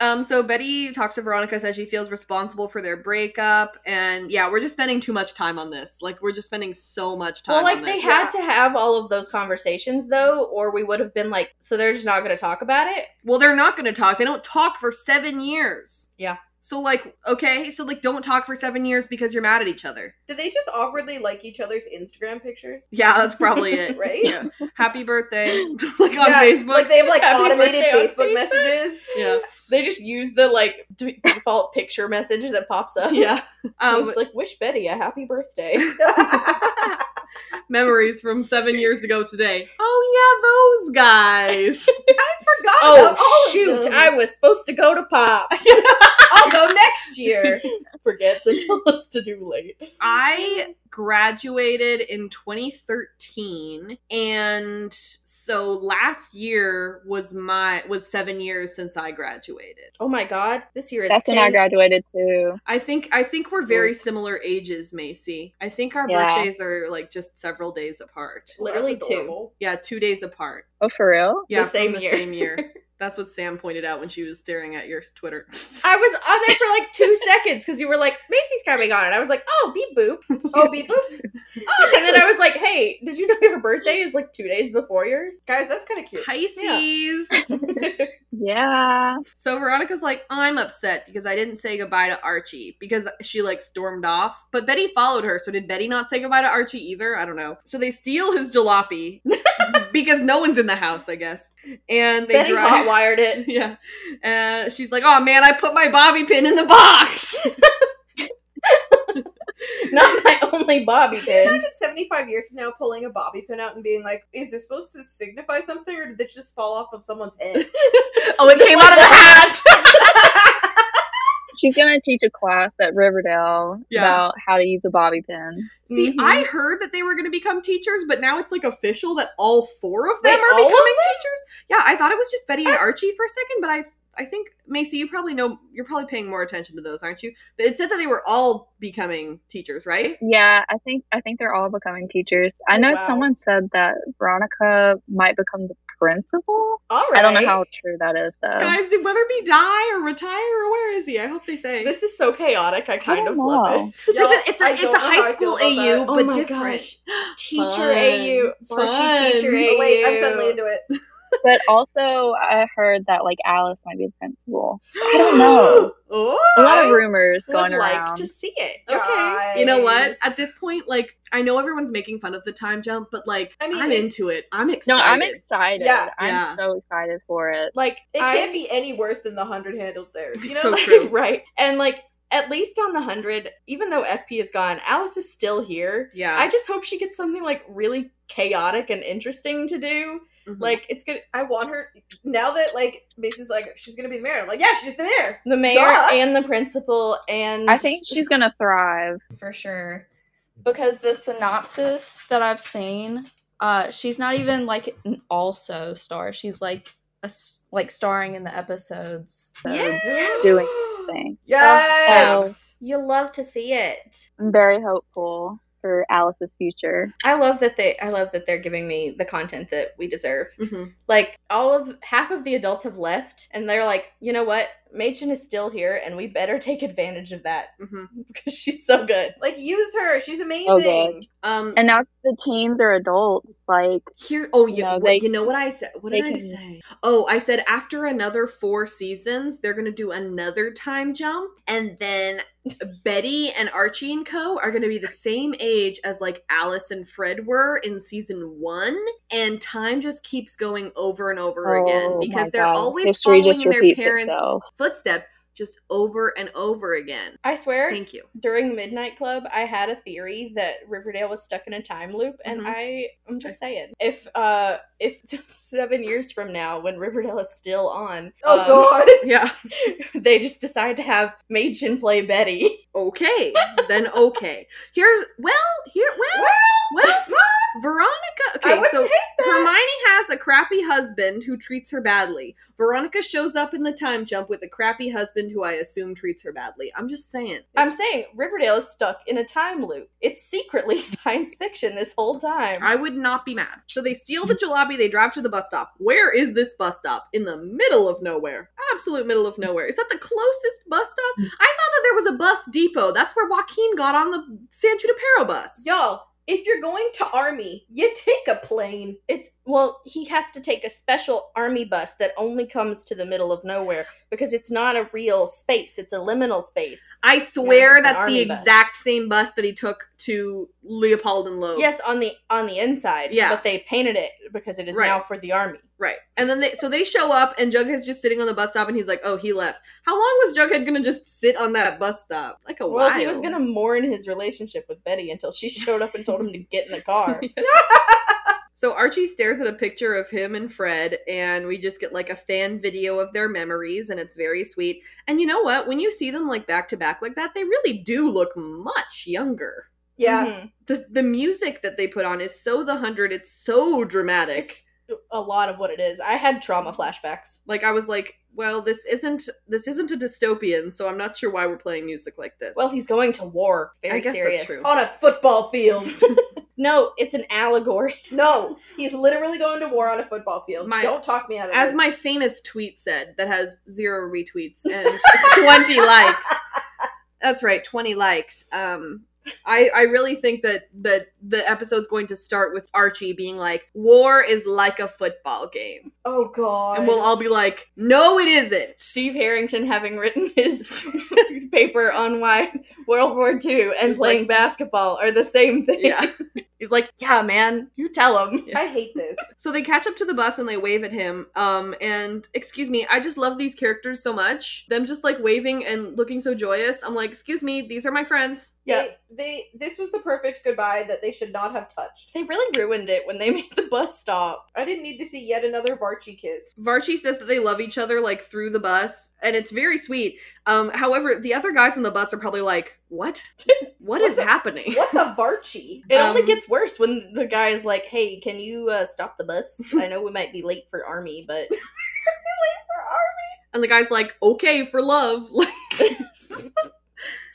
[SPEAKER 1] um, so Betty talks to Veronica, says she feels responsible for their breakup, and yeah, we're just spending too much time on this. Like, we're just spending so much time.
[SPEAKER 3] well, like
[SPEAKER 1] on
[SPEAKER 3] they
[SPEAKER 1] this.
[SPEAKER 3] had to have all of those conversations though, or we would have been like, so they're just not going to talk about it.
[SPEAKER 1] Well, they're not going to talk. They don't talk for seven years.
[SPEAKER 3] Yeah.
[SPEAKER 1] So like, okay, so like, don't talk for seven years because you're mad at each other.
[SPEAKER 5] Did they just awkwardly like each other's Instagram pictures?
[SPEAKER 1] Yeah, that's
[SPEAKER 3] [laughs]
[SPEAKER 1] probably it.
[SPEAKER 5] Right?
[SPEAKER 1] Yeah. Happy birthday, [laughs] like on
[SPEAKER 5] Yeah,
[SPEAKER 1] Facebook.
[SPEAKER 5] Like they have like
[SPEAKER 3] Happy
[SPEAKER 5] automated
[SPEAKER 3] birthday on
[SPEAKER 5] Facebook
[SPEAKER 3] Facebook.
[SPEAKER 5] messages.
[SPEAKER 1] yeah,
[SPEAKER 3] They just use the like d- default picture message that pops up.
[SPEAKER 1] yeah. Um,
[SPEAKER 3] it's like wish Betty a
[SPEAKER 5] [laughs]
[SPEAKER 3] happy birthday. [laughs]
[SPEAKER 1] memories from seven years ago today. Oh yeah, those [laughs] guys.
[SPEAKER 5] Forgot about all
[SPEAKER 3] oh
[SPEAKER 5] of
[SPEAKER 3] shoot!
[SPEAKER 5] them.
[SPEAKER 3] I was supposed to go to pop.
[SPEAKER 5] [laughs] I'll go next year.
[SPEAKER 3] Forgets until [laughs] it's to do late.
[SPEAKER 1] I graduated in 2013 and so last year was my was 7 years since I graduated.
[SPEAKER 3] Oh my god! This year is
[SPEAKER 2] That's when I
[SPEAKER 3] 10.
[SPEAKER 2] graduated too.
[SPEAKER 1] I think I think we're very similar ages, Macy. I think our
[SPEAKER 2] Yeah.
[SPEAKER 1] birthdays are like just several days apart.
[SPEAKER 3] Literally
[SPEAKER 5] That's
[SPEAKER 3] two.
[SPEAKER 5] adorable.
[SPEAKER 1] Yeah, 2 days apart.
[SPEAKER 2] Oh, for real?
[SPEAKER 1] Yeah,
[SPEAKER 3] same
[SPEAKER 1] from the
[SPEAKER 3] year.
[SPEAKER 1] same
[SPEAKER 3] [laughs]
[SPEAKER 1] year. That's what Sam pointed out when she was staring at your Twitter. [laughs]
[SPEAKER 3] I was on there for like two [laughs] seconds because you were like, Macy's coming on. And I was like, oh, beep boop. Oh, beep boop. Oh, [laughs] and then I was like, hey, did you know your birthday is like two days before yours?
[SPEAKER 5] Guys, that's kind of cute.
[SPEAKER 1] Pisces.
[SPEAKER 2] Yeah.
[SPEAKER 1] [laughs] So Veronica's like, I'm upset because I didn't say goodbye to Archie because she like stormed off. But Betty followed her, so did Betty not say goodbye to Archie either? I don't know. So they steal his
[SPEAKER 3] [laughs]
[SPEAKER 1] jalopy because no one's in the house, I guess. And they
[SPEAKER 3] Betty
[SPEAKER 1] drive.
[SPEAKER 3] hotwired it.
[SPEAKER 1] [laughs]
[SPEAKER 3] [laughs]
[SPEAKER 1] yeah. Uh, she's like, oh man, I put my bobby pin in the box.
[SPEAKER 3] Not my only bobby
[SPEAKER 5] Can you
[SPEAKER 3] pin.
[SPEAKER 5] imagine 75 years from now pulling a bobby pin out and being like, is this supposed to signify something or did it just fall off of someone's head?
[SPEAKER 1] oh, it came out of the hat.
[SPEAKER 2] She's gonna teach a class at Riverdale
[SPEAKER 1] Yeah.
[SPEAKER 2] about how to use a bobby pin.
[SPEAKER 1] See,
[SPEAKER 3] Mhm.
[SPEAKER 1] I
[SPEAKER 5] Mm-hmm.
[SPEAKER 1] heard that they were going to become teachers, but now it's like official that all four of them
[SPEAKER 5] Wait,
[SPEAKER 1] are
[SPEAKER 5] all of Ah.
[SPEAKER 1] becoming teachers. Yeah, I thought it was just Betty and Archie for a second, but I I think Macy, you probably know you're probably paying more attention to those, aren't you? It said that they were all becoming teachers, right?
[SPEAKER 2] Yeah, I think I think they're all becoming teachers. I
[SPEAKER 5] Oh,
[SPEAKER 2] know
[SPEAKER 5] wow.
[SPEAKER 2] someone said that Veronica might become the principal.
[SPEAKER 5] [laughs] All right.
[SPEAKER 2] I don't know how true that is though.
[SPEAKER 1] Guys, did Weatherby die or retire or where is he? I hope they say.
[SPEAKER 5] This is so chaotic. I
[SPEAKER 2] I
[SPEAKER 5] kind of
[SPEAKER 2] don't
[SPEAKER 5] love
[SPEAKER 2] know.
[SPEAKER 5] it.
[SPEAKER 1] This is- it's a,
[SPEAKER 5] I
[SPEAKER 1] it's
[SPEAKER 5] don't
[SPEAKER 1] a
[SPEAKER 5] know how I
[SPEAKER 1] high school
[SPEAKER 5] feel about that.
[SPEAKER 1] AU,
[SPEAKER 3] Oh
[SPEAKER 1] but
[SPEAKER 3] my
[SPEAKER 1] different.
[SPEAKER 3] gosh. Teacher
[SPEAKER 1] Fun.
[SPEAKER 3] AU.
[SPEAKER 1] Fun.
[SPEAKER 3] Barchi teacher AU.
[SPEAKER 5] Oh, wait, I'm suddenly into it.
[SPEAKER 2] [laughs] But also, I heard that like Alice might be the principal. I don't
[SPEAKER 5] [gasps]
[SPEAKER 2] know.
[SPEAKER 1] Oh,
[SPEAKER 2] A lot of rumors
[SPEAKER 3] would
[SPEAKER 2] going
[SPEAKER 3] like
[SPEAKER 2] around.
[SPEAKER 3] to see it.
[SPEAKER 1] okay. You know what?
[SPEAKER 5] Guys.
[SPEAKER 1] At this point, like I know everyone's making fun of the time jump, but like I
[SPEAKER 5] I mean,
[SPEAKER 1] am
[SPEAKER 5] it-
[SPEAKER 1] into it. I'm
[SPEAKER 2] No,
[SPEAKER 1] excited.
[SPEAKER 2] I'm excited.
[SPEAKER 5] Yeah,
[SPEAKER 2] I'm
[SPEAKER 1] yeah.
[SPEAKER 2] so excited for it.
[SPEAKER 3] Like
[SPEAKER 5] It
[SPEAKER 3] I-
[SPEAKER 5] can't be any worse than the hundred handled there.
[SPEAKER 1] It's
[SPEAKER 3] you know, [laughs]
[SPEAKER 1] so
[SPEAKER 3] like,
[SPEAKER 1] true.
[SPEAKER 3] right? And like at least on the hundred, even though FP is gone, Alice is still here.
[SPEAKER 1] Yeah.
[SPEAKER 3] I just hope she gets something like really chaotic and interesting to do.
[SPEAKER 1] Mhm.
[SPEAKER 3] Like it's gonna
[SPEAKER 5] I want her now that like Macy's like she's gonna be the mayor. I'm like, yeah, she's the mayor.
[SPEAKER 3] the mayor
[SPEAKER 5] Duh.
[SPEAKER 3] and the principal and
[SPEAKER 2] I think she's gonna thrive.
[SPEAKER 10] for sure because the synopsis that i've seen uh she's not even like an also star she's like a s- like starring in the episodes
[SPEAKER 2] So
[SPEAKER 1] Yes!
[SPEAKER 2] doing thing.
[SPEAKER 5] Yes.
[SPEAKER 3] you love to see it.
[SPEAKER 2] I'm very hopeful for Alice's future.
[SPEAKER 3] I love that they I love that they're giving me the content that we deserve.
[SPEAKER 1] Mhm.
[SPEAKER 3] Like all of half of the adults have left and they're like, you know what? Machen is still here and we better [laughs] take advantage of that
[SPEAKER 1] Mhm.
[SPEAKER 3] because she's so good.
[SPEAKER 5] Like use her. She's amazing.
[SPEAKER 2] Oh, good.
[SPEAKER 1] Um,
[SPEAKER 2] And now the teens are adults. Like
[SPEAKER 1] here, oh, you,
[SPEAKER 2] No,
[SPEAKER 1] what-
[SPEAKER 2] they-
[SPEAKER 1] you know what I said? What
[SPEAKER 2] they
[SPEAKER 1] did I
[SPEAKER 2] can-
[SPEAKER 1] say? Oh, I said after another four seasons, they're gonna do another time jump, and then Betty and Archie and Co are gonna be the same age as like Alice and Fred were in season one, and time just keeps going over and over again
[SPEAKER 2] oh
[SPEAKER 1] because
[SPEAKER 2] my
[SPEAKER 1] they're
[SPEAKER 2] God,
[SPEAKER 1] always
[SPEAKER 2] history
[SPEAKER 1] following
[SPEAKER 2] just
[SPEAKER 1] their
[SPEAKER 2] repeats
[SPEAKER 1] parents'
[SPEAKER 2] itself.
[SPEAKER 1] footsteps just over and over again.
[SPEAKER 3] I swear
[SPEAKER 1] Thank you.
[SPEAKER 3] during Midnight Club, I had a theory that Riverdale was stuck in a time loop, and
[SPEAKER 1] Mhm.
[SPEAKER 3] I I'm just saying, if uh, if [laughs] seven years from now, when Riverdale is still on,
[SPEAKER 5] Oh
[SPEAKER 3] um,
[SPEAKER 5] god.
[SPEAKER 1] [laughs] Yeah.
[SPEAKER 3] [laughs] they just decide to have Machen play Betty. [laughs]
[SPEAKER 1] okay then okay here's well here well
[SPEAKER 5] [laughs]
[SPEAKER 1] well veronica
[SPEAKER 5] I
[SPEAKER 1] okay
[SPEAKER 5] wouldn't
[SPEAKER 1] so
[SPEAKER 5] hate that.
[SPEAKER 1] hermione has a crappy husband who treats her badly veronica shows up in the time jump with a crappy husband who i assume treats her badly i'm just saying
[SPEAKER 3] I'm saying Riverdale is stuck in a time loop. It's secretly [laughs] science fiction this whole time.
[SPEAKER 1] i would not be mad so they steal
[SPEAKER 5] Mm.
[SPEAKER 1] the jalopy they drive to the bus stop where is this bus stop in the middle of nowhere absolute middle of nowhere is that the closest bus stop
[SPEAKER 5] Mm.
[SPEAKER 1] i thought that there was a bus depot that's where joaquin got on the san junipero bus
[SPEAKER 5] Y'all, if you're going to army, you take a plane.
[SPEAKER 3] It's well, he has to take a special army bus that only comes to the middle of nowhere because it's not a real space; it's a liminal space.
[SPEAKER 1] I swear
[SPEAKER 3] it's an
[SPEAKER 1] that's the
[SPEAKER 3] army bus.
[SPEAKER 1] exact same bus that he took to Leopold and
[SPEAKER 5] Oh.
[SPEAKER 1] Loeb.
[SPEAKER 3] Yes, on the on the inside.
[SPEAKER 1] Yeah.
[SPEAKER 3] But they painted it because it is
[SPEAKER 1] Right.
[SPEAKER 3] now for the army.
[SPEAKER 1] right. And then they so they show up and Jughead's just sitting on the bus stop and he's like, "Oh, he left." How long was Jughead gonna just sit on that bus stop? Like
[SPEAKER 5] Oh,
[SPEAKER 1] a
[SPEAKER 3] Well,
[SPEAKER 1] while.
[SPEAKER 3] he was gonna mourn his relationship with Betty until she showed up and told him to get in
[SPEAKER 5] [laughs]
[SPEAKER 3] the car.
[SPEAKER 1] So Archie stares at a picture of him and Fred, and we just get like a fan video of their memories, and it's very sweet. And you know what? When you see them like back to back like that, they really do look much younger.
[SPEAKER 5] Yeah.
[SPEAKER 3] Mhm.
[SPEAKER 1] The the music that they put on is so the hundred. It's so dramatic.
[SPEAKER 3] It's a lot of what it is. I had trauma flashbacks.
[SPEAKER 1] like i was like well this isn't this isn't a dystopian so i'm not sure why we're playing music like this
[SPEAKER 3] Well, he's going to war. It's very
[SPEAKER 1] I guess that's
[SPEAKER 3] serious.
[SPEAKER 1] true.
[SPEAKER 5] On a football field.
[SPEAKER 3] No, it's an allegory.
[SPEAKER 5] no. He's literally going to war on a football field.
[SPEAKER 1] My-
[SPEAKER 5] Don't talk me out of
[SPEAKER 1] as
[SPEAKER 5] this.
[SPEAKER 1] my famous tweet said that has zero retweets and [laughs] 20 likes that's right 20 likes um I, I really think that that the episode's going to start with Archie being like, "War is like a football game,"
[SPEAKER 5] Oh god.
[SPEAKER 1] and we'll all be like, "No, it isn't."
[SPEAKER 3] Steve Harrington having written his [laughs] paper on why World War II and
[SPEAKER 1] He's
[SPEAKER 3] playing basketball are the same thing.
[SPEAKER 1] Yeah.
[SPEAKER 3] [laughs] He's like, yeah, man, you tell him.
[SPEAKER 5] I hate this.
[SPEAKER 1] So they catch up to the bus and they wave at him. Um, and excuse me, I just love these characters so much. Them just like waving and looking so joyous. I'm like, excuse me, these are my friends.
[SPEAKER 3] Yeah.
[SPEAKER 5] They, they this was the perfect goodbye that they should not have touched.
[SPEAKER 3] They really ruined it when they [laughs] made the bus stop.
[SPEAKER 5] I didn't need to see yet another Varchi kiss.
[SPEAKER 1] Varchi says that they love each other like through the bus, and it's very sweet. Um, however, the other guys on the bus are probably like, what? [laughs] What is happening?
[SPEAKER 5] What's a Varchi?
[SPEAKER 3] It only
[SPEAKER 1] Um,
[SPEAKER 3] gets worse when the guy is like, "Hey, can you uh, stop the bus? I know we might be late for army,
[SPEAKER 1] [laughs]
[SPEAKER 3] but
[SPEAKER 1] And the guy's like, okay, for love. Like, [laughs]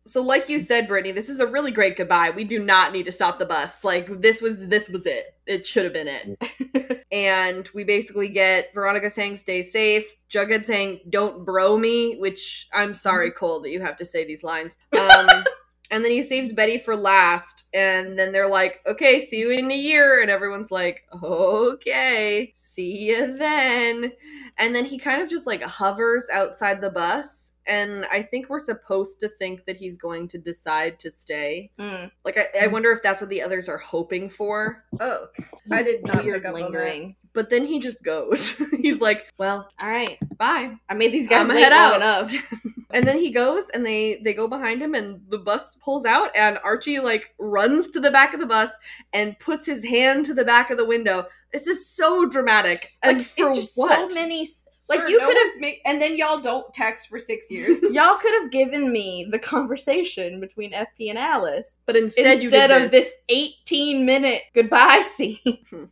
[SPEAKER 1] So, like you said, Brittany, this is a really great goodbye. We do not need to stop the bus. Like this was this was it. It should have been it. [laughs] and we basically get Veronica saying, "Stay safe." Jughead saying, "Don't bro me," which I'm sorry, Cole, that you have to say these lines. Um, and then he saves Betty for last. And then they're like, "Okay, see you in a year." And everyone's like, "Okay, see you then." And then he kind of just like hovers outside the bus and I think we're supposed to think that he's going to decide to stay.
[SPEAKER 3] Mm.
[SPEAKER 1] Like, I, I wonder if that's what the others are hoping for.
[SPEAKER 11] Oh, I did not
[SPEAKER 3] Weird
[SPEAKER 11] pick up on that.
[SPEAKER 3] lingering.
[SPEAKER 1] But then he just goes. [laughs] he's like, "Well,
[SPEAKER 3] All right,
[SPEAKER 1] bye."
[SPEAKER 3] I made these guys
[SPEAKER 1] I'ma
[SPEAKER 3] wait
[SPEAKER 1] head
[SPEAKER 3] long
[SPEAKER 1] out.
[SPEAKER 3] enough.
[SPEAKER 1] And then he goes, and they they go behind him, and the bus pulls out, and Archie like runs to the back of the bus and puts his hand to the back of the window. This is so dramatic. And
[SPEAKER 3] Like,
[SPEAKER 1] for
[SPEAKER 3] it's just
[SPEAKER 1] what?
[SPEAKER 3] so many. s-
[SPEAKER 5] Like
[SPEAKER 3] Sir,
[SPEAKER 5] you
[SPEAKER 3] no
[SPEAKER 5] could have made, and then y'all don't text for six [laughs] years.
[SPEAKER 3] Y'all could have given me the conversation between FP and Alice
[SPEAKER 1] [laughs] but instead,
[SPEAKER 3] instead,
[SPEAKER 1] you did
[SPEAKER 3] of this 18 minute goodbye [laughs] scene.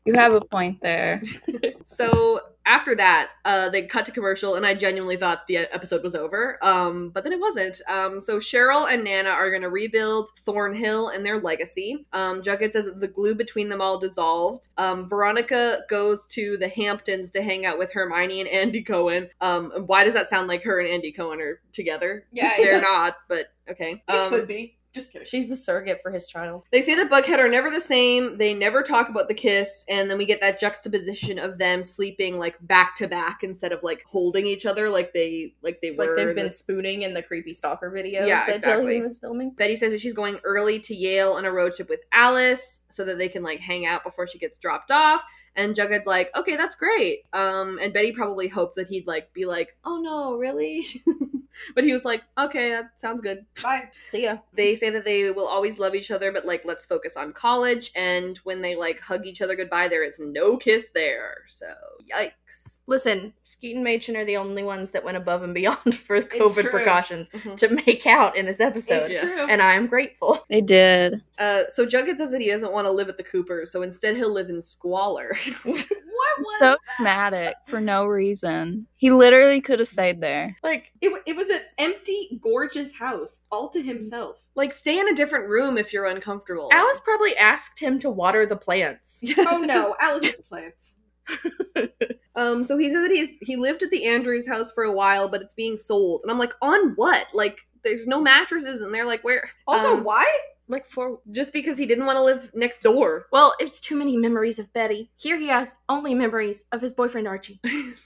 [SPEAKER 2] You have a point there.
[SPEAKER 1] So after that, uh, they cut to commercial, and I genuinely thought the episode was over. Um, but then it wasn't. Um, so Cheryl and Nana are going to rebuild Thornhill and their legacy. Um, Jughead says that the glue between them all dissolved. Um, Veronica goes to the Hamptons to hang out with Hermione and Andy Cohen. Um, and why does that sound like her and Andy Cohen are together?
[SPEAKER 5] Yeah,
[SPEAKER 1] [laughs]
[SPEAKER 5] it
[SPEAKER 1] they're
[SPEAKER 5] does.
[SPEAKER 1] not. But okay. Um,
[SPEAKER 5] it could be. Just kidding.
[SPEAKER 3] She's the surrogate for his child.
[SPEAKER 1] They say that Bughead are never the same. They never talk about the kiss, and then we get that juxtaposition of them sleeping like back to back instead of like holding each other like they like they
[SPEAKER 3] Like
[SPEAKER 1] were.
[SPEAKER 3] they've
[SPEAKER 1] in the-
[SPEAKER 3] been spooning in the creepy stalker videos
[SPEAKER 1] Yeah,
[SPEAKER 3] that
[SPEAKER 1] exactly.
[SPEAKER 3] Jillian was filming.
[SPEAKER 1] Betty says that she's going early to Yale on a road trip with Alice so that they can like hang out before she gets dropped off. And Jughead's like, "Okay, that's great." Um, and Betty probably hoped that he'd like be like, "Oh no, really?" [laughs] but he was like, "Okay, that sounds good."
[SPEAKER 5] Bye.
[SPEAKER 3] See ya.
[SPEAKER 1] they say that they will always love each other but like let's focus on college and when they like hug each other goodbye there is no kiss there so yikes
[SPEAKER 3] Listen, Skeet and Machen are the only ones that went above and beyond [laughs] for
[SPEAKER 5] true.
[SPEAKER 3] COVID precautions to make out in this episode.
[SPEAKER 5] It's true.
[SPEAKER 3] And I am [laughs] grateful.
[SPEAKER 2] They did.
[SPEAKER 1] uh, so jughead says that he doesn't want to live at the coopers so instead he'll live in squalor [laughs]
[SPEAKER 5] what was
[SPEAKER 2] So dramatic for no reason. He literally could have stayed there.
[SPEAKER 3] Like,
[SPEAKER 5] it? wa- It was an empty, gorgeous house all to himself.
[SPEAKER 1] like stay in a different room if you're uncomfortable
[SPEAKER 3] Alice probably asked him to water the [laughs] plants.
[SPEAKER 5] oh no, Alice's plants.
[SPEAKER 1] um so he said that he's he lived at the andrews house for a while but it's being sold and i'm like on what like there's no mattresses and they're like where
[SPEAKER 5] Also,
[SPEAKER 1] Um,
[SPEAKER 5] why?
[SPEAKER 3] Like, for.
[SPEAKER 1] just because he didn't want to live next door
[SPEAKER 3] Well, it's too many memories of Betty. Here he has only memories of his boyfriend [laughs] Archie.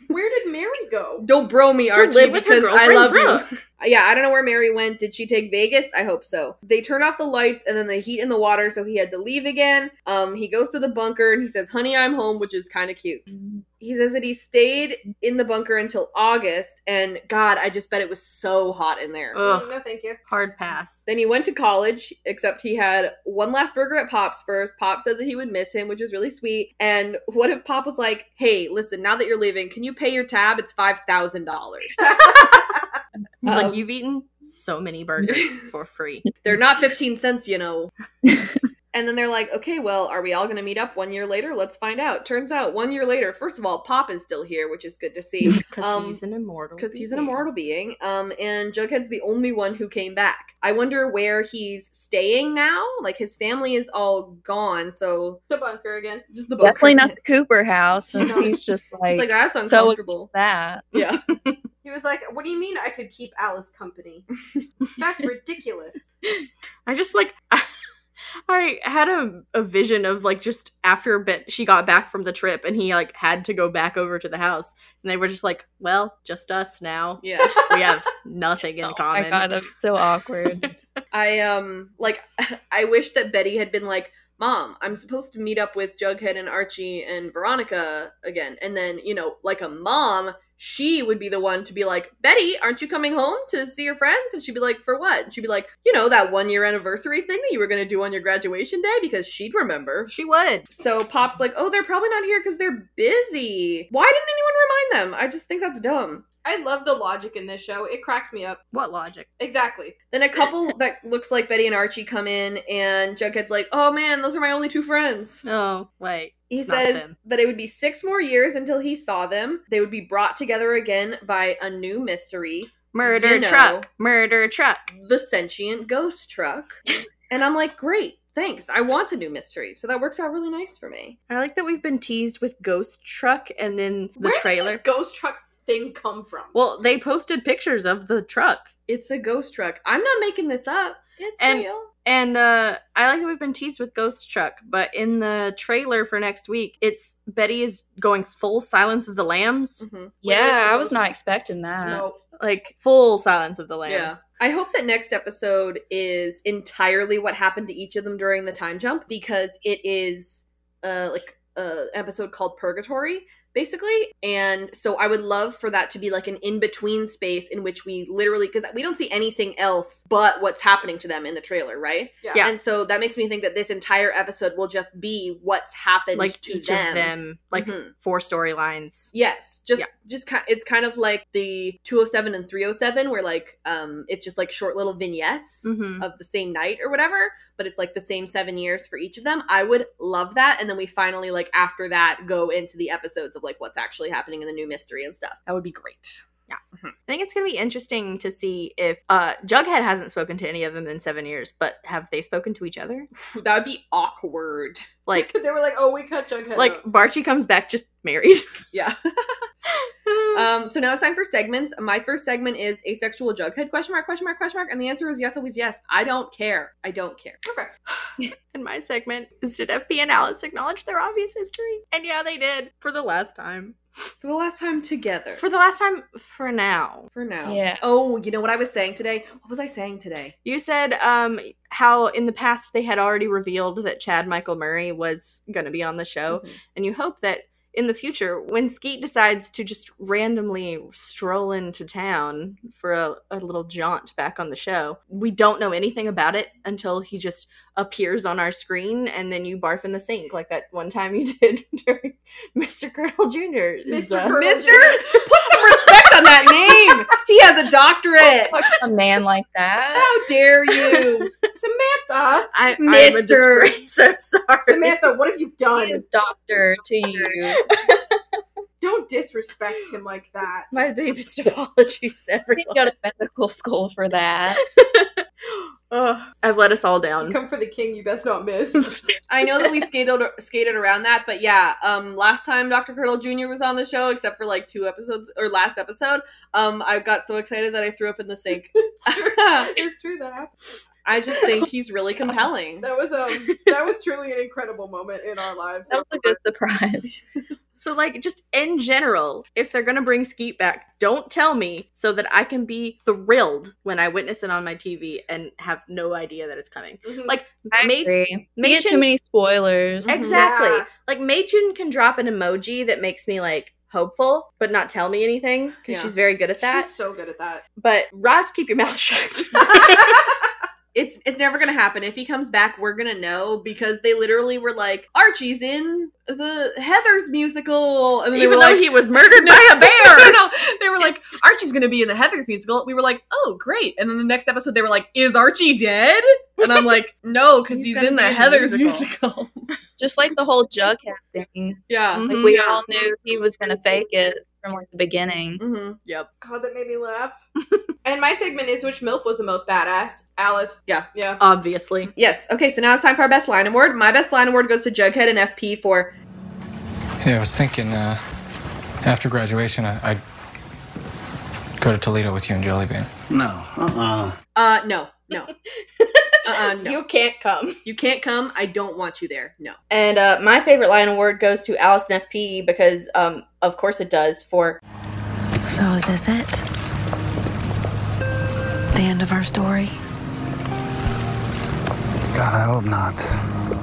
[SPEAKER 5] Where did Mary go?
[SPEAKER 1] don't bro me archie
[SPEAKER 3] live with her
[SPEAKER 1] because i
[SPEAKER 3] girlfriend,
[SPEAKER 1] love you
[SPEAKER 3] Brooke.
[SPEAKER 1] Yeah, I don't know where Mary went. Did she take Vegas? I hope so. They turn off the lights and then the heat in the water, so he had to leave again. Um, he goes to the bunker and he says, "Honey, I'm home," which is kind of cute. He says that he stayed in the bunker until August, and God, I just bet it was so hot in there.
[SPEAKER 3] Ugh.
[SPEAKER 5] Mm, No, thank you.
[SPEAKER 3] Hard pass.
[SPEAKER 1] Then he went to college, except he had one last burger at Pop's first. Pop said that he would miss him, which was really sweet. And what if Pop was like, "Hey, listen, now that you're leaving, can you pay your tab? It's five thousand dollars."
[SPEAKER 3] He's
[SPEAKER 1] Um,
[SPEAKER 3] like, you've eaten so many burgers for free.
[SPEAKER 1] They're not 15 cents, you know. and then they're like, okay, well, are we all going to meet up one year later? Let's find out. Turns out, one year later, first of all, Pop is still here, which is good to see
[SPEAKER 3] Because
[SPEAKER 1] Um,
[SPEAKER 3] he's an immortal.
[SPEAKER 1] because he's an
[SPEAKER 3] being.
[SPEAKER 1] immortal being. Um, and Jughead's the only one who came back. I wonder where he's staying now. Like, his family is all gone. So
[SPEAKER 5] The bunker again.
[SPEAKER 1] just the
[SPEAKER 2] Definitely
[SPEAKER 1] bunker-
[SPEAKER 2] not the Cooper house since he's just
[SPEAKER 1] He's
[SPEAKER 2] like,
[SPEAKER 1] like, that's
[SPEAKER 2] so-
[SPEAKER 1] uncomfortable.
[SPEAKER 2] that.
[SPEAKER 1] yeah.
[SPEAKER 5] He was like, "What do you mean I could keep Alice company? That's ridiculous."
[SPEAKER 3] I just like [laughs] I had a, a vision of like just after Ben she got back from the trip and he like had to go back over to the house and they were just like, well, just us now.
[SPEAKER 1] Yeah.
[SPEAKER 3] We [laughs] have nothing in
[SPEAKER 2] oh
[SPEAKER 3] common.
[SPEAKER 2] my god, that'd be so [laughs] awkward.
[SPEAKER 1] I um like [laughs] I wish that Betty had been like, "Mom, I'm supposed to meet up with Jughead and Archie and Veronica again." And then, you know, like a mom, she would be the one to be like, "Betty, aren't you coming home to see your friends?" And she'd be like, "For what?" And she'd be like, "You know, that one year anniversary thing that you were going to do on your graduation day because she'd remember."
[SPEAKER 3] She would.
[SPEAKER 1] So Pop's like, "Oh, they're probably not here because they're busy." Why didn't anyone remind them? I just think that's dumb.
[SPEAKER 5] I love the logic in this show. It cracks me up.
[SPEAKER 3] What logic?
[SPEAKER 5] Exactly.
[SPEAKER 1] Then a couple that looks like Betty and Archie come in, and Jughead's like, "Oh man, those are my only two friends."
[SPEAKER 3] Oh, wait.
[SPEAKER 1] He
[SPEAKER 3] It's not
[SPEAKER 1] says
[SPEAKER 3] them.
[SPEAKER 1] that it would be six more years until he saw them. They would be brought together again by a new mystery.
[SPEAKER 12] Murder
[SPEAKER 1] You know.
[SPEAKER 12] truck. Murder truck.
[SPEAKER 1] the sentient ghost truck. [laughs] and I'm like, great, thanks. I want a new mystery. So that works out really nice for me.
[SPEAKER 3] I like that we've been teased with Ghost Truck and in the
[SPEAKER 5] Where
[SPEAKER 3] trailer.
[SPEAKER 5] did this ghost truck thing come from?
[SPEAKER 3] well, they posted pictures of the truck.
[SPEAKER 1] It's a ghost truck. I'm not making this up. It's
[SPEAKER 3] And-
[SPEAKER 1] real.
[SPEAKER 3] And uh, I like that we've been teased with Ghost Truck, but in the trailer for next week, it's Betty is going full Silence of the Lambs,
[SPEAKER 1] Mm-hmm.
[SPEAKER 2] Yeah, I was not expecting that.
[SPEAKER 5] no,
[SPEAKER 3] like full Silence of the Lambs.
[SPEAKER 1] Yeah. I hope that next episode is entirely what happened to each of them during the time jump because it is uh like a episode called Purgatory basically and so I would love for that to be like an in-between space in which we literally cuz we don't see anything else but what's happening to them in the trailer, right?
[SPEAKER 5] Yeah.
[SPEAKER 3] Yeah.
[SPEAKER 1] And so that makes me think that this entire episode will just be what's happened
[SPEAKER 3] Like
[SPEAKER 1] to
[SPEAKER 3] each
[SPEAKER 1] them.
[SPEAKER 3] of them, like
[SPEAKER 1] Mhm.
[SPEAKER 3] four storylines.
[SPEAKER 1] Yes, just
[SPEAKER 3] Yeah.
[SPEAKER 1] just kind it's kind of like the 207 and 307 where like um it's just like short little vignettes
[SPEAKER 3] Mm-hmm.
[SPEAKER 1] of the same night or whatever, but it's like the same 7 years for each of them. I would love that and then we finally like after that go into the episodes of like what's actually happening in the new mystery and stuff. That would be great.
[SPEAKER 3] I think it's going to be interesting to see if uh, Jughead hasn't spoken to any of them in seven years, but have they spoken to each other?
[SPEAKER 1] That would be awkward.
[SPEAKER 3] [laughs] Like,
[SPEAKER 5] they were like, "Oh, we cut Jughead."
[SPEAKER 3] like
[SPEAKER 5] out.
[SPEAKER 3] Barchi comes back just married. [laughs] Uh,
[SPEAKER 1] Yeah. um so now it's time for segments. My first segment is asexual jughead question mark question mark question mark and the answer is yes always yes. I don't care. I don't care.
[SPEAKER 3] And my segment is Did FP and Alice acknowledge their obvious history? And yeah, they did. For the last time.
[SPEAKER 1] For the last time together.
[SPEAKER 3] For the last time, for now.
[SPEAKER 1] for now.
[SPEAKER 2] Yeah.
[SPEAKER 1] Oh, you know what I was saying today? What was I saying today? [laughs]
[SPEAKER 3] You said um, how in the past they had already revealed that Chad Michael Murray was going to be on the show. And you hope that in the future, when Skeet decides to just randomly stroll into town for a, a little jaunt back on the show, we don't know anything about it until he just appears on our screen and then you barf in the sink like that one time you [laughs] did during Mr. Colonel Jr. 's,
[SPEAKER 5] Mr.
[SPEAKER 3] uh,
[SPEAKER 5] Colonel
[SPEAKER 1] Mister,
[SPEAKER 5] Jr.
[SPEAKER 1] put some respect on that name. He has a doctorate.
[SPEAKER 2] Fuck a man [laughs] like [laughs] that.
[SPEAKER 1] How dare
[SPEAKER 3] [laughs]
[SPEAKER 1] you?
[SPEAKER 5] [laughs] Samantha,
[SPEAKER 3] I, I'm a
[SPEAKER 1] Mister.
[SPEAKER 3] disgrace, [laughs] I'm sorry.
[SPEAKER 5] Samantha, what have you
[SPEAKER 2] He's [laughs] a
[SPEAKER 5] done?
[SPEAKER 2] doctor to you.
[SPEAKER 5] Don't disrespect him like that.
[SPEAKER 3] My deepest apologies,
[SPEAKER 2] He
[SPEAKER 3] everyone.
[SPEAKER 2] go to medical school for [laughs] that.
[SPEAKER 3] Ugh, I've let us all down.
[SPEAKER 5] Come for the king, you best not miss. [laughs]
[SPEAKER 1] I know that we skated skated around that, but yeah, um, last time Dr. Curdle Jr. was on the show, except for like two episodes or last episode, um, I got so excited that I threw up in the
[SPEAKER 3] [laughs]
[SPEAKER 1] sink.
[SPEAKER 5] it's true. It's true that happened.
[SPEAKER 1] [laughs] I just think he's really
[SPEAKER 3] [laughs]
[SPEAKER 1] compelling.
[SPEAKER 5] That was um that was truly an incredible moment in our lives.
[SPEAKER 2] That was a good surprise.
[SPEAKER 3] So, like, just in general, if they're gonna bring Skeet back, don't tell me so that I can be thrilled when I witness it on my TV and have no idea that it's coming.
[SPEAKER 5] Mhm.
[SPEAKER 3] Like,
[SPEAKER 2] I
[SPEAKER 3] Ma-
[SPEAKER 2] agree. We get too
[SPEAKER 3] Machen,
[SPEAKER 2] many spoilers.
[SPEAKER 3] exactly.
[SPEAKER 1] Mm-hmm.
[SPEAKER 5] Yeah.
[SPEAKER 3] Like, Machen can drop an emoji that makes me like hopeful, but not tell me anything because
[SPEAKER 1] Yeah.
[SPEAKER 3] she's very good at that.
[SPEAKER 5] She's so good at that.
[SPEAKER 3] But Ross, keep your
[SPEAKER 1] [laughs]
[SPEAKER 3] mouth [laughs] shut.
[SPEAKER 1] It's it's never gonna happen. If he comes back, we're gonna know because they literally were like, Archie's in the Heather's musical, and then they were
[SPEAKER 3] Even though
[SPEAKER 1] like,
[SPEAKER 3] he was murdered by
[SPEAKER 1] [laughs]
[SPEAKER 3] a
[SPEAKER 1] no,
[SPEAKER 3] bear.
[SPEAKER 1] no. They were like, Archie's going to be in the Heather's musical. We were like, oh, great. And then the next episode, they were like, is Archie dead? And I'm like, [laughs] no, because
[SPEAKER 3] He's
[SPEAKER 1] he's,
[SPEAKER 3] gonna
[SPEAKER 1] in the
[SPEAKER 3] be in the
[SPEAKER 1] Heather's musical.
[SPEAKER 3] musical."
[SPEAKER 2] Just like the whole Jughead thing.
[SPEAKER 1] yeah.
[SPEAKER 2] Like
[SPEAKER 3] Mhm.
[SPEAKER 2] we all knew he was gonna fake it from like the beginning.
[SPEAKER 1] Mm-hmm. Yep.
[SPEAKER 5] God, that made me laugh. and my segment is which MILF was the most badass? Alice.
[SPEAKER 1] Yeah.
[SPEAKER 5] Yeah.
[SPEAKER 3] Obviously.
[SPEAKER 1] Yes. Okay, so now it's time for our best line award. My best line award goes to Jughead and FP for
[SPEAKER 13] Yeah, I was thinking uh, after graduation, I, I'd go to Toledo with you and Jellybean.
[SPEAKER 14] No, uh-uh.
[SPEAKER 1] uh no, no. uh-uh, no.
[SPEAKER 15] You can't come.
[SPEAKER 1] You can't come. I don't want you there. No.
[SPEAKER 15] And uh, my favorite line award goes to Alice and FP because, um, of course, it does for
[SPEAKER 16] So is this it? The end of our story?
[SPEAKER 14] God, I hope not.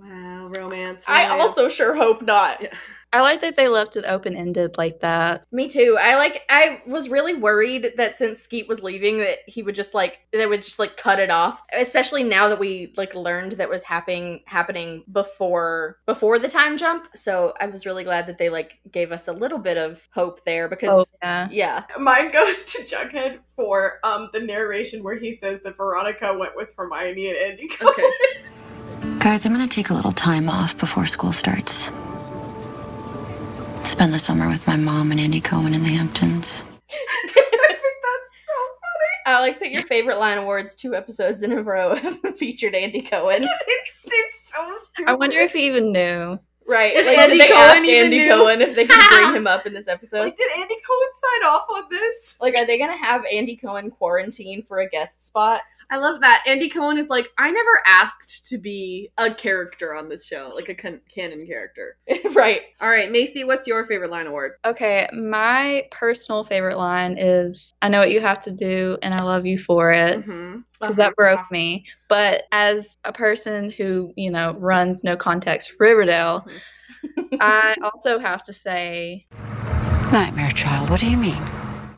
[SPEAKER 1] Wow, romance.
[SPEAKER 15] I
[SPEAKER 1] romance.
[SPEAKER 15] also sure hope not.
[SPEAKER 2] I like that they left it open ended like that.
[SPEAKER 15] Me too. I like I was really worried that since Skeet was leaving that he would just like they would just like cut it off. Especially now that we like learned that was happening happening before before the time jump. So I was really glad that they like gave us a little bit of hope there
[SPEAKER 2] Oh
[SPEAKER 15] because
[SPEAKER 2] yeah.
[SPEAKER 15] [laughs] yeah.
[SPEAKER 5] Mine goes to Jughead for um the narration where he says that Veronica went with Hermione and Andy.
[SPEAKER 1] [laughs] Okay.
[SPEAKER 16] Guys, I'm gonna take a little time off before school starts. Spend the summer with my mom and Andy Cohen in the Hamptons.
[SPEAKER 5] I think that's so
[SPEAKER 3] I like that your favorite line awards two episodes in a
[SPEAKER 15] [laughs]
[SPEAKER 3] row have featured Andy Cohen.
[SPEAKER 17] it's, it's
[SPEAKER 5] [laughs]
[SPEAKER 17] so stupid.
[SPEAKER 2] I wonder if he even knew.
[SPEAKER 3] Right.
[SPEAKER 17] If
[SPEAKER 3] Like,
[SPEAKER 17] Andy
[SPEAKER 3] did they
[SPEAKER 17] Cohen
[SPEAKER 3] ask
[SPEAKER 17] even
[SPEAKER 3] Andy
[SPEAKER 17] knew.
[SPEAKER 3] Cohen if they can bring him up in [laughs] this episode?
[SPEAKER 17] like, did Andy Cohen sign off on this?
[SPEAKER 3] Like, are they going to have Andy Cohen quarantine for a guest spot?
[SPEAKER 1] I love that. Andy Cohen is like, I never asked to be a character on this show, like a con- canon character.
[SPEAKER 3] [laughs] [laughs] right.
[SPEAKER 1] All right, Macy, what's your favorite line award?
[SPEAKER 2] Okay, my personal favorite line is I know what you have to do and I love you for it.
[SPEAKER 1] Mm-hmm.
[SPEAKER 2] because
[SPEAKER 3] Uh-huh.
[SPEAKER 2] that broke me. But as a person who, you know, runs no context Riverdale,
[SPEAKER 3] Mm-hmm. Uh,
[SPEAKER 2] I also have to say
[SPEAKER 16] Nightmare Child, what do you mean?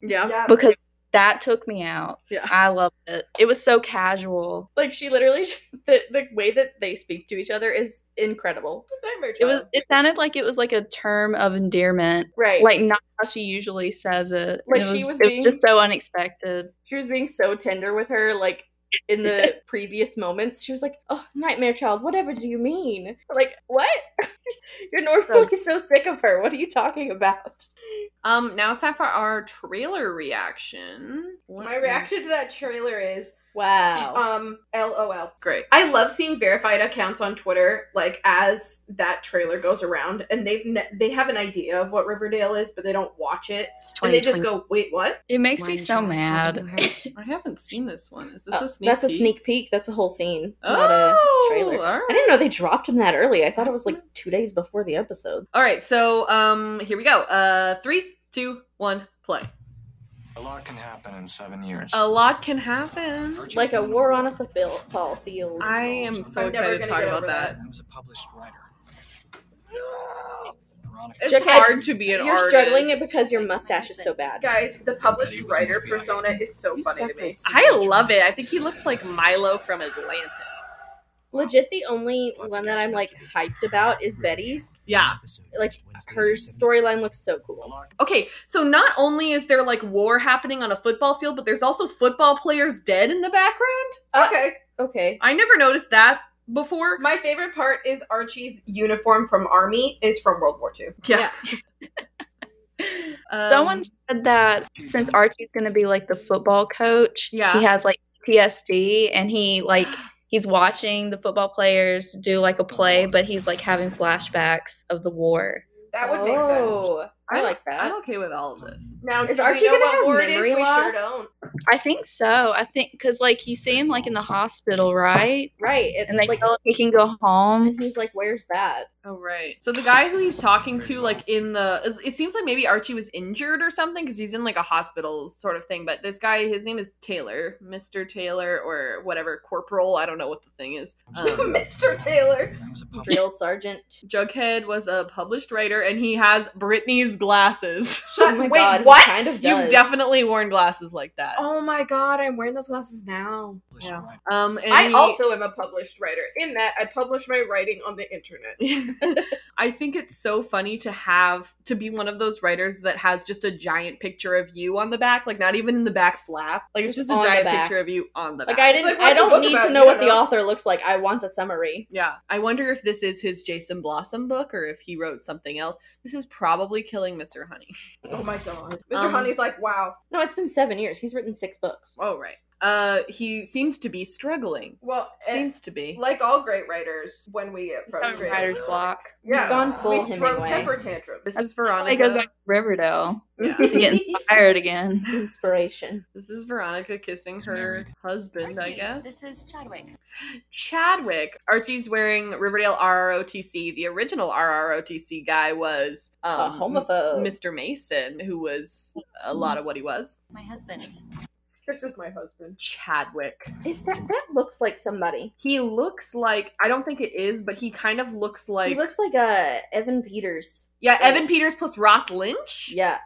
[SPEAKER 1] Yeah.
[SPEAKER 2] because that took me out.
[SPEAKER 1] Yeah.
[SPEAKER 2] I loved it. It was so casual.
[SPEAKER 3] Like, she literally, [laughs] the, the way that they speak to each other is incredible.
[SPEAKER 2] It was it sounded like it was like a term of endearment.
[SPEAKER 3] Right.
[SPEAKER 2] Like not how she usually says it.
[SPEAKER 3] Like,
[SPEAKER 2] it
[SPEAKER 3] she was
[SPEAKER 2] it
[SPEAKER 3] being-
[SPEAKER 2] was just so unexpected.
[SPEAKER 3] she was being so tender with her like in [laughs] the previous moments she was like oh nightmare child whatever do you mean like
[SPEAKER 5] [laughs]
[SPEAKER 3] what you're normally so sick of her what are you talking about
[SPEAKER 1] Um, now it's time for our trailer reaction. What-
[SPEAKER 5] My reaction to that trailer is
[SPEAKER 3] wow
[SPEAKER 5] um LOL.
[SPEAKER 1] Great.
[SPEAKER 5] I love seeing verified accounts on Twitter, like as that trailer goes around, and they've ne- they have an idea of what Riverdale is, but they don't watch it,
[SPEAKER 16] It's
[SPEAKER 5] and they just go, "Wait, what?"
[SPEAKER 2] It makes me
[SPEAKER 16] 2021,
[SPEAKER 2] so
[SPEAKER 16] July,
[SPEAKER 2] mad.
[SPEAKER 16] February.
[SPEAKER 1] I haven't seen this one. Is this
[SPEAKER 3] Oh,
[SPEAKER 1] a sneak?
[SPEAKER 3] that's a
[SPEAKER 1] peek?
[SPEAKER 3] sneak peek that's a whole scene
[SPEAKER 1] Oh,
[SPEAKER 3] not a trailer
[SPEAKER 1] All
[SPEAKER 3] i
[SPEAKER 1] right.
[SPEAKER 3] didn't know they dropped him that early i thought it was like two days before the episode
[SPEAKER 1] All right. So, um, here we go. Uh, three, two, one, play.
[SPEAKER 13] A lot can happen in seven years.
[SPEAKER 1] A lot can happen.
[SPEAKER 3] Oh, like a war on a football field
[SPEAKER 1] I am so
[SPEAKER 5] I'm never
[SPEAKER 1] excited to talk
[SPEAKER 5] gonna get
[SPEAKER 1] about
[SPEAKER 5] over
[SPEAKER 1] that.
[SPEAKER 13] I was a published writer. Veronica.
[SPEAKER 1] It's
[SPEAKER 3] Jughead,
[SPEAKER 1] hard to be an
[SPEAKER 3] you're
[SPEAKER 1] artist.
[SPEAKER 3] struggling it because your mustache is so bad
[SPEAKER 5] Guys, the published writer persona is so funny to me.
[SPEAKER 1] I love it. I think he looks like Milo from Atlantis.
[SPEAKER 3] legit the only
[SPEAKER 13] Lots of
[SPEAKER 3] one that i'm
[SPEAKER 13] action.
[SPEAKER 3] like hyped about is betty's
[SPEAKER 1] Yeah.
[SPEAKER 3] like her storyline looks so cool.
[SPEAKER 1] Okay, so not only is there like war happening on a football field, but there's also football players dead in the background.
[SPEAKER 5] Okay,
[SPEAKER 3] Uh, Okay.
[SPEAKER 1] I never noticed that before.
[SPEAKER 5] my favorite part is Archie's uniform from Army is from World War II.
[SPEAKER 1] Yeah.
[SPEAKER 3] Mm-hmm.
[SPEAKER 1] Um,
[SPEAKER 2] Someone said that since Archie's going to be like the football coach,
[SPEAKER 1] Yeah.
[SPEAKER 2] he has like PTSD and
[SPEAKER 1] [gasps]
[SPEAKER 2] he like he's watching the football players do like a play, but he's like having flashbacks of the war.
[SPEAKER 5] That would make sense.
[SPEAKER 3] Oh, I like that.
[SPEAKER 1] I'm okay with all of this.
[SPEAKER 5] Now,
[SPEAKER 3] Is
[SPEAKER 5] do we
[SPEAKER 3] Archie
[SPEAKER 5] know
[SPEAKER 3] gonna
[SPEAKER 5] what
[SPEAKER 3] have
[SPEAKER 5] war it is?
[SPEAKER 3] memory
[SPEAKER 5] We sure
[SPEAKER 3] loss?
[SPEAKER 5] don't.
[SPEAKER 2] I think so. I think because like you see him like in the hospital, right?
[SPEAKER 3] Right. It,
[SPEAKER 2] And they
[SPEAKER 3] like,
[SPEAKER 2] tell him he can go home.
[SPEAKER 3] and he's like, "Where's
[SPEAKER 1] [laughs]
[SPEAKER 3] that?"
[SPEAKER 1] Oh right. So the guy who he's talking to, like in the, it- it seems like maybe Archie was injured or something because he's in like a hospital sort of thing. But this guy, his name is Taylor, Mister Taylor or whatever, Corporal. I don't know what the thing is. [laughs] Um,
[SPEAKER 5] Mr. Taylor.
[SPEAKER 13] I was a published
[SPEAKER 3] Drill sergeant.
[SPEAKER 1] Jughead was a published writer, and he has Britney's glasses.
[SPEAKER 3] Oh my
[SPEAKER 5] Wait,
[SPEAKER 3] god. he
[SPEAKER 5] what?
[SPEAKER 3] Kind
[SPEAKER 1] [laughs]
[SPEAKER 3] of
[SPEAKER 1] You've
[SPEAKER 3] does.
[SPEAKER 1] definitely worn glasses like that.
[SPEAKER 5] Oh my god, I'm wearing those glasses now.
[SPEAKER 1] Yeah. Um, and
[SPEAKER 5] I
[SPEAKER 1] he-
[SPEAKER 5] also am a published writer. In that, I publish my writing on the internet.
[SPEAKER 1] I think it's so funny to have to be one of those writers that has just a giant picture of you on the back, like not even in the back flap, like it's
[SPEAKER 3] Just
[SPEAKER 1] just a
[SPEAKER 3] on the
[SPEAKER 1] giant
[SPEAKER 3] back.
[SPEAKER 1] picture of you on the back.
[SPEAKER 3] Like I
[SPEAKER 5] It's
[SPEAKER 3] didn't.
[SPEAKER 5] like, what's the
[SPEAKER 3] I don't
[SPEAKER 5] book
[SPEAKER 3] need
[SPEAKER 5] about?
[SPEAKER 3] to
[SPEAKER 5] You
[SPEAKER 3] know
[SPEAKER 5] don't
[SPEAKER 3] what the
[SPEAKER 5] know.
[SPEAKER 3] author looks like. I want a summary.
[SPEAKER 1] yeah, I wonder if this is his Jason Blossom book or if he wrote something else. This is probably killing Mr. Honey. [laughs]
[SPEAKER 5] Oh my god. Mr.
[SPEAKER 1] Um,
[SPEAKER 5] Honey's like, wow.
[SPEAKER 3] No, it's been seven years. He's written six books.
[SPEAKER 1] Oh right. Uh, he seems to be struggling.
[SPEAKER 5] Well,
[SPEAKER 3] Eh,
[SPEAKER 5] and
[SPEAKER 1] Seems to be.
[SPEAKER 5] like all great writers, when we get frustrated,
[SPEAKER 2] Writer's block.
[SPEAKER 5] yeah,
[SPEAKER 3] gone full
[SPEAKER 5] we throw
[SPEAKER 3] Hemingway.
[SPEAKER 5] temper tantrums.
[SPEAKER 1] This is
[SPEAKER 2] It
[SPEAKER 1] Veronica.
[SPEAKER 2] goes back to Riverdale
[SPEAKER 1] [laughs] Yeah.
[SPEAKER 3] [laughs]
[SPEAKER 2] to get
[SPEAKER 1] [laughs]
[SPEAKER 2] inspired again.
[SPEAKER 3] Inspiration.
[SPEAKER 1] This is Veronica kissing
[SPEAKER 13] He's
[SPEAKER 1] her
[SPEAKER 13] married.
[SPEAKER 1] husband, I guess.
[SPEAKER 16] is Chadwick.
[SPEAKER 1] Chadwick. Archie's wearing Riverdale RROTC. The original RROTC guy was
[SPEAKER 3] A Mm-hmm.
[SPEAKER 1] um,
[SPEAKER 3] homophobe.
[SPEAKER 1] Mr. Mason, who was a lot of what he was.
[SPEAKER 16] My husband.
[SPEAKER 5] This is my husband.
[SPEAKER 1] Chadwick.
[SPEAKER 3] is that that looks like somebody?
[SPEAKER 1] He looks like I don't think it is, but he kind of looks like
[SPEAKER 3] he looks like uh Evan Peters.
[SPEAKER 1] yeah, Evan Peters plus Ross Lynch.
[SPEAKER 3] Yeah.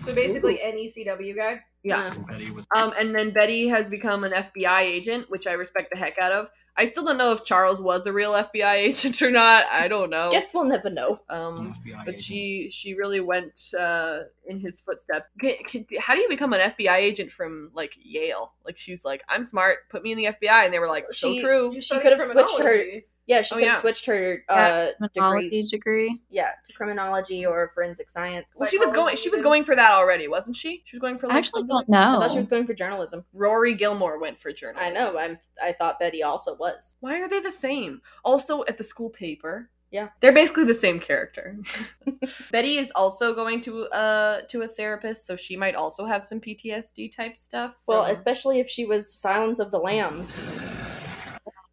[SPEAKER 5] So basically, any CW guy.
[SPEAKER 1] Yeah.
[SPEAKER 13] Betty was
[SPEAKER 1] Um, and then Betty has become an FBI agent, which I respect the heck out of. I still don't know if Charles was a real FBI [laughs] agent or not. I don't know.
[SPEAKER 3] Guess we'll never know.
[SPEAKER 1] um,
[SPEAKER 13] an FBI
[SPEAKER 1] but
[SPEAKER 13] agent.
[SPEAKER 1] she she really went uh, in his footsteps. Ca- ca- do- How do you become an FBI agent from like Yale? Like she's like, I'm smart, put me in the FBI, and they were like, so
[SPEAKER 3] She-
[SPEAKER 1] true.
[SPEAKER 3] She could have switched her-
[SPEAKER 5] criminology.
[SPEAKER 3] Yeah, she
[SPEAKER 1] Oh,
[SPEAKER 3] could
[SPEAKER 1] yeah.
[SPEAKER 3] have switched her uh,
[SPEAKER 2] Yeah,
[SPEAKER 3] degree.
[SPEAKER 2] criminology degree.
[SPEAKER 3] Yeah, to criminology or forensic science.
[SPEAKER 1] Well, she was going. She was
[SPEAKER 3] Psychology,
[SPEAKER 1] going for that already, wasn't she? She was going for. Like,
[SPEAKER 2] I actually
[SPEAKER 1] something-
[SPEAKER 2] don't know.
[SPEAKER 3] even. I thought she was going for journalism.
[SPEAKER 1] Rory Gilmore went for journalism.
[SPEAKER 3] I know. I'm. I thought Betty also was.
[SPEAKER 1] Why are they the same? Also, at the school paper.
[SPEAKER 3] Yeah.
[SPEAKER 1] they're basically the same
[SPEAKER 3] [laughs]
[SPEAKER 1] character. Betty is also going to uh to a therapist, so she might also have some PTSD type stuff.
[SPEAKER 3] Well,
[SPEAKER 1] from-
[SPEAKER 3] especially if she was Silence of the Lambs.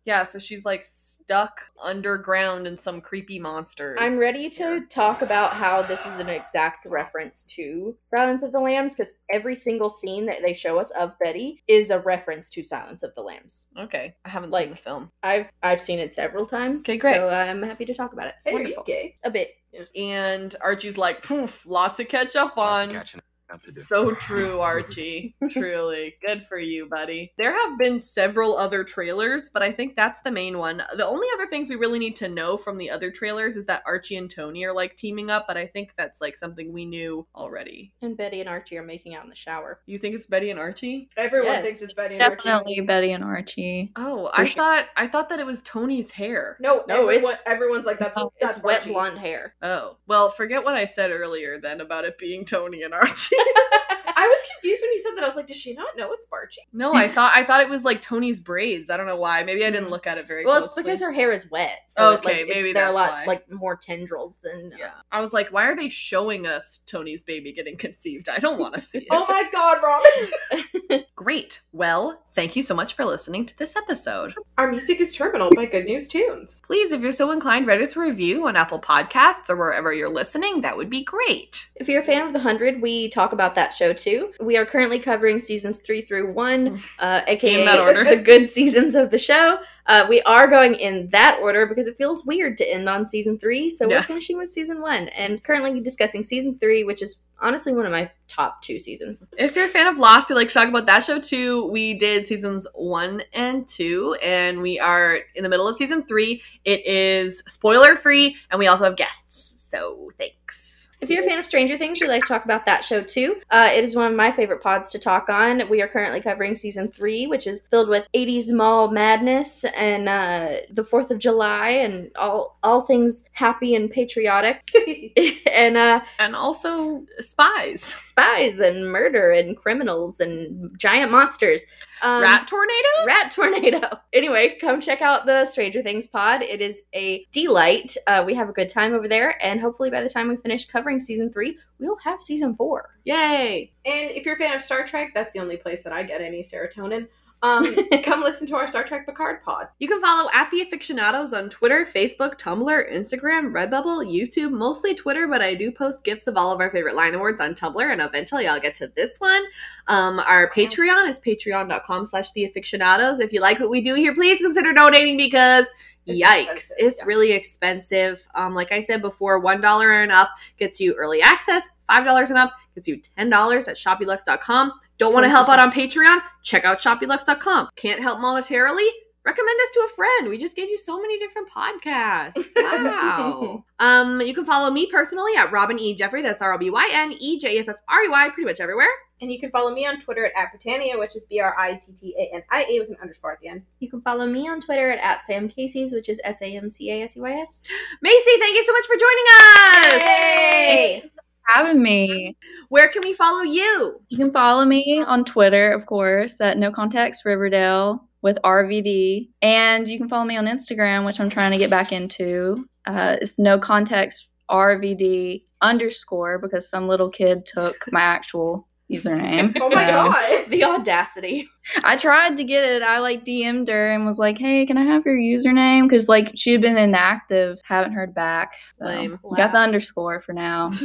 [SPEAKER 1] yeah, so she's like stuck underground in some creepy monsters.
[SPEAKER 3] I'm ready to talk about how this is an exact reference to Silence of the Lambs because every single scene that they show us of Betty is a reference to Silence of the Lambs.
[SPEAKER 1] Okay, I haven't
[SPEAKER 3] Like-
[SPEAKER 1] seen the film.
[SPEAKER 3] I've I've seen it several times.
[SPEAKER 1] Okay, great.
[SPEAKER 3] So I'm happy to talk about it.
[SPEAKER 5] Hey, are you
[SPEAKER 1] Wonderful.
[SPEAKER 5] gay?
[SPEAKER 3] A bit.
[SPEAKER 1] And Archie's like, poof, lot to catch up on. So [laughs] true, Archie. Truly. Good for you, buddy. There have been several other trailers, but I think that's the main one. The only other things we really need to know from the other trailers is that Archie and Tony are like teaming up, but I think that's like something we knew already.
[SPEAKER 3] And Betty and Archie are making out in the shower.
[SPEAKER 1] You think it's Betty and Archie?
[SPEAKER 5] Everyone
[SPEAKER 3] Yes.
[SPEAKER 5] thinks it's Betty and Archie.
[SPEAKER 2] Definitely Betty and Archie.
[SPEAKER 1] Oh,
[SPEAKER 2] For
[SPEAKER 1] I
[SPEAKER 2] sure.
[SPEAKER 1] thought I thought that it was Tony's hair.
[SPEAKER 5] No,
[SPEAKER 3] No,
[SPEAKER 5] everyone,
[SPEAKER 3] it's-
[SPEAKER 5] everyone's like that's
[SPEAKER 2] No,
[SPEAKER 5] that's
[SPEAKER 3] it's wet
[SPEAKER 5] Archie.
[SPEAKER 3] blonde hair.
[SPEAKER 1] Oh. Well, forget what I said earlier then about it being Tony and Archie. [laughs]
[SPEAKER 5] [laughs] I was confused when you said that. I was like, does she not know it's Barchie?
[SPEAKER 1] no, I thought I thought it was like Tony's braids. I don't know why. Maybe I didn't
[SPEAKER 5] Mm.
[SPEAKER 1] look at it very
[SPEAKER 3] Well, it's
[SPEAKER 1] closely.
[SPEAKER 3] because her hair is wet. So
[SPEAKER 1] Okay,
[SPEAKER 3] like,
[SPEAKER 1] maybe
[SPEAKER 3] it's, there are
[SPEAKER 1] that's
[SPEAKER 3] a lot
[SPEAKER 1] why.
[SPEAKER 3] like more tendrils than uh,
[SPEAKER 1] Yeah. I was like, why are they showing us Tony's baby getting conceived? I don't want to
[SPEAKER 5] [laughs]
[SPEAKER 1] see it.
[SPEAKER 5] Oh my God, Robin!
[SPEAKER 1] Great. Well, thank you so much for listening to this episode.
[SPEAKER 5] Our music is Terminal by Good News Tunes.
[SPEAKER 1] Please, if you're so inclined, write us a review on Apple Podcasts or wherever you're listening. That would be great.
[SPEAKER 3] If you're a fan of The 100, we talk about that show too. We are currently covering seasons three through one, uh, aka
[SPEAKER 1] Mm. In that order.
[SPEAKER 3] [laughs] the good seasons of the show. Uh, we are going in that order because it feels weird to end on season three, so
[SPEAKER 1] Yeah.
[SPEAKER 3] we're finishing with season one and currently discussing season three, which is honestly one of my top two seasons.
[SPEAKER 1] If you're a fan of Lost, you like to talk about that show too. We did seasons one and two, and we are in the middle of season three. It is spoiler free, and we also have guests. So thanks.
[SPEAKER 3] If you're a fan of Stranger Things, we like to talk about that show too. Uh, it is one of my favorite pods to talk on. We are currently covering season three, which is filled with 80s mall madness and uh, the 4th of July and all all things happy and patriotic [laughs] and uh,
[SPEAKER 1] And also spies,
[SPEAKER 3] spies and murder and criminals and giant monsters. Um,
[SPEAKER 1] rat tornadoes,
[SPEAKER 3] Rat tornado. [laughs] Anyway, come check out the Stranger Things pod. It is a delight. Uh, we have a good time over there, and hopefully, by the time we finish covering season three, we'll have season four.
[SPEAKER 1] Yay!
[SPEAKER 5] And if you're a fan of Star Trek, that's the only place that I get any serotonin. Um, [laughs] come listen to our Star Trek Picard pod.
[SPEAKER 1] You can follow at the aficionados on Twitter, Facebook, Tumblr, Instagram, Redbubble, YouTube, mostly Twitter, but I do post gifs of all of our favorite line awards on Tumblr, and eventually I'll get to this one. Um, our Patreon is patreon.com slash the aficionados. If you like what we do here, please consider donating because
[SPEAKER 5] It's
[SPEAKER 1] yikes,
[SPEAKER 5] expensive,
[SPEAKER 1] it's
[SPEAKER 5] yeah.
[SPEAKER 1] really expensive. Um, like I said before, one dollar and up gets you early access, five dollars and up gets you ten dollars at shopulux.com. Don't want to help out on Patreon? Check out shopulux.com. Can't help monetarily? recommend us to a friend. We just gave you so many different podcasts.
[SPEAKER 5] [laughs]
[SPEAKER 1] Wow. um, you can follow me personally at Robin E. Jeffrey. That's R O B Y N E J E F F R E Y, pretty much everywhere.
[SPEAKER 5] And you can follow me on Twitter at, at Britannia, which is B R I T T A N I A with an underscore at the end.
[SPEAKER 3] You can follow me on Twitter at, @samcasey's, which is S A M C A S E Y S.
[SPEAKER 1] Macy, thank you so much for joining us.
[SPEAKER 2] Having me.
[SPEAKER 1] [laughs] Where can we follow you?
[SPEAKER 2] You can follow me on Twitter, of course, at No Context Riverdale with RVD, and you can follow me on Instagram, which I'm trying to get back into. Uh, it's No Context RVD underscore because some little kid took my actual username.
[SPEAKER 5] [laughs] Oh my
[SPEAKER 2] So,
[SPEAKER 5] god!
[SPEAKER 3] The audacity.
[SPEAKER 2] I tried to get it. I like DM'd her and was like, "Hey, can I have your username?" Because like she had been inactive, haven't heard back. So
[SPEAKER 1] Lame.
[SPEAKER 2] got the underscore for now.
[SPEAKER 1] [laughs]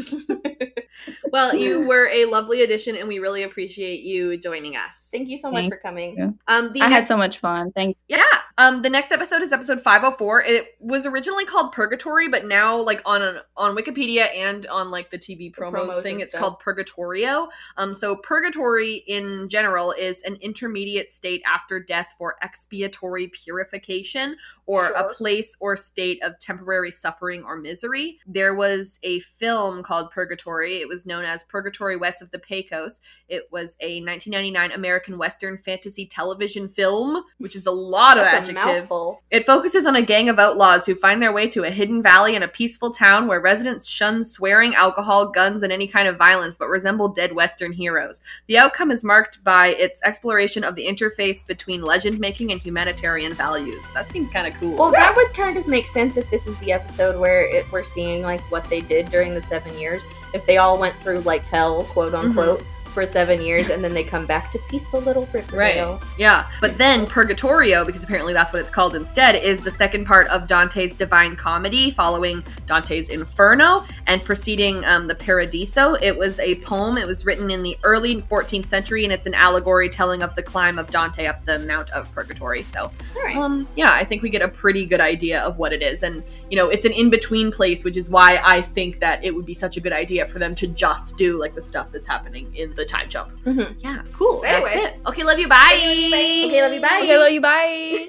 [SPEAKER 1] Well, you were a lovely addition, and we really appreciate you joining us.
[SPEAKER 3] Thank you so much
[SPEAKER 2] Thank
[SPEAKER 3] for coming.
[SPEAKER 2] you.
[SPEAKER 1] Um, the
[SPEAKER 2] I
[SPEAKER 1] next-
[SPEAKER 2] had so much fun. Thank
[SPEAKER 1] Yeah. Um, the next episode is episode 504. It was originally called Purgatory, but now like on on Wikipedia and on like the TV promos,
[SPEAKER 3] promos
[SPEAKER 1] thing,
[SPEAKER 3] and
[SPEAKER 1] it's
[SPEAKER 3] stuff.
[SPEAKER 1] called Purgatorio. Um, so purgatory in general is an intermediate state after death for expiatory purification or a
[SPEAKER 5] Sure.
[SPEAKER 1] place or state of temporary suffering or misery. There was a film called Purgatory. It was known as Purgatory West of the Pecos. It was a 1999 American Western fantasy television film, which is a lot of
[SPEAKER 3] That's
[SPEAKER 1] that adjectives. It focuses on a gang of outlaws who find their way to a hidden valley in a peaceful town where residents shun swearing, alcohol, guns, and any kind of violence, but resemble dead Western heroes. The outcome is marked by its exploration of the interface between legend making and humanitarian values. That seems kind of cool.
[SPEAKER 3] Well, that would kind of make sense if this is the episode where it, we're seeing like what they did during the seven years. If they all went through like hell, quote unquote, for seven years, and then they come back to peaceful little Riverdale.
[SPEAKER 1] Yeah, but then Purgatorio, because apparently that's what it's called instead, is the second part of Dante's Divine Comedy, following Dante's Inferno and preceding um, the Paradiso. It was a poem. It was written in the early 14th century, and it's an allegory telling of the climb of Dante up the Mount of Purgatory. So, um, yeah, I think we get a pretty good idea of what it is, and you know, it's an in between place, which is why I think that it would be such a good idea for them to just do like the stuff that's happening in the time jump.
[SPEAKER 3] Mhm.
[SPEAKER 1] Yeah, Mm-hmm. cool.
[SPEAKER 5] Anyway.
[SPEAKER 1] That's it. Okay, love you. Bye.
[SPEAKER 3] Okay, love you. Bye.
[SPEAKER 2] Okay, love you. Bye.